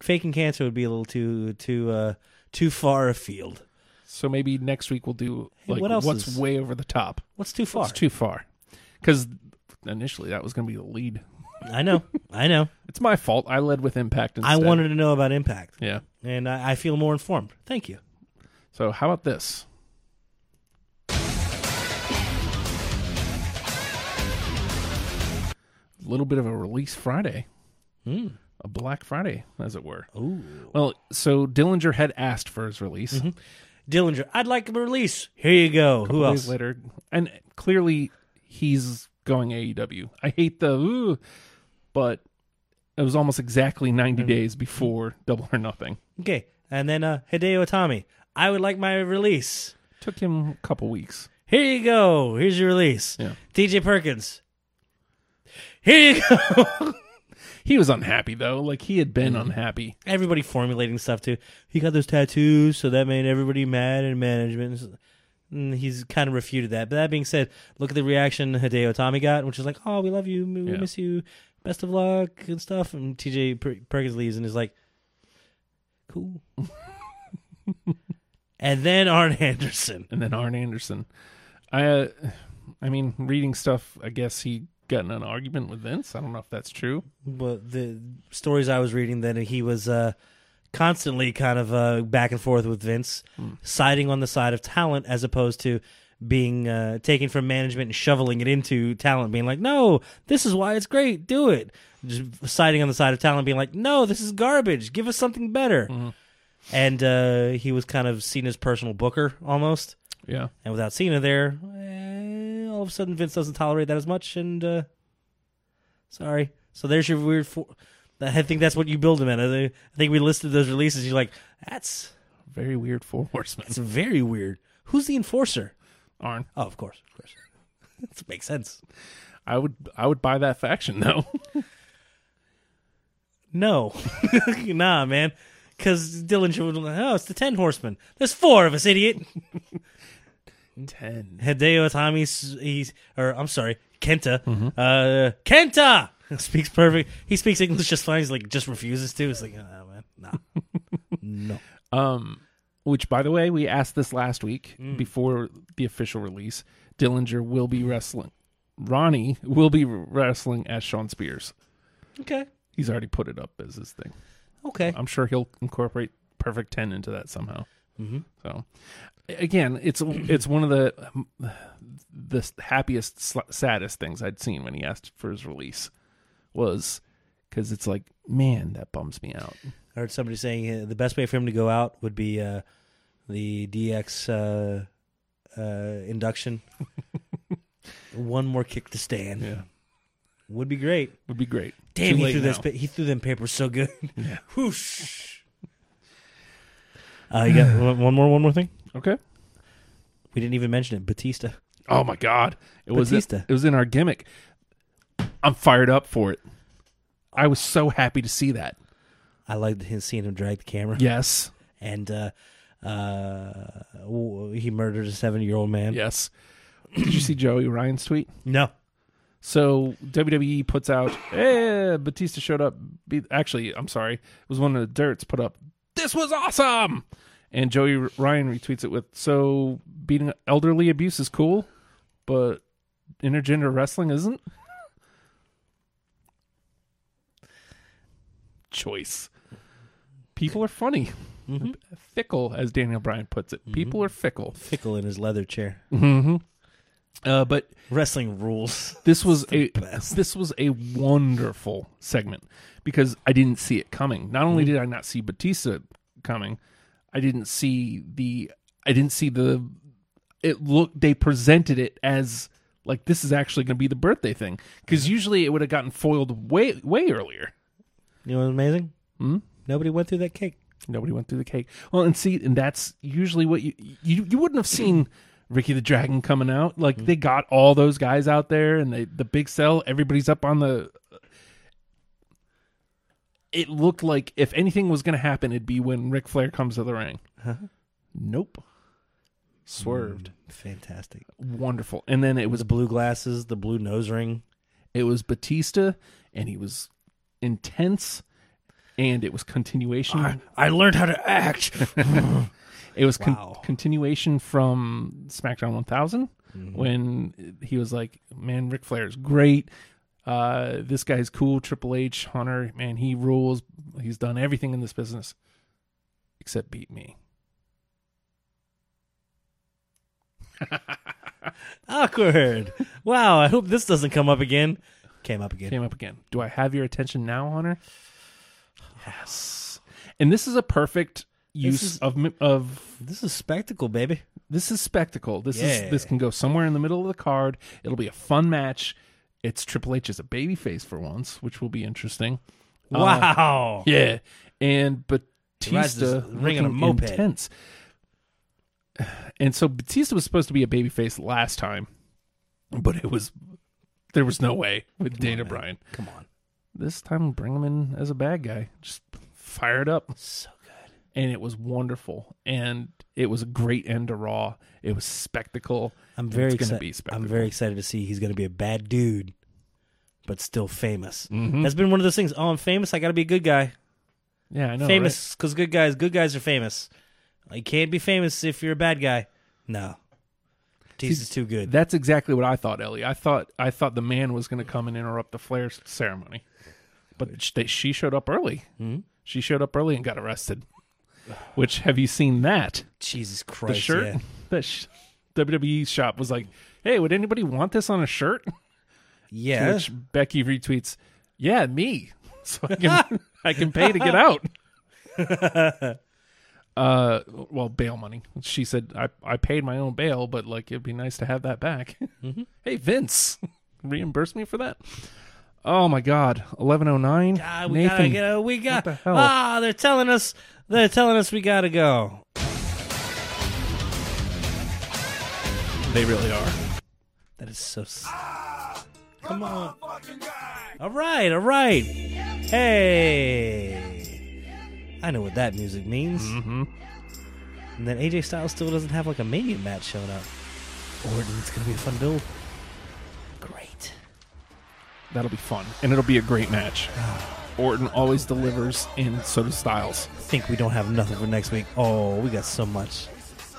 C: Faking cancer would be a little too too uh, too far afield.
D: So maybe next week we'll do
C: Hey,
D: like
C: what else
D: what's
C: is-
D: way over the top.
C: What's too far?
D: It's too far. Because initially that was going to be the lead.
C: I know. I know.
D: It's my fault. I led with impact. Instead.
C: I wanted to know about impact.
D: Yeah.
C: and I, I feel more informed. Thank you.
D: So how about this? A little bit of a release Friday, a Black Friday, as it were.
C: Hmm. Ooh.
D: Well, so Dillinger had asked for his release.
C: Dillinger, I'd like a release. Here you go. Who
D: Days
C: else?
D: later, and clearly he's going AEW. I hate the, ooh, but it was almost exactly
C: Mm-hmm.
D: 90 days before Double or Nothing.
C: Okay. And then uh, Hideo Itami, I would like my release.
D: Took him a couple weeks.
C: Here you go. Here's your release.
D: Yeah.
C: DJ Perkins. Here you go.
D: He was unhappy though. Like he had been
C: Mm-hmm.
D: unhappy.
C: Everybody formulating stuff too. He got those tattoos, so that made everybody mad in management. And he's kind of refuted that. But that being said, look at the reaction Hideo Tommy got, which is like, "Oh, we love you, we
D: Yeah.
C: miss you, best of luck and stuff." And TJ Per- Perkins leaves and is like, "Cool." and then Arn Anderson.
D: And then Arn Anderson. I, uh, I mean, reading stuff. I guess he got in an argument with Vince. I don't know if that's true.
C: well, the stories I was reading that he was uh, constantly kind of uh, back and forth with Vince, siding on the side of talent as opposed to being uh, taken from management and shoveling it into talent, being like, "No, this is why it's great. Do it." Just siding on the side of talent, being like, "No, this is garbage. Give us something better." And uh, he was kind of seen as personal booker almost,
D: Yeah.
C: and without Cena there, eh, all of a sudden Vince doesn't tolerate that as much, and uh, sorry. So there's your weird. Fo- I think that's what you build them in. I thi- I think we listed those releases. You're like, that's
D: Very weird four horsemen.
C: that's very weird. Who's the enforcer?
D: Arn.
C: Oh, of course, of course. that makes sense.
D: I would I would buy that faction though.
C: No, nah, man. Because Dillinger would. Oh, it's the Ten Horsemen. There's four of us, idiot.
D: Ten.
C: Hideo Itami, s- he's or I'm sorry, Kenta. Uh, Kenta speaks perfect. He speaks English just fine. He's like just refuses to. It's like, oh, man, nah, no.
D: Um, which by the way, we asked this last week before the official release. Dillinger will be wrestling. Ronnie will be wrestling as Sean Spears.
C: Okay,
D: He's already put it up as his thing.
C: okay.
D: I'm sure he'll incorporate Perfect Ten into that somehow.
C: Mm-hmm.
D: So, again, it's it's one of the the happiest, sl- saddest things I'd seen when he asked for his release was because it's like, man, that bums me out.
C: I heard somebody saying uh, the best way for him to go out would be uh, the DX uh, uh, induction. One more kick to stand would be great.
D: would be great.
C: Damn,
D: Too
C: he
D: late
C: threw those.
D: now.
C: Pa- he threw them papers so good. Whoosh. Uh, you got one- one more. One more thing.
D: Okay.
C: We didn't even mention it. Batista.
D: Oh my god, it was
C: Batista.
D: it was in our gimmick. I'm fired up for it. I was so happy to see that.
C: I liked him seeing him drag the camera.
D: Yes,
C: And uh, uh, w- he murdered a seventy year old man.
D: yes. Did you see Joey Ryan's tweet?
C: No.
D: So WWE puts out, eh, Batista showed up. Be- Actually, I'm sorry, it was one of the Dirts put up. This was awesome, and Joey R- Ryan retweets it with, "So beating elderly abuse is cool, but intergender wrestling isn't." Choice. People are funny, Mm-hmm. fickle, as Daniel Bryan puts it. People are fickle.
C: Pickle in his leather chair.
D: Uh, but
C: Wrestling rules.
D: this was a
C: best.
D: this was a wonderful segment because I didn't see it coming. Not only did I not see Batista coming, I didn't see the I didn't see the it looked they presented it as like this is actually going to be the birthday thing because usually it would have gotten foiled way way earlier.
C: You know what's amazing? Mm-hmm.
D: Hmm?
C: Nobody went through that cake.
D: Nobody went through the cake. Well, and see, and that's usually what you you you wouldn't have seen Ricky the Dragon coming out. Like they got all those guys out there, and they the big sell. Everybody's up on the. It looked like if anything was going to happen, it'd be when Ric Flair comes to the ring. Nope. Swerved.
C: Fantastic.
D: Wonderful. And then it was
C: The blue glasses, the blue nose ring.
D: it was Batista, and he was intense, and it was continuation.
C: I learned how to act.
D: It was con-
C: Wow.
D: continuation from SmackDown 1000
C: Mm-hmm.
D: when he was like, "Man, Ric Flair is great. Uh, this guy's cool. Triple H, Hunter, man, he rules. He's done everything in this business except beat me."
C: Awkward. Wow. I hope this doesn't come up again. Came up again.
D: Came up again. Do I have your attention now, Hunter? Yes. And this is a perfect use
C: is-
D: of mi- of
C: This is spectacle, baby.
D: this is spectacle. This
C: Yeah.
D: is this can go somewhere in the middle of the card. It'll be a fun match. It's Triple H as a babyface for once, which will be interesting.
C: Um, Wow.
D: Yeah, and
C: rides this
D: Batista
C: ring on a
D: looking
C: moped.
D: intense. And so Batista was supposed to be a babyface last time, but it was there was no way with Dana Bryan.
C: Come on.
D: This time, bring him in as a bad guy. Just fire it up.
C: So good.
D: And it was wonderful. And it was a great end to Raw. It was spectacle.
C: I'm very
D: it's gonna
C: excited.
D: be
C: I'm
D: spectacle.
C: very excited to see he's going to be a bad dude, but still famous.
D: Mm-hmm.
C: That's been one of those things. Oh, I'm famous. I got to be a good guy.
D: yeah, I know. right?
C: famous because good guys. Good guys are famous. You can't be famous if you're a bad guy. No, Jesus is too good.
D: That's exactly what I thought, Ellie. I thought I thought the man was going to come and interrupt the Flair ceremony, but sh- they, she showed up early.
C: Hmm?
D: Mm-hmm. She showed up early and got arrested. Which have you seen that
C: Jesus
D: the
C: Christ.
D: shirt?
C: yeah.
D: That sh- WWE shop was like, "Hey, would anybody want this on a shirt?" To
C: Yeah.
D: Which Becky retweets, "Yeah, me, so I can I can pay to get out." uh, well, bail money. She said, "I I paid my own bail, but like it'd be nice to have that back."
C: Mm-hmm.
D: hey, Vince, reimburse me for that. Oh my God, eleven oh nine.
C: Ah, we gotta
D: Nathan,
C: go. We got.
D: the hell?
C: Ah, they're telling us. They're telling us we gotta go.
D: they really are.
C: That is so. s- Come on. All right. All right. Hey. I know what that music means. Mm-hmm. And then AJ Styles still doesn't have like a mania match showing up. Orton, it's gonna be a fun build. Great.
D: That'll be fun, and it'll be a great match. Orton always delivers, and so does Styles.
C: Think we don't have nothing for next week. Oh, we got so much.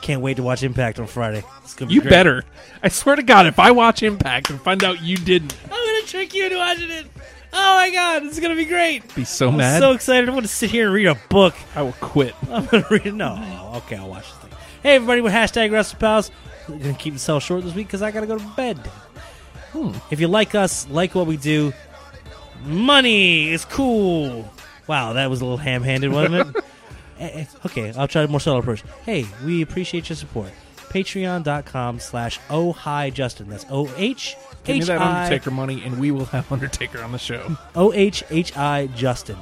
C: Can't wait to watch Impact on Friday. It's gonna be
D: You
C: great.
D: better. I swear to God, if I watch Impact and find out you didn't,
C: I'm gonna trick you into watching it. Oh my god, it's gonna be great.
D: I'd be so
C: I'm
D: mad.
C: so excited. I want to sit here and read a book.
D: I will quit.
C: I'm going to read it. No. Okay, I'll watch this thing. Hey, everybody, with hashtag WrestlePals. We're going to keep the cell short this week because I got to go to bed.
D: Hmm.
C: If you like us, like what we do, money is cool. Wow, that was a little ham handed, wasn't it? Eh, eh, okay, I'll try a more subtle approach. Hey, we appreciate your support. Patreon.com slash Oh Hi Justin. That's O H
D: Give me
C: H
D: that
C: I
D: Undertaker money, and we will have Undertaker on the show.
C: O H H I Justin.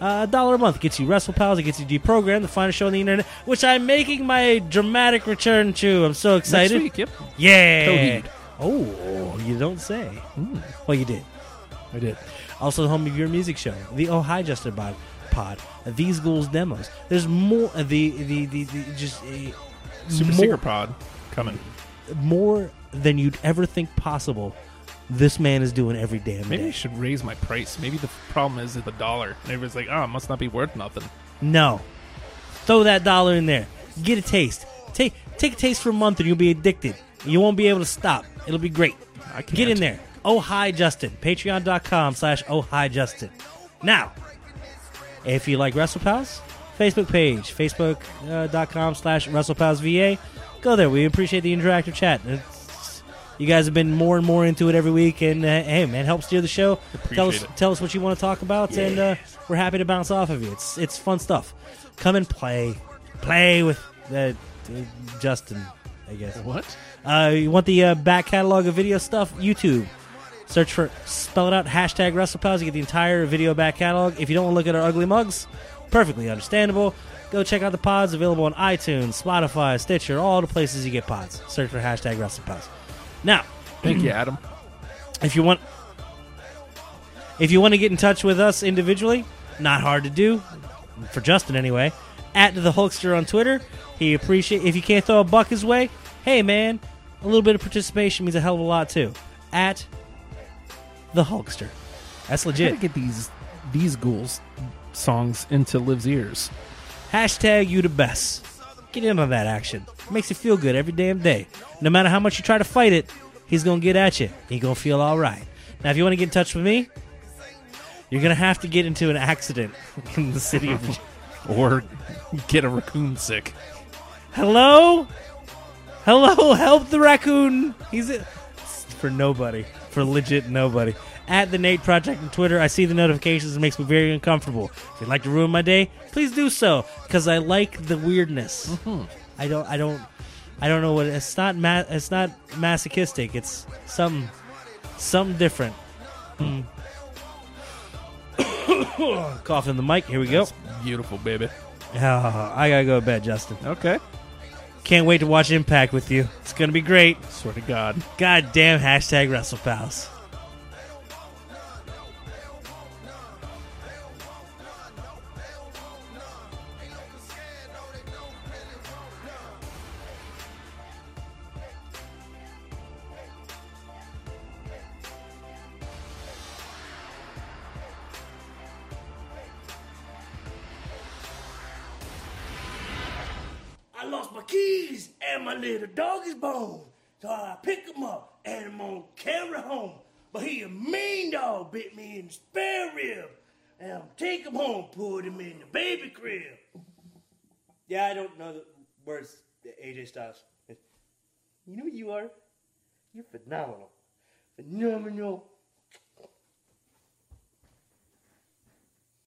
C: Uh, A dollar a month gets you Wrestle Pals, it gets you Deprogrammed, the finest show on the internet, which I'm making my dramatic return to. I'm so
D: Next
C: excited.
D: week, yep.
C: Yeah.
D: Coheed. Hmm.
C: Oh, you don't say. Well, you did.
D: I did.
C: Also, the home of your music show, the Oh Hi Justin Bod Pod, These Ghouls demos. There's more. uh, The the the, the just uh,
D: Super
C: more,
D: Secret Pod coming.
C: more than you'd ever think possible. This man is doing every damn
D: Maybe I
C: day.
D: should raise my price. Maybe the problem is the dollar. And everybody's like, oh, it must not be worth nothing.
C: No. Throw that dollar in there. Get a taste. Take take a taste for a month and you'll be addicted. You won't be able to stop. It'll be great.
D: I can't.
C: Get in there. Oh hi Justin. Patreon.com slash oh hi Justin. Now, if you like WrestlePals, Facebook page, facebook.com slash WrestlePalsVA. Go there. We appreciate the interactive chat. It's- you guys have been more and more into it every week, and uh, hey, man, help steer the show. tell us,
D: Appreciate it.
C: tell us what you want to talk about, and uh, we're happy to bounce off of you. It's it's fun stuff. Come and play, play with uh, uh, Justin, I guess.
D: What?
C: Uh, you want the uh, back catalog of video stuff? YouTube. Search for spell it out hashtag WrestlePals. You get the entire video back catalog. If you don't want to look at our ugly mugs, perfectly understandable. Go check out the pods available on iTunes, Spotify, Stitcher, all the places you get pods. Search for hashtag WrestlePals. Now,
D: Thank you, Adam.
C: if you want if you want to get in touch with us individually not hard to do for justin anyway at the hulkster on twitter he appreciate if you can't throw a buck his way hey man a little bit of participation means a hell of a lot too at the hulkster that's
D: I gotta
C: legit
D: get these these ghouls songs into Liv's ears.
C: hashtag you the best get in on that action makes you feel good every damn day no matter how much you try to fight it he's gonna get at you He gonna feel all right now if you want to get in touch with me you're gonna have to get into an accident in the city of
D: Or get a raccoon sick.
C: hello hello help the raccoon he's a- for nobody for legit nobody at the nate project on twitter i see the notifications it makes me very uncomfortable if you'd like to ruin my day please do so because i like the weirdness i don't i don't i don't know what it's not ma- it's not masochistic it's something something different Mm. cough in the mic here we go
D: Beautiful, baby.
C: Ah, i gotta go to bed justin
D: Okay.
C: can't wait to watch Impact with you. It's going to be great.
D: Swear to God.
C: Goddamn hashtag WrestlePals. keys and my little dog is bone. So I pick him up and I'm gonna carry home. But he a mean dog bit me in the spare rib. And I'm take him home, put him in the baby crib. Yeah, I don't know the words that AJ Styles. You know who you are? You're phenomenal. Phenomenal